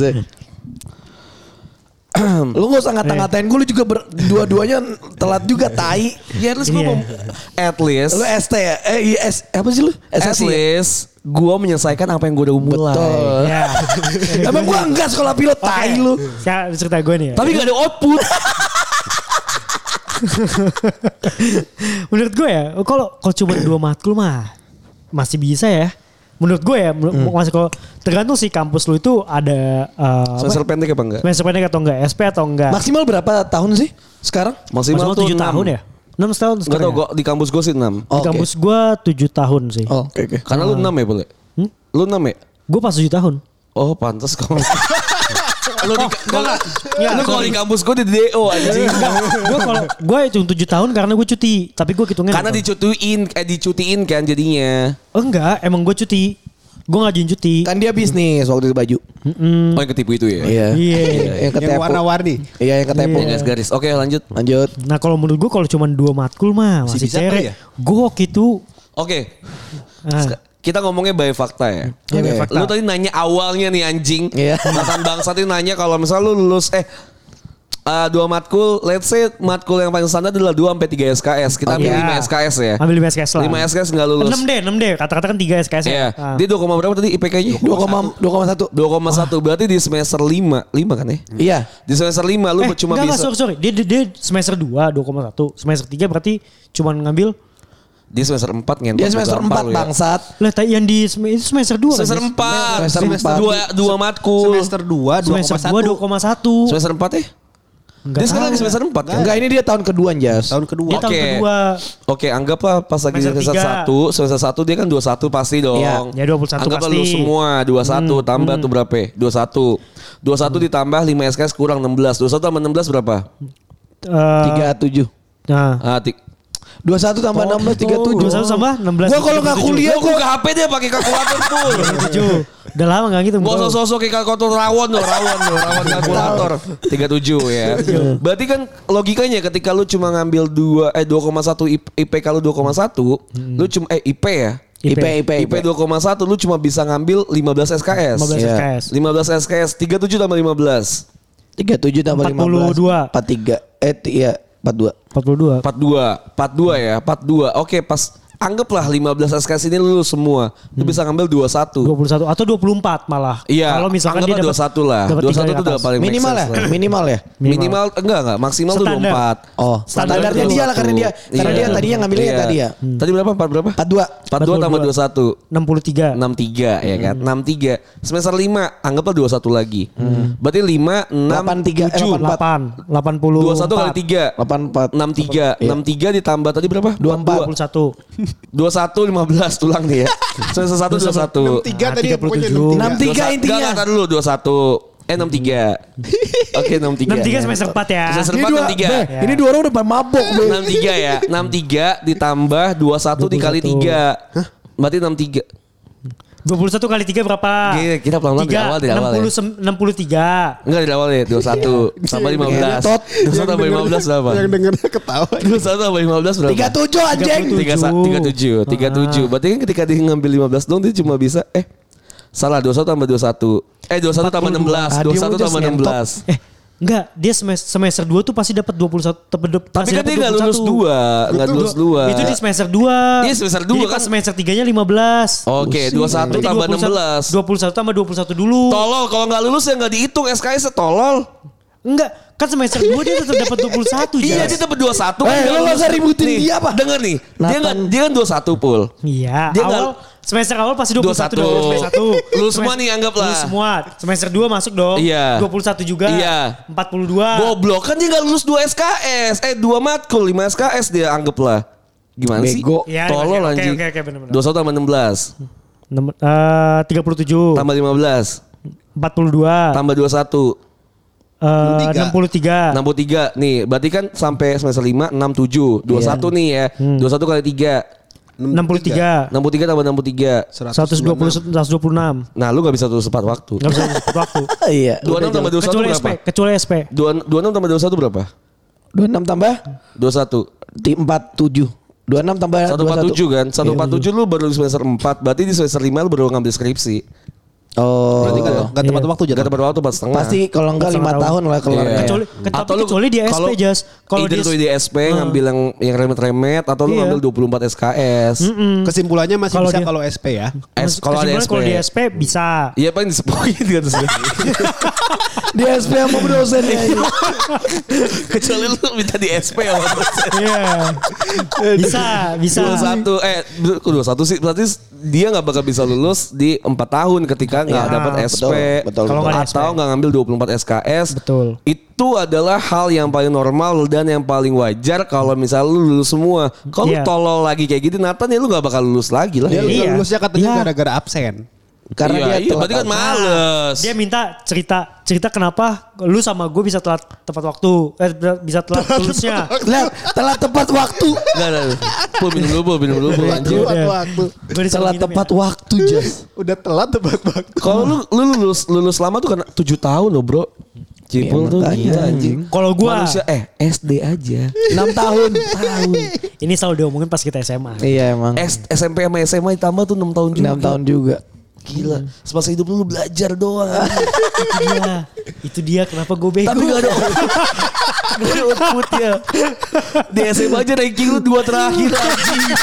Speaker 4: Lu gak usah ngata-ngatain gue Lu juga ber- dua-duanya telat juga Tai
Speaker 3: Ya at least gue
Speaker 2: Iya.
Speaker 3: mem- at least
Speaker 4: Lu ST ya Eh iya S Apa sih lu?
Speaker 3: at
Speaker 4: SSI ya?
Speaker 3: least gue menyelesaikan apa yang gue udah mulai.
Speaker 4: Betul
Speaker 2: Ya.
Speaker 4: Emang gue enggak sekolah pilot Tai lu
Speaker 2: Saya cerita gue nih ya.
Speaker 3: Tapi gak ada output.
Speaker 2: Menurut gue ya, kalau kalau cuma dua matkul mah masih bisa ya. Menurut gue ya,
Speaker 1: Hmm.
Speaker 2: menur- masih kalau tergantung sih kampus lu itu ada eh, apa?
Speaker 3: Semester pendek apa enggak?
Speaker 2: semester pendek atau enggak, SP atau enggak.
Speaker 4: Maksimal berapa tahun sih sekarang?
Speaker 3: Maksimal, tuh
Speaker 2: 7
Speaker 3: enam.
Speaker 2: tahun ya? 6 tahun
Speaker 3: Gak tau
Speaker 2: sekarang. ya?
Speaker 3: gua, Oh, di kampus gue sih 6.
Speaker 2: Di kampus gue 7 tahun sih.
Speaker 4: Oh, Oke oke
Speaker 3: Karena lu 6 ya boleh?
Speaker 2: Hmm?
Speaker 3: Lu 6 ya?
Speaker 2: Gue pas 7 tahun.
Speaker 3: Oh pantas kamu. lu di, kalau,
Speaker 2: Iya,
Speaker 3: lu kalau di kampus gue di DO anjing.
Speaker 2: gue kalau gue cuma 7 tahun karena gue cuti, tapi gue hitungnya
Speaker 3: Karena
Speaker 2: nggak
Speaker 3: dicutiin, eh dicutiin kan jadinya.
Speaker 2: tahu. Oh, enggak, emang gue cuti. Gue ngajuin cuti.
Speaker 4: Kan dia bisnis waktu itu baju
Speaker 3: Oh yang ketipu itu ya?
Speaker 4: Iya
Speaker 2: Hmm. Iya.
Speaker 4: Yang
Speaker 5: Yang
Speaker 4: ketepo
Speaker 5: warna-warni.
Speaker 4: Iya yang ketepo
Speaker 3: Yang garis-garis. Oke lanjut.
Speaker 4: Lanjut
Speaker 2: Nah kalau menurut gue kalau cuma dua matkul mah masih
Speaker 5: Masih bisa kali ya?
Speaker 2: cere. Gue waktu itu
Speaker 3: Oke.
Speaker 2: ah,
Speaker 3: Sek- Kita ngomongnya by fakta ya.
Speaker 4: Iya, by
Speaker 3: Oke.
Speaker 4: fakta.
Speaker 3: Lu tadi nanya awalnya nih anjing.
Speaker 4: Iya.
Speaker 3: Mantan bangsa tadi nanya kalau misal lu lulus eh eh, dua matkul, let's say matkul yang paling standar adalah 2 sampai 3 SKS. Kita ambil
Speaker 2: Iya.
Speaker 3: 5 SKS ya.
Speaker 2: ambil 5 SKS lah.
Speaker 3: 5 SKS nggak lulus.
Speaker 2: 6 deh, 6 deh. Kata-kata kan 3 SKS
Speaker 3: Iya.
Speaker 2: ya. Ah.
Speaker 3: Dia 2, berapa tadi IPK-nya?
Speaker 4: 2,1 2,1
Speaker 3: 2,1 berarti di semester 5 5 kan ya?
Speaker 4: Iya
Speaker 3: Di semester 5 lu
Speaker 2: eh,
Speaker 3: cuma
Speaker 2: enggak, enggak,
Speaker 3: bisa
Speaker 2: sorry, sorry. Dia, dia, dia semester 2, 2,1. Semester 3 berarti cuma ngambil.
Speaker 3: di semester 4 ngentot.
Speaker 4: Dia semester 4
Speaker 3: gampar lu ya.
Speaker 4: bangsat
Speaker 2: Lah tai- yang di sem- itu semester kan, 2
Speaker 3: Semester 4.
Speaker 4: Semester
Speaker 3: Semester
Speaker 4: empat.
Speaker 3: 2 matkul.
Speaker 5: Semester 2
Speaker 2: Semester 2 2,1.
Speaker 5: 2,1.
Speaker 3: Semester 4 ya?
Speaker 2: Enggak
Speaker 3: dia sekarang
Speaker 2: tahu.
Speaker 3: lagi semester 4 kan?
Speaker 4: Enggak, ini dia tahun kedua, Jas.
Speaker 5: Tahun kedua.
Speaker 2: Dia tahun
Speaker 3: Oke.
Speaker 2: kedua.
Speaker 3: Oke, anggaplah pas lagi
Speaker 2: Semester
Speaker 3: semester
Speaker 2: tiga.
Speaker 3: 1, semester 1 dia kan 21 pasti dong.
Speaker 4: Iya.
Speaker 2: Ya, 21
Speaker 3: Anggaplah
Speaker 2: pasti.
Speaker 3: lu semua 21 tambah tuh berapa? ya? 21. 21 ditambah 5 SKS kurang 16. 21 tambah 16 berapa?
Speaker 2: Eh,
Speaker 4: Tiga tujuh.
Speaker 2: Nah,
Speaker 3: Ah, ti-
Speaker 4: Dua satu tambah enam belas tiga tujuh.
Speaker 2: 21 sama 16.
Speaker 4: Gua kalau nggak kuliah
Speaker 3: Gua buka HP dia pakai kalkulator full.
Speaker 2: 7. Udah lama gak gitu.
Speaker 3: Gak
Speaker 2: bro.
Speaker 3: usah sosok kayak kalkulator rawon loh, rawon loh, rawon kalkulator. 37 ya.
Speaker 4: Iya.
Speaker 3: Berarti kan logikanya ketika lu cuma ngambil 2 eh 2,1 IP IPK lu 2,1,
Speaker 4: Hmm.
Speaker 3: lu cuma eh IP ya.
Speaker 4: IP IP
Speaker 3: IP 2,1 lu cuma bisa ngambil 15 SKS.
Speaker 2: 15
Speaker 3: Iya.
Speaker 2: SKS.
Speaker 3: 15 SKS 37 tambah 15.
Speaker 4: tiga tujuh tambah lima
Speaker 2: 42.
Speaker 4: belas empat tiga eh t- iya empat dua
Speaker 2: 42.
Speaker 3: 42, 42 ya, 42. Oke, pas anggaplah 15 SKS ini lu semua.
Speaker 4: Hmm.
Speaker 3: Lu bisa ngambil 21.
Speaker 2: 21 atau 24 malah.
Speaker 3: Iya.
Speaker 2: Kalau misalkan dia
Speaker 3: anggaplah
Speaker 2: dapat
Speaker 3: 21 lah.
Speaker 2: dapat
Speaker 3: 21
Speaker 2: tiga
Speaker 3: itu
Speaker 2: dari
Speaker 3: udah
Speaker 2: atas.
Speaker 3: paling make
Speaker 4: minimal ya
Speaker 3: sense lah.
Speaker 4: minimal ya
Speaker 3: Minimal enggak enggak maksimal
Speaker 2: Standar.
Speaker 3: tuh 24.
Speaker 4: oh
Speaker 2: Standar
Speaker 4: standarnya dia lah karena dia karena dia tadinya ngambilnya
Speaker 3: Iya.
Speaker 4: tadi ya
Speaker 3: Tadi berapa? 4 berapa?
Speaker 4: empat dua
Speaker 3: 42
Speaker 4: Iya. Hmm.
Speaker 3: tambah 21.
Speaker 2: 63.
Speaker 3: 63 ya kan. 63. Semester 5 anggaplah 21 lagi. Berarti 5
Speaker 4: Hmm. Delapan
Speaker 3: 6
Speaker 4: tiga, eh,
Speaker 3: 7
Speaker 4: delapan
Speaker 2: 8 80
Speaker 3: 21 kali 3
Speaker 4: delapan empat Iya.
Speaker 3: 63 63 ditambah tadi berapa?
Speaker 2: 21
Speaker 4: 24.
Speaker 3: 21 15 tulang nih ya. Semester 1 21.
Speaker 1: 63 tadi
Speaker 2: Nah,
Speaker 1: pokoknya 63.
Speaker 2: 37.
Speaker 4: enam tiga intinya
Speaker 3: Enggak, dulu 21. Eh 63. Oke 63.
Speaker 2: 63 semester 4 ya.
Speaker 3: Iya, Semester
Speaker 4: ini
Speaker 3: 4
Speaker 4: dua Beh,
Speaker 3: 63.
Speaker 4: ini dua orang udah pada mabok Beh.
Speaker 3: 63 ya. 63 ditambah 21 dikali 3. Berarti 63.
Speaker 2: 21 kali 3 berapa?
Speaker 3: Iya, kita pelan-pelan dari
Speaker 2: Tiga,
Speaker 3: awal, dari awal ya.
Speaker 2: 60 sem- 63.
Speaker 3: Enggak dari awal ya 21 sama 15.
Speaker 4: Iya. Tot.
Speaker 3: 21 tambah 15 berapa?
Speaker 1: Yang dengernya ketawa.
Speaker 3: 21 tambah 15 berapa?
Speaker 4: tiga tujuh anjing
Speaker 3: 37 37 37 berarti kan ketika dia ngambil 15 dong dia cuma bisa eh salah 21 tambah 21 eh 21 tambah 16
Speaker 4: Ah, dia
Speaker 3: 21
Speaker 4: mau
Speaker 3: tambah
Speaker 4: just
Speaker 3: 16
Speaker 2: Eh, enggak, dia semes- semester 2 tuh pasti dapat 21 tapi
Speaker 3: tapi kan dia nggak lulus 2 nggak lulus 2
Speaker 2: Itu di semester 2.
Speaker 3: Iya, semester dua
Speaker 2: Jadi pas
Speaker 3: kan. Oh,
Speaker 2: semester 3-nya 15.
Speaker 3: oke 21
Speaker 2: Berarti
Speaker 3: tambah 16
Speaker 2: 21 tambah 21 dulu.
Speaker 3: tolol kalau nggak lulus ya nggak dihitung SKS tolol
Speaker 2: Enggak, kan semester 2 dia tetap dapat 21
Speaker 3: Iya
Speaker 2: Jas.
Speaker 3: dia dapat 21
Speaker 4: Eh,
Speaker 3: nggak
Speaker 4: lu nggak
Speaker 3: lulus.
Speaker 4: usah ributin
Speaker 3: Nih,
Speaker 4: dia, apa?
Speaker 3: Denger nih Dia
Speaker 4: Nathan.
Speaker 3: nggak dia kan 21 pul
Speaker 2: Iya,
Speaker 3: Dia
Speaker 2: awal
Speaker 3: nggak-
Speaker 2: semester awal pasti 21
Speaker 3: 21.
Speaker 2: dong,
Speaker 3: Lu semua nih anggaplah.
Speaker 2: Lu semua. Semester 2 masuk dong.
Speaker 3: Iya.
Speaker 2: 21 juga.
Speaker 3: Iya.
Speaker 2: 42.
Speaker 3: Goblok kan dia nggak lulus 2 SKS Eh 2 matkul 5 SKS dia anggaplah Gimana sih?
Speaker 4: Bego.
Speaker 2: Iya,
Speaker 3: Tolol
Speaker 2: oke,
Speaker 3: anjing
Speaker 2: oke, oke, bener-bener.
Speaker 3: 21 tambah 16
Speaker 2: Nem- eh, 37
Speaker 3: Tambah 15
Speaker 4: Ah.
Speaker 2: 42
Speaker 3: Tambah 21
Speaker 2: eh, 63
Speaker 4: Ah.
Speaker 3: 63 Nih berarti kan sampai semester 5 67 21
Speaker 4: Iya.
Speaker 3: nih ya
Speaker 4: Hmm.
Speaker 3: 21 kali 3
Speaker 4: Ah.
Speaker 2: 63
Speaker 3: 63 tambah 63
Speaker 2: 120 126
Speaker 3: Nah lu gak bisa tulis tepat waktu
Speaker 2: Gak bisa disebut waktu
Speaker 4: iya
Speaker 3: 26 tambah 21
Speaker 2: Kecuali SP
Speaker 3: berapa?
Speaker 2: Kecuali SP
Speaker 3: 26 tambah 21 berapa?
Speaker 4: dua enam tambah
Speaker 3: 21
Speaker 4: ti empat tujuh dua enam tambah
Speaker 2: Iya,
Speaker 4: dua Iya.
Speaker 3: 147 kan 147 lu baru di semester 4 Berarti di semester 5 lu baru ngambil skripsi
Speaker 4: oh
Speaker 5: kan
Speaker 1: Berarti nggak- nggak tepat waktu
Speaker 3: Gak tepat waktu pas setengah
Speaker 4: pasti kalau enggak lima
Speaker 2: Setengah
Speaker 4: tahun lah keluar ya.
Speaker 3: Iya.
Speaker 2: Iya. Kecuali- ke- tapi kecuali di SP,
Speaker 3: kalau-
Speaker 2: Jas. Kalau
Speaker 3: either
Speaker 2: di-
Speaker 3: tuh di SP ngambil yang yang remet-remet atau lu
Speaker 2: Iya.
Speaker 3: ngambil 24 SKS.
Speaker 1: Kesimpulannya masih
Speaker 2: Kalau
Speaker 1: bisa
Speaker 2: dia-
Speaker 1: kalau SP ya.
Speaker 3: S kalau ada
Speaker 2: Kesimpulan
Speaker 3: SP.
Speaker 2: Kalau di SP bisa
Speaker 3: Iya paling disepoin di atas dia.
Speaker 4: di SP sama dosen ya
Speaker 3: Kecuali lu minta di SP ya.
Speaker 2: Iya Bisa Bisa
Speaker 3: 21 eh kok 21 sih berarti dia nggak bakal bisa lulus di 4 tahun ketika nggak
Speaker 2: Iya,
Speaker 3: dapat
Speaker 2: betul,
Speaker 3: SP
Speaker 4: betul,
Speaker 2: Kalau betul. nggak ada
Speaker 3: atau
Speaker 2: SP.
Speaker 3: nggak ngambil 24 SKS.
Speaker 2: Betul.
Speaker 3: Itu adalah hal yang paling normal dan yang paling wajar kalau misalnya lu lulus semua. Kalau
Speaker 2: Iya.
Speaker 3: lu tolol lagi kayak gitu Nathan ya lu nggak bakal lulus lagi lah.
Speaker 1: Dia
Speaker 2: Iya.
Speaker 1: lulusnya katanya
Speaker 2: Iya.
Speaker 1: gara-gara absen.
Speaker 3: Iya,
Speaker 4: karena
Speaker 3: iya,
Speaker 4: dia telat
Speaker 3: berarti kan
Speaker 4: tahun.
Speaker 3: males.
Speaker 2: Dia minta cerita cerita kenapa lu sama gue bisa telat tepat waktu eh bisa telat tulisnya.
Speaker 4: Lah, telat tepat waktu
Speaker 3: Enggak, enggak. enggak. Pul minum dulu, pul minum dulu, pul anjing.
Speaker 2: Iya.
Speaker 1: Tepat waktu.
Speaker 2: Gue
Speaker 4: telat tepat
Speaker 3: ya?
Speaker 4: waktu Jas
Speaker 1: Udah telat tepat waktu.
Speaker 3: Kalau lu, lu lulus lulus lama tuh karena 7 tahun loh, Bro. Cipul
Speaker 4: Iya,
Speaker 3: tuh
Speaker 4: makanya.
Speaker 3: gila anjing.
Speaker 2: Kalau gua-
Speaker 3: manusia eh SD aja.
Speaker 4: 6 tahun
Speaker 2: Ini selalu diomongin pas kita SMA.
Speaker 4: Iya emang
Speaker 3: S- SMP sama SMA ditambah tuh 6 tahun Eh, juga.
Speaker 4: 6 tahun juga
Speaker 3: Gila. Semasa hidup lu, lu belajar doang.
Speaker 2: itu dia. Iya. Itu dia kenapa gue bego.
Speaker 3: Tapi gak ada Gak ada outputnya Di SMA aja ranking lu dua terakhir anjing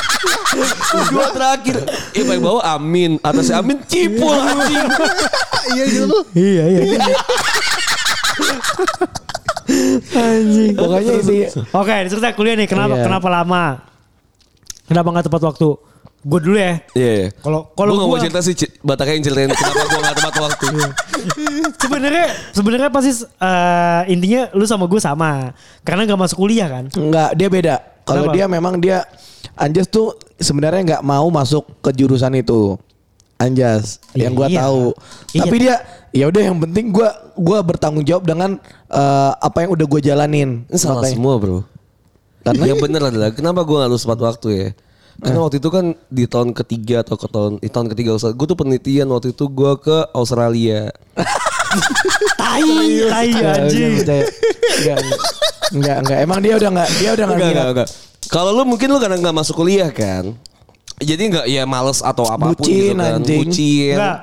Speaker 3: Dua terakhir Eh paling bawah Amin Atasnya Amin Cipul anjing
Speaker 1: Iya gitu lu.
Speaker 2: Iya iya. Anjing.
Speaker 4: Pokoknya ini
Speaker 2: Oke, cerita kuliah nih. Kenapa
Speaker 4: Iya.
Speaker 2: kenapa lama? Kenapa nggak tepat waktu? Gue dulu ya.
Speaker 3: Iya. iya.
Speaker 2: Kalau- kalau
Speaker 3: Gua Iya. nggak mau
Speaker 2: gua-
Speaker 3: cerita sih C- Bataka yang ceritain kenapa gue nggak tepat waktu.
Speaker 2: Sebenarnya sebenarnya pasti eh, intinya lu sama gue sama. Karena gak masuk kuliah kan.
Speaker 4: Enggak, dia beda. Kalau
Speaker 2: Kenapa?
Speaker 4: dia memang dia Anjas tuh sebenarnya nggak mau masuk ke jurusan itu. Anjas yang gua
Speaker 2: Iya.
Speaker 4: tahu.
Speaker 2: Iya.
Speaker 4: Tapi dia ya udah yang penting gua gua bertanggung jawab dengan eh, apa yang udah gua jalanin.
Speaker 3: Ini salah
Speaker 4: Makanya-
Speaker 3: semua bro. Karena yang bener adalah kenapa gue nggak lulus tepat waktu ya. Karena waktu itu kan di tahun ketiga atau ke tahun, di tahun ketiga gue tuh penelitian waktu itu gue ke Australia.
Speaker 2: Tai, tai anjing.
Speaker 4: Enggak, enggak, Iya, enggak, enggak. Emang dia udah enggak dia udah enggak
Speaker 3: Enggak, enggak,
Speaker 4: minat.
Speaker 3: enggak. Kalau lu mungkin lu karena nggak masuk kuliah kan. Jadi nggak ya males atau apapun gitu
Speaker 4: Bucin,
Speaker 3: kan.
Speaker 4: anjing.
Speaker 3: Bucin.
Speaker 2: Enggak.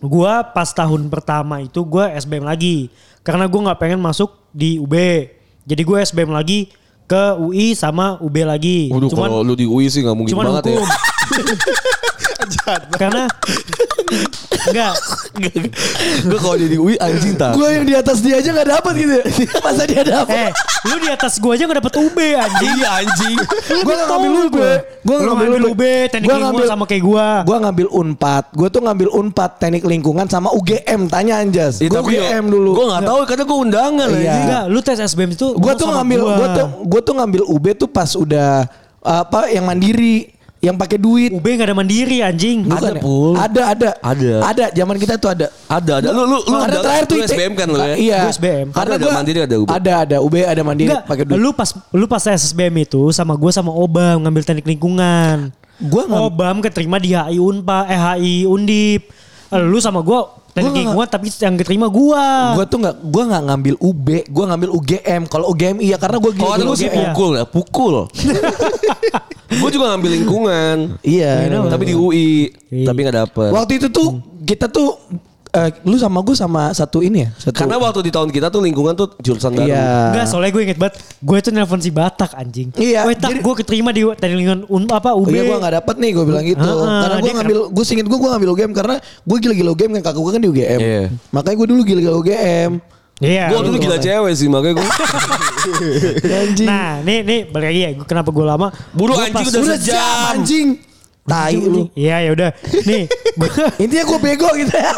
Speaker 2: Gua pas tahun pertama itu gua SBM lagi. Karena gua nggak pengen masuk di UB. Jadi gue SBM lagi ke UI sama UB lagi.
Speaker 3: Waduh
Speaker 2: cuman
Speaker 3: kalau lu di UI sih nggak mungkin
Speaker 2: cuman
Speaker 3: banget
Speaker 2: hukum.
Speaker 3: ya.
Speaker 2: karena enggak
Speaker 3: Gue kalau jadi UI anjing tak.
Speaker 4: Gua yang di atas dia aja enggak dapat gitu. Masa dia dapat?
Speaker 2: eh lu di atas gua aja nggak dapet UB anjing.
Speaker 3: Iya anjing.
Speaker 4: Gue gak ngambil
Speaker 2: Tahu
Speaker 4: UB Gue
Speaker 2: Lu ngambil UB, teknik
Speaker 4: Gua
Speaker 2: lingkungan sama kayak gua.
Speaker 4: Gue ngambil UNPAD Gue tuh ngambil UNPAD Teknik lingkungan sama UGM Tanya Anjas
Speaker 3: Iya, Ya,
Speaker 4: Gue UGM dulu
Speaker 3: Gue nggak tahu karena gue undangan
Speaker 4: Iya.
Speaker 3: anjing.
Speaker 2: Enggak, lu tes SBM itu
Speaker 4: Gue
Speaker 2: lu
Speaker 4: tuh
Speaker 2: sama
Speaker 4: ngambil
Speaker 2: gua.
Speaker 4: Gue tuh gua tuh ngambil UB tuh pas udah Apa yang mandiri Yang pakai duit
Speaker 2: UB gak ada mandiri anjing.
Speaker 4: Bukan ya?
Speaker 3: Pul.
Speaker 4: Ada ada
Speaker 3: Ada.
Speaker 4: Ada zaman kita tuh ada
Speaker 3: Ada ada lu lu lu
Speaker 4: ada
Speaker 3: undangan,
Speaker 4: terakhir tuh
Speaker 3: lu
Speaker 4: IT.
Speaker 3: SBM kan lu ya.
Speaker 4: Iya
Speaker 2: Gua SBM.
Speaker 3: Karena ada
Speaker 4: gua-
Speaker 3: mandiri, ada UB.
Speaker 4: Ada ada UB ada mandiri
Speaker 2: Enggak,
Speaker 4: pakai duit
Speaker 2: lu pas lu pas SBM itu sama gue sama Obam ngambil teknik lingkungan.
Speaker 4: Gua ngam-
Speaker 2: Obam keterima di HI Unpa, eh HI Undip. Eh, Lu sama gue teknik
Speaker 4: Gua nggak-
Speaker 2: lingkungan tapi yang keterima gue.
Speaker 4: Gue tuh nggak gue nggak ngambil UB, gue ngambil UGM. Kalau UGM iya karena gue
Speaker 3: Kalau ada
Speaker 4: gini-
Speaker 3: gue sih
Speaker 2: Iya.
Speaker 3: pukul ya, pukul. gue juga ngambil lingkungan.
Speaker 4: Iya.
Speaker 3: Tapi di UI,
Speaker 2: Iya.
Speaker 3: tapi nggak dapet.
Speaker 4: Waktu itu tuh kita tuh eh, lu sama gue sama satu ini ya. Satu,
Speaker 3: Karena waktu di tahun kita tuh lingkungan tuh jurusan baru.
Speaker 4: iya.
Speaker 2: Enggak, soalnya gue inget banget. Gue itu nelpon si Batak anjing.
Speaker 4: Iya,
Speaker 2: Weh, tak
Speaker 4: jadi-
Speaker 2: gue keterima di teknik lingkungan un, apa UB.
Speaker 4: Oh iya gue gak dapet nih gue bilang gitu
Speaker 2: Ah,
Speaker 4: Karena gue
Speaker 2: dia
Speaker 4: ngambil Gue singkat gue gue ngambil UGM Karena gue gila-gila UGM kan kakak gue kan di UGM
Speaker 3: Iya.
Speaker 4: Makanya gue dulu gila-gila UGM
Speaker 2: Iya.
Speaker 3: Gue waktu itu gila cewek sih makanya gue.
Speaker 4: Anjing
Speaker 2: Nah, nih nih balik lagi ya. Gua- Kenapa gue lama?
Speaker 3: Buru
Speaker 2: Gua
Speaker 3: anjing
Speaker 2: pas-
Speaker 3: udah
Speaker 4: Udah
Speaker 3: sejam.
Speaker 4: jam anjing Tai
Speaker 2: Anjing,
Speaker 4: lu
Speaker 2: anjing. Iya, ya udah. Nih, gue
Speaker 4: Intinya gue bego gitu ya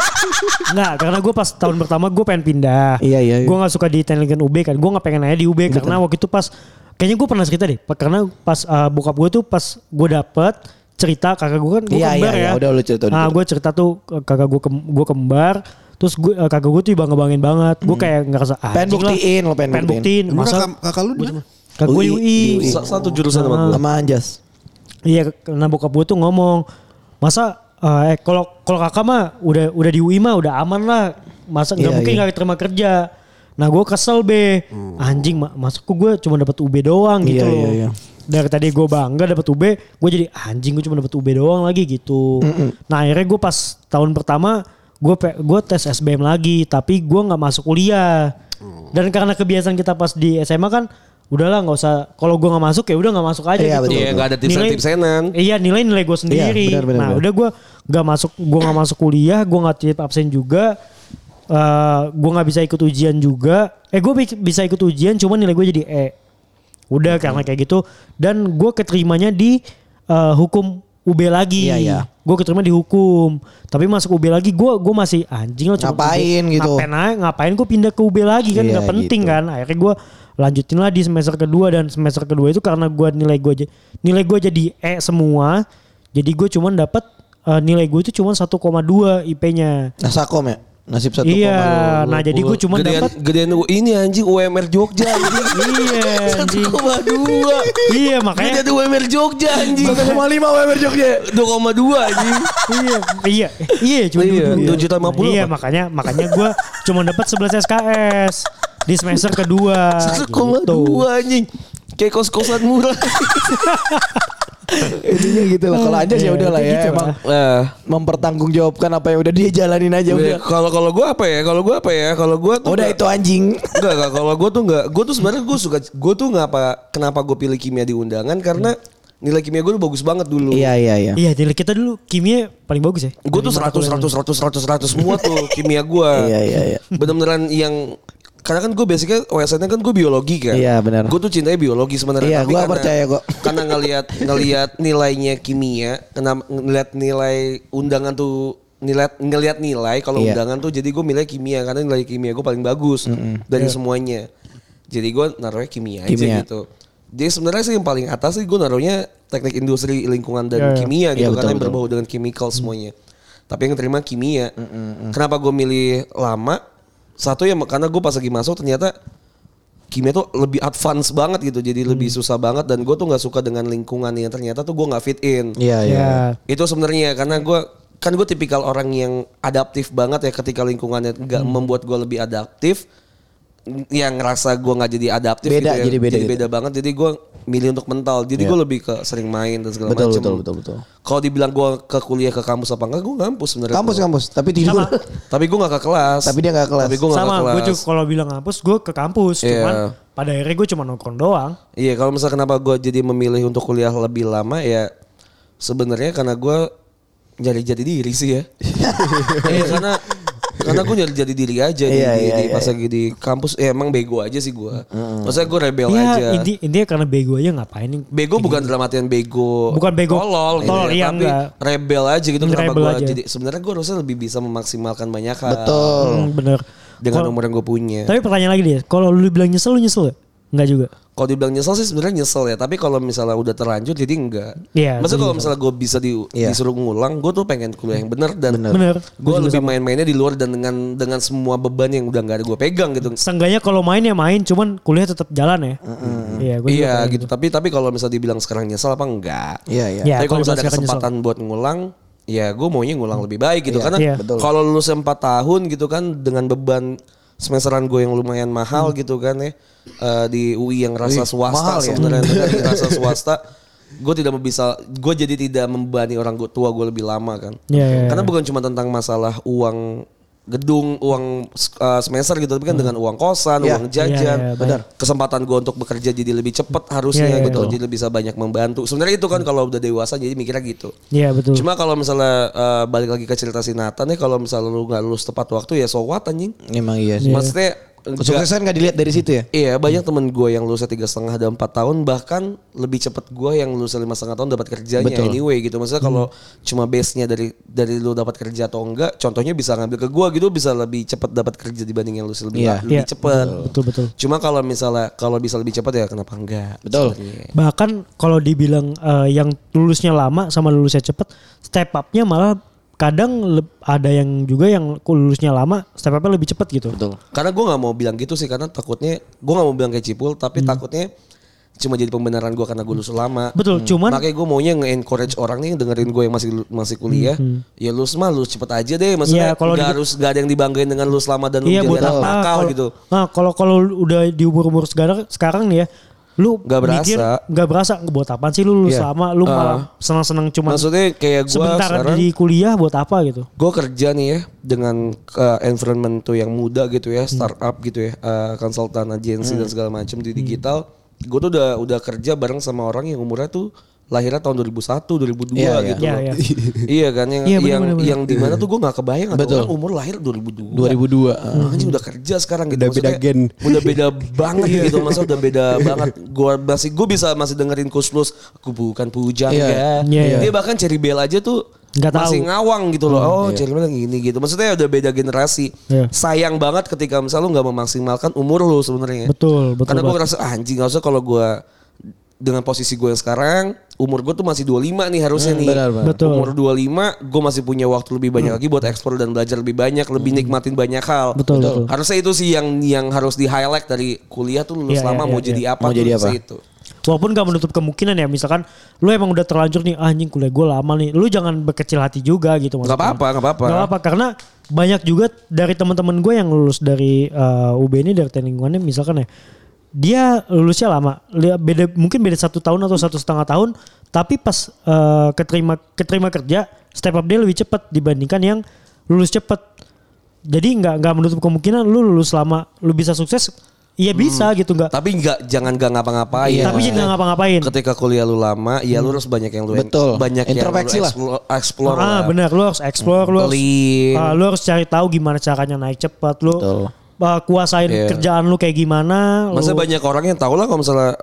Speaker 2: Enggak, karena gue pas tahun pertama gue pengen pindah.
Speaker 4: Iya, iya, iya.
Speaker 2: Gue gak suka di Tenlingan UB kan. Gue gak pengen aja di UB karena waktu itu pas kayaknya gue pernah cerita deh. Pe- Karena pas eh, bokap gue tuh pas gue dapet cerita kakak gue kan gue
Speaker 4: Iya,
Speaker 2: kembar
Speaker 4: iya,
Speaker 2: ya.
Speaker 4: iya. Udah, lu cerita, udah
Speaker 2: Nah,
Speaker 4: cerita.
Speaker 2: gue cerita tuh eh, kakak gue kem- gue kembar. Terus gue eh, kakak gue tuh bangga-banggain banget. Gue kayak ngerasa ah,
Speaker 4: Hmm. Pengen
Speaker 2: anjing lah.
Speaker 4: buktiin, Oh, lo pengen
Speaker 2: pengen buktiin.
Speaker 1: Emang
Speaker 2: Masa
Speaker 1: kakak, kakak lu di mana?
Speaker 2: kakak gue
Speaker 4: Ui,
Speaker 2: UI.
Speaker 4: di UI.
Speaker 3: Sa- Satu
Speaker 2: Ah.
Speaker 3: jurusan sama gue.
Speaker 4: iya. Sama Anjas
Speaker 2: Iya, karena bokap gue tuh ngomong, masa eh, eh kalau kalau kakak mah udah udah di UI mah udah aman lah, masa nggak
Speaker 4: Iya,
Speaker 2: mungkin
Speaker 4: iya. Hmm.
Speaker 2: nggak terima kerja. Nah gue kesel be, anjing ma masa kok gue cuma dapat UB doang gitu
Speaker 4: Iya,
Speaker 2: loh.
Speaker 4: iya, iya.
Speaker 2: Dari tadi gue bangga dapat UB, gue jadi anjing gue cuma dapat UB doang lagi gitu. Nah akhirnya gue pas tahun pertama gue pe- gue tes SBM lagi, tapi gue nggak masuk kuliah.
Speaker 4: Hmm.
Speaker 2: Dan karena kebiasaan kita pas di SMA kan, udahlah nggak usah. Kalau gue nggak masuk ya udah nggak masuk aja
Speaker 4: Iya,
Speaker 2: gitu.
Speaker 4: betul,
Speaker 3: Iya,
Speaker 4: betul.
Speaker 3: nggak ada tips-tipsenan.
Speaker 2: Iya nilai nilai gue sendiri.
Speaker 4: Iya, benar, benar,
Speaker 2: nah
Speaker 4: benar.
Speaker 2: udah gue nggak masuk gue nggak masuk kuliah, gue nggak titip absen juga, Eh gue nggak bisa ikut ujian juga. Eh gue bisa ikut ujian, cuman nilai gue jadi E. Udah karena kayak gitu dan gue keterimanya di eh, hukum UB lagi.
Speaker 4: Iya, iya.
Speaker 2: Gue keterima di hukum, tapi masuk UB lagi gue gue masih anjing lah cuma
Speaker 4: Ngapain
Speaker 2: UB.
Speaker 4: gitu.
Speaker 2: Ngapain aja, Nah, ngapain gue pindah ke UB lagi kan
Speaker 4: Iya,
Speaker 2: nggak penting
Speaker 4: gitu.
Speaker 2: kan. Akhirnya gue lanjutin lah di semester kedua dan semester kedua itu karena gue nilai gue aja- nilai gue jadi E semua. Jadi gue cuman dapat eh, nilai gue itu cuman 1,2 IP-nya.
Speaker 4: Nasakom ya Nasib satu
Speaker 2: Iya, nah jadi gue cuman
Speaker 3: Gedean-
Speaker 2: dapat
Speaker 3: gedean gua- ini anjing UMR Jogja anjing.
Speaker 2: Iya,
Speaker 3: Satu
Speaker 2: anjing.
Speaker 3: koma dua.
Speaker 2: Iya
Speaker 3: Dia
Speaker 2: makanya
Speaker 3: jadi UMR Jogja anjing.
Speaker 4: 1,5 WMR Jogja
Speaker 3: 2,2 anjing.
Speaker 2: iya iya iya cuma
Speaker 3: Iya,
Speaker 2: dua- dua.
Speaker 3: 2.050
Speaker 2: iya
Speaker 3: apa?
Speaker 2: makanya makanya gue cuma dapat 11 SKS di semester kedua gitu.
Speaker 3: 1,2 anjing. Kayak kos-kosan murah.
Speaker 4: Intinya gitu lah Kalau Anjas
Speaker 2: Iya,
Speaker 4: ya udah lah
Speaker 2: itu
Speaker 4: ya
Speaker 2: gitu
Speaker 4: Emang
Speaker 2: lah.
Speaker 3: Eh,
Speaker 4: mempertanggungjawabkan apa yang udah dia jalanin aja
Speaker 2: Iya.
Speaker 4: udah.
Speaker 3: Iya, kalau kalau gue apa ya? Kalau gue apa ya? Kalau gue tuh
Speaker 4: Iya, Oh, Udah
Speaker 3: nggak-
Speaker 4: itu anjing.
Speaker 3: Enggak, enggak. Kalau gue tuh enggak. Gue tuh sebenarnya gue suka. Gue tuh nggak apa. Kenapa gue pilih kimia di undangan? Karena nilai kimia gue tuh bagus banget dulu.
Speaker 4: Hmm. Iya iya iya.
Speaker 2: Iya, jadi kita dulu kimia paling bagus ya.
Speaker 3: Gue tuh
Speaker 2: Dari mata
Speaker 3: 100,
Speaker 2: kuliah.
Speaker 3: 100, 100, 100, 100 semua tuh kimia gue.
Speaker 4: Iya, iya, iya.
Speaker 3: Bener-beneran yang karena kan gue basicnya OSN-nya kan gue biologi kan.
Speaker 4: Iya, benar.
Speaker 3: Gue tuh cintanya biologi sebenarnya.
Speaker 4: Iya,
Speaker 3: tapi
Speaker 4: gua
Speaker 3: karena-
Speaker 4: percaya kok.
Speaker 3: Karena ngelihat ngelihat nilainya kimia, kena ngelihat nilai undangan tuh nilai ngelihat nilai kalau
Speaker 4: Iya.
Speaker 3: undangan tuh jadi gue milih kimia karena nilai kimia gue paling bagus dari semuanya. Jadi gue naruhnya kimia,
Speaker 4: Iya. Kimia.
Speaker 3: aja gitu. Jadi sebenarnya sih yang paling atas sih gue naruhnya teknik industri lingkungan
Speaker 2: Iya,
Speaker 3: dan
Speaker 2: iya.
Speaker 3: kimia gitu
Speaker 4: Iya, betul,
Speaker 3: karena yang
Speaker 4: betul. Hmm.
Speaker 3: berbau dengan chemical semuanya. Tapi yang terima kimia. Kenapa gue milih lama? Satu ya karena gue pas lagi masuk ternyata kimia tuh lebih advance banget gitu.
Speaker 4: Hmm.
Speaker 3: Jadi lebih susah banget dan gue tuh nggak suka dengan lingkungan yang ternyata tuh gue nggak fit in.
Speaker 4: Iya, iya.
Speaker 2: Ya.
Speaker 3: Itu sebenarnya karena gue kan gue tipikal orang yang adaptif banget ya ketika lingkungannya nggak
Speaker 4: Hmm.
Speaker 3: membuat gue lebih adaptif yang ngerasa gue nggak jadi adaptif gitu
Speaker 4: Beda,
Speaker 3: ya.
Speaker 4: jadi beda gitu. Iya.
Speaker 3: banget jadi gue milih untuk mental jadi gue lebih ke sering main dan segala
Speaker 4: Betul,
Speaker 3: macam
Speaker 4: betul, betul, betul.
Speaker 3: kalau dibilang gue ke kuliah ke kampus apa enggak gue ngampus sebenarnya
Speaker 4: Kampus
Speaker 3: Kalau-
Speaker 4: kampus, tapi tidur.
Speaker 2: Sama.
Speaker 3: tapi gue gak ke kelas
Speaker 4: Tapi dia nggak ke kelas.
Speaker 3: tapi gue gak ke
Speaker 2: Sama,
Speaker 3: kelas
Speaker 2: gue juga kalau bilang kampus gue ke kampus, cuman
Speaker 3: Iya.
Speaker 2: pada akhirnya gue cuma nongkrong doang.
Speaker 3: Iya, kalau misalnya kenapa gue jadi memilih untuk kuliah lebih lama ya sebenarnya karena gue nyari jati diri sih ya. Iya, karena karena gue nyari jati diri aja di,
Speaker 4: Iya,
Speaker 3: di,
Speaker 4: iya,
Speaker 3: di
Speaker 4: iya.
Speaker 3: pas lagi di kampus. Ya emang bego aja sih gue. Maksudnya gue rebel
Speaker 2: Iya,
Speaker 3: aja.
Speaker 2: inti, intinya karena bego aja ngapain nih.
Speaker 3: Bego bukan dalam artian bego
Speaker 2: Bukan bego
Speaker 3: tolol, gitu
Speaker 2: tolol,
Speaker 3: ya,
Speaker 2: iya,
Speaker 3: tapi
Speaker 2: enggak.
Speaker 3: rebel aja gitu kenapa
Speaker 2: Rebel
Speaker 3: gue
Speaker 2: aja.
Speaker 3: jadi sebenarnya gue harusnya lebih bisa memaksimalkan banyak hal
Speaker 4: Betul.
Speaker 2: Hmm, bener.
Speaker 3: dengan
Speaker 2: Kalau-
Speaker 3: umur yang gue punya.
Speaker 2: Tapi pertanyaan lagi deh, kalau lu bilang nyesel, lu nyesel gak? Enggak juga.
Speaker 3: Kalau dibilang nyesel sih sebenarnya nyesel ya, tapi kalau misalnya udah terlanjur jadi enggak.
Speaker 2: Iya,
Speaker 3: Maksudnya kalau
Speaker 2: bener.
Speaker 3: misalnya gue bisa di-
Speaker 4: Iya.
Speaker 3: disuruh ngulang, gue tuh pengen kuliah yang benar dan
Speaker 2: Bener.
Speaker 3: gue lebih main-mainnya di luar dan dengan dengan semua beban yang udah nggak ada gue pegang gitu.
Speaker 2: Seenggaknya kalau main ya main, cuman kuliah tetap jalan ya. Iya, gue juga
Speaker 3: Iya
Speaker 2: kayak
Speaker 3: gitu. Tapi tapi kalau misalnya dibilang sekarang nyesel apa enggak?
Speaker 4: Iya, iya.
Speaker 2: Iya,
Speaker 3: tapi kalau
Speaker 2: kalau
Speaker 3: misalnya ada
Speaker 2: sekarang
Speaker 3: kesempatan buat ngulang, ya gue maunya ngulang lebih baik gitu.
Speaker 4: Iya,
Speaker 3: Karena
Speaker 2: iya.
Speaker 4: Betul.
Speaker 3: kalau lulus 4 tahun gitu kan dengan beban semesteran gue yang lumayan
Speaker 2: Hmm.
Speaker 3: mahal gitu kan ya. eh, di UI yang rasa
Speaker 4: Wih,
Speaker 3: swasta
Speaker 4: mahal ya.
Speaker 3: sebenarnya benar, yang rasa swasta gue tidak bisa gue jadi tidak membebani orang gua- tua gue lebih lama kan
Speaker 2: Iya, iya,
Speaker 3: karena
Speaker 2: iya.
Speaker 3: bukan cuma tentang masalah uang gedung uang eh, semester gitu tapi kan dengan uang kosan
Speaker 4: Iya.
Speaker 3: uang jajan
Speaker 2: Hmm. Iya, iya, benar.
Speaker 3: kesempatan gue untuk bekerja jadi lebih cepat harusnya
Speaker 2: Iya, iya,
Speaker 3: gitu
Speaker 2: betul.
Speaker 3: jadi bisa banyak membantu sebenarnya itu kan kalau udah dewasa jadi mikirnya gitu
Speaker 2: Iya, betul.
Speaker 3: cuma kalau misalnya eh, balik lagi ke cerita si Nathan ya kalau misalnya lu nggak lulus tepat waktu ya so what anjing
Speaker 4: Emang iya sih.
Speaker 3: maksudnya enggak-
Speaker 4: Kesuksesan nggak dilihat dari situ ya?
Speaker 3: Iya banyak temen gue yang lulusnya tiga setengah dan empat tahun bahkan lebih cepet gue yang lulusnya lima setengah tahun dapat kerjanya
Speaker 4: Betul.
Speaker 3: anyway gitu maksudnya kalau
Speaker 2: Hmm.
Speaker 3: cuma base nya dari dari lu dapat kerja atau enggak contohnya bisa ngambil ke gue gitu bisa lebih cepet dapat kerja dibanding yang lulusnya lebih
Speaker 4: Iya.
Speaker 3: lebih
Speaker 2: Iya,
Speaker 3: cepet
Speaker 2: Betul, betul.
Speaker 3: cuma kalau misalnya kalau bisa lebih cepet ya kenapa enggak
Speaker 4: Betul.
Speaker 3: sebenarnya.
Speaker 2: Bahkan kalau dibilang eh, yang lulusnya lama sama lulusnya cepet, step upnya malah kadang leb- ada yang juga yang lulusnya lama, step upnya lebih cepet gitu.
Speaker 4: Betul.
Speaker 3: Karena gue nggak mau bilang gitu sih karena takutnya gue nggak mau bilang kayak Cipul tapi takutnya cuma jadi pembenaran gue karena gue lulus
Speaker 2: Hmm.
Speaker 3: lama.
Speaker 2: Betul, cuman
Speaker 3: Makanya gue maunya nge-encourage orang nih yang dengerin gue yang masih masih kuliah. Ya lulus mah lulus cepet aja deh.
Speaker 2: Hmm,
Speaker 3: Maksudnya
Speaker 2: Iya, kalau
Speaker 3: nggak
Speaker 2: di-
Speaker 3: harus gak ada yang dibanggain dengan lulus lama dan lu
Speaker 2: Iya buat
Speaker 3: jadi anak
Speaker 2: apa?
Speaker 3: nakal
Speaker 2: Kalau-
Speaker 3: gitu.
Speaker 2: Nah kalau kalau lu udah di umur umur sekarang sekarang nih ya, lu
Speaker 3: Nggak berasa.
Speaker 2: mikir, nggak berasa buat apa sih lu lulus
Speaker 3: Iya.
Speaker 2: lama, lu malah senang senang cuma
Speaker 3: Maksudnya kayak gue
Speaker 2: sebentar
Speaker 3: sekarang
Speaker 2: di kuliah buat apa gitu?
Speaker 3: gue kerja nih ya dengan eh, environment tuh yang muda gitu
Speaker 2: Hmm.
Speaker 3: ya startup gitu ya eh, konsultan agensi dan segala macam
Speaker 2: Hmm.
Speaker 3: di digital gue tuh udah udah kerja bareng sama orang yang umurnya tuh lahirnya tahun 2001 2002
Speaker 4: Iya, iya.
Speaker 3: gitu
Speaker 2: Iya,
Speaker 3: loh.
Speaker 2: iya.
Speaker 3: iya kan yang
Speaker 2: Iya, bener,
Speaker 3: yang
Speaker 2: bener, bener.
Speaker 3: yang di mana tuh gue nggak kebayang ada
Speaker 4: Betul.
Speaker 3: orang umur lahir 2002
Speaker 4: 2002.
Speaker 3: Nah, anjing udah kerja sekarang gitu.
Speaker 5: Udah beda
Speaker 3: Maksudnya
Speaker 5: gen.
Speaker 3: Udah beda banget gitu. Masa udah beda banget. Gua masih gua bisa masih dengerin Kuslus, aku bukan pujangga.
Speaker 4: Iya.
Speaker 2: Iya, iya.
Speaker 3: Dia bahkan Cherry Bell aja tuh
Speaker 2: Nggak tahu.
Speaker 3: masih ngawang gitu loh. Oh, Cherry Bell gini gitu. Maksudnya udah beda generasi.
Speaker 2: Iya.
Speaker 3: Sayang banget ketika misalnya lu nggak memaksimalkan umur lu sebenarnya.
Speaker 2: Betul, betul
Speaker 3: Iya. Karena gue
Speaker 2: banget.
Speaker 3: ngerasa "Ah, anjing harusnya kalau gue dengan posisi gue yang sekarang, umur gue tuh masih 25 nih harusnya nih.
Speaker 4: Hmm, benar, benar. Hmm.
Speaker 2: Betul.
Speaker 3: Umur 25 gue masih punya waktu lebih banyak lagi buat ekspor dan belajar lebih banyak, lebih nikmatin banyak hal.
Speaker 2: Betul, betul.
Speaker 3: Harusnya itu sih yang yang harus di highlight dari kuliah tuh lulus
Speaker 2: Iya,
Speaker 3: lama
Speaker 2: iya,
Speaker 3: mau
Speaker 2: iya,
Speaker 3: jadi apa
Speaker 4: Mau
Speaker 3: tuh
Speaker 4: jadi
Speaker 3: harusnya
Speaker 4: apa?
Speaker 3: itu.
Speaker 2: Walaupun gak menutup kemungkinan ya, misalkan lu emang udah terlanjur nih "Ah, anjing kuliah gue lama nih, lu jangan berkecil hati juga gitu.
Speaker 3: Gak apa-apa, gak apa-apa.
Speaker 2: Gak apa karena banyak juga dari teman-teman gue yang lulus dari eh, UB ini dari teknik lingkungannya misalkan ya dia lulusnya lama Lia- beda mungkin beda satu tahun atau satu setengah tahun tapi pas eh, keterima keterima kerja step up dia lebih cepat dibandingkan yang lulus cepat jadi nggak nggak menutup kemungkinan lu lulus lama lu bisa sukses iya bisa gitu nggak
Speaker 3: Hmm. Tapi nggak jangan gak ngapa-ngapain.
Speaker 2: Iya. tapi jadi nggak ngapa-ngapain
Speaker 3: Ketika kuliah lu lama, ya lu harus banyak yang lu
Speaker 4: Hmm. Betul.
Speaker 3: banyak
Speaker 4: Introspeksi
Speaker 3: yang lu
Speaker 4: lah.
Speaker 3: explore, explore
Speaker 2: ah
Speaker 3: lah.
Speaker 2: benar lu harus explore lu harus
Speaker 3: Link.
Speaker 2: ah, lu harus cari tahu gimana caranya naik cepat lu
Speaker 4: Betul.
Speaker 2: uh, kuasain
Speaker 3: Iya.
Speaker 2: kerjaan lu kayak gimana.
Speaker 3: Masa
Speaker 2: lu-
Speaker 3: banyak orang yang tahu lah kalau misalnya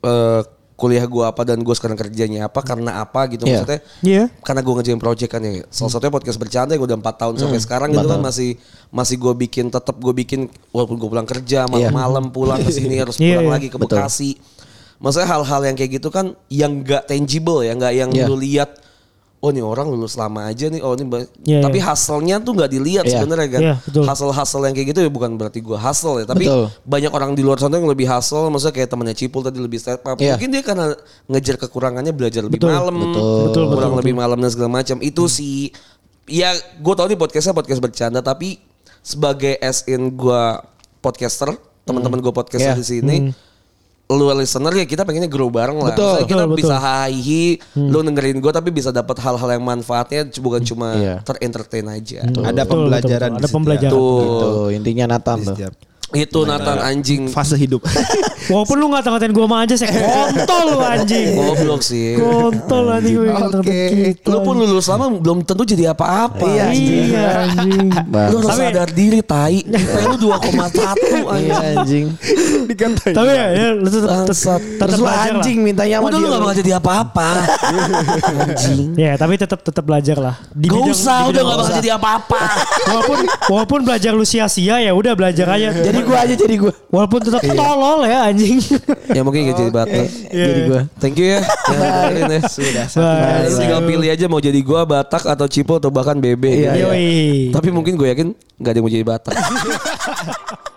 Speaker 3: eh, kuliah gua apa dan gua sekarang kerjanya apa karena apa gitu
Speaker 4: Iya.
Speaker 3: maksudnya.
Speaker 2: Iya. Hmm.
Speaker 3: Karena gua ngerjain project kan ya. Salah satunya podcast bercanda yang udah 4 tahun sampai sekarang gitu kan masih masih gua bikin tetap gua bikin walaupun gua pulang kerja malam-malam pulang ke sini harus
Speaker 2: Iya,
Speaker 3: pulang
Speaker 2: iya.
Speaker 3: lagi ke Bekasi. Maksudnya hal-hal yang kayak gitu kan yang enggak tangible ya, enggak yang
Speaker 4: Iya.
Speaker 3: lu lihat oh nih orang lulus lama aja nih, oh ini ba-
Speaker 2: Iya,
Speaker 3: tapi
Speaker 2: iya.
Speaker 3: hasilnya tuh nggak dilihat
Speaker 4: Iya.
Speaker 3: sebenarnya kan.
Speaker 2: Iya, betul.
Speaker 3: Hustle-hustle yang kayak gitu ya bukan berarti gua hustle ya, tapi
Speaker 4: Betul.
Speaker 3: banyak orang di luar sana yang lebih hustle maksudnya kayak temannya Cipul tadi lebih step up
Speaker 4: Iya.
Speaker 3: mungkin dia karena ngejar kekurangannya belajar lebih
Speaker 2: Betul.
Speaker 3: malam
Speaker 4: Betul. Hmm.
Speaker 2: Betul, betul,
Speaker 3: kurang
Speaker 2: betul.
Speaker 3: lebih malam dan segala macam itu sih ya gue tau nih podcastnya podcast bercanda tapi sebagai as in gue podcaster teman-teman gue podcaster
Speaker 4: Iya.
Speaker 3: di sini
Speaker 2: Hmm.
Speaker 3: lu listener ya kita pengennya grow bareng lah.
Speaker 4: Betul.
Speaker 3: Maksudnya kita
Speaker 2: Betul, Hmm.
Speaker 3: bisa hahihi, lu dengerin gue tapi bisa dapat hal-hal yang manfaatnya bukan cuma
Speaker 4: Iya.
Speaker 3: terentertain aja.
Speaker 5: Ada pembelajaran di
Speaker 2: Ada
Speaker 5: situ ya.
Speaker 2: pembelajaran.
Speaker 3: Tuh.
Speaker 4: Tuh, Gitu, intinya Nathan tuh.
Speaker 5: Setiap
Speaker 3: Itu Nathan anjing.
Speaker 5: fase hidup.
Speaker 2: Walaupun lu nggak ngatain gue mah aja sih ya, kontol lu anjing.
Speaker 3: Goblok sih.
Speaker 2: Kontol anjing gue nggak
Speaker 5: Oke.
Speaker 2: terbegitu.
Speaker 3: Lu pun lulus lama belum tentu jadi apa-apa.
Speaker 2: Iya, iya anjing.
Speaker 3: Lu harus
Speaker 2: Tapi-
Speaker 3: sadar diri tai. IP lu 2,1
Speaker 4: Iya
Speaker 3: anjing.
Speaker 4: anjing.
Speaker 5: Dikatain.
Speaker 2: Tapi ya, ya lu tetap
Speaker 3: Bangsat.
Speaker 4: Terus lu
Speaker 2: belajar
Speaker 4: anjing mintanya sama
Speaker 3: Udah lu
Speaker 4: dia.
Speaker 3: gak bakal jadi apa-apa. anjing.
Speaker 2: lah. Ya, tapi tetap tetap belajar lah. Di
Speaker 3: Gak
Speaker 2: bidang-
Speaker 3: usah,
Speaker 2: di
Speaker 3: udah
Speaker 2: bidang-
Speaker 3: gak bakal jadi apa-apa.
Speaker 2: Walaupun walaupun belajar lu sia-sia ya udah belajar aja.
Speaker 4: Jadi gua aja jadi gua.
Speaker 2: walaupun tetap tolol ya anjing.
Speaker 3: ya mungkin gak jadi butler.
Speaker 2: Iya,
Speaker 4: Jadi gua.
Speaker 3: Thank you ya. Yang dengerin ya. Sudah. Iya.
Speaker 2: Bye.
Speaker 3: Lu tinggal pilih aja mau jadi gua Batak atau Cipo atau bahkan Bebe.
Speaker 4: Iya,
Speaker 3: gitu.
Speaker 2: Yoi.
Speaker 3: Tapi mungkin gue yakin gak ada yang mau jadi Batak.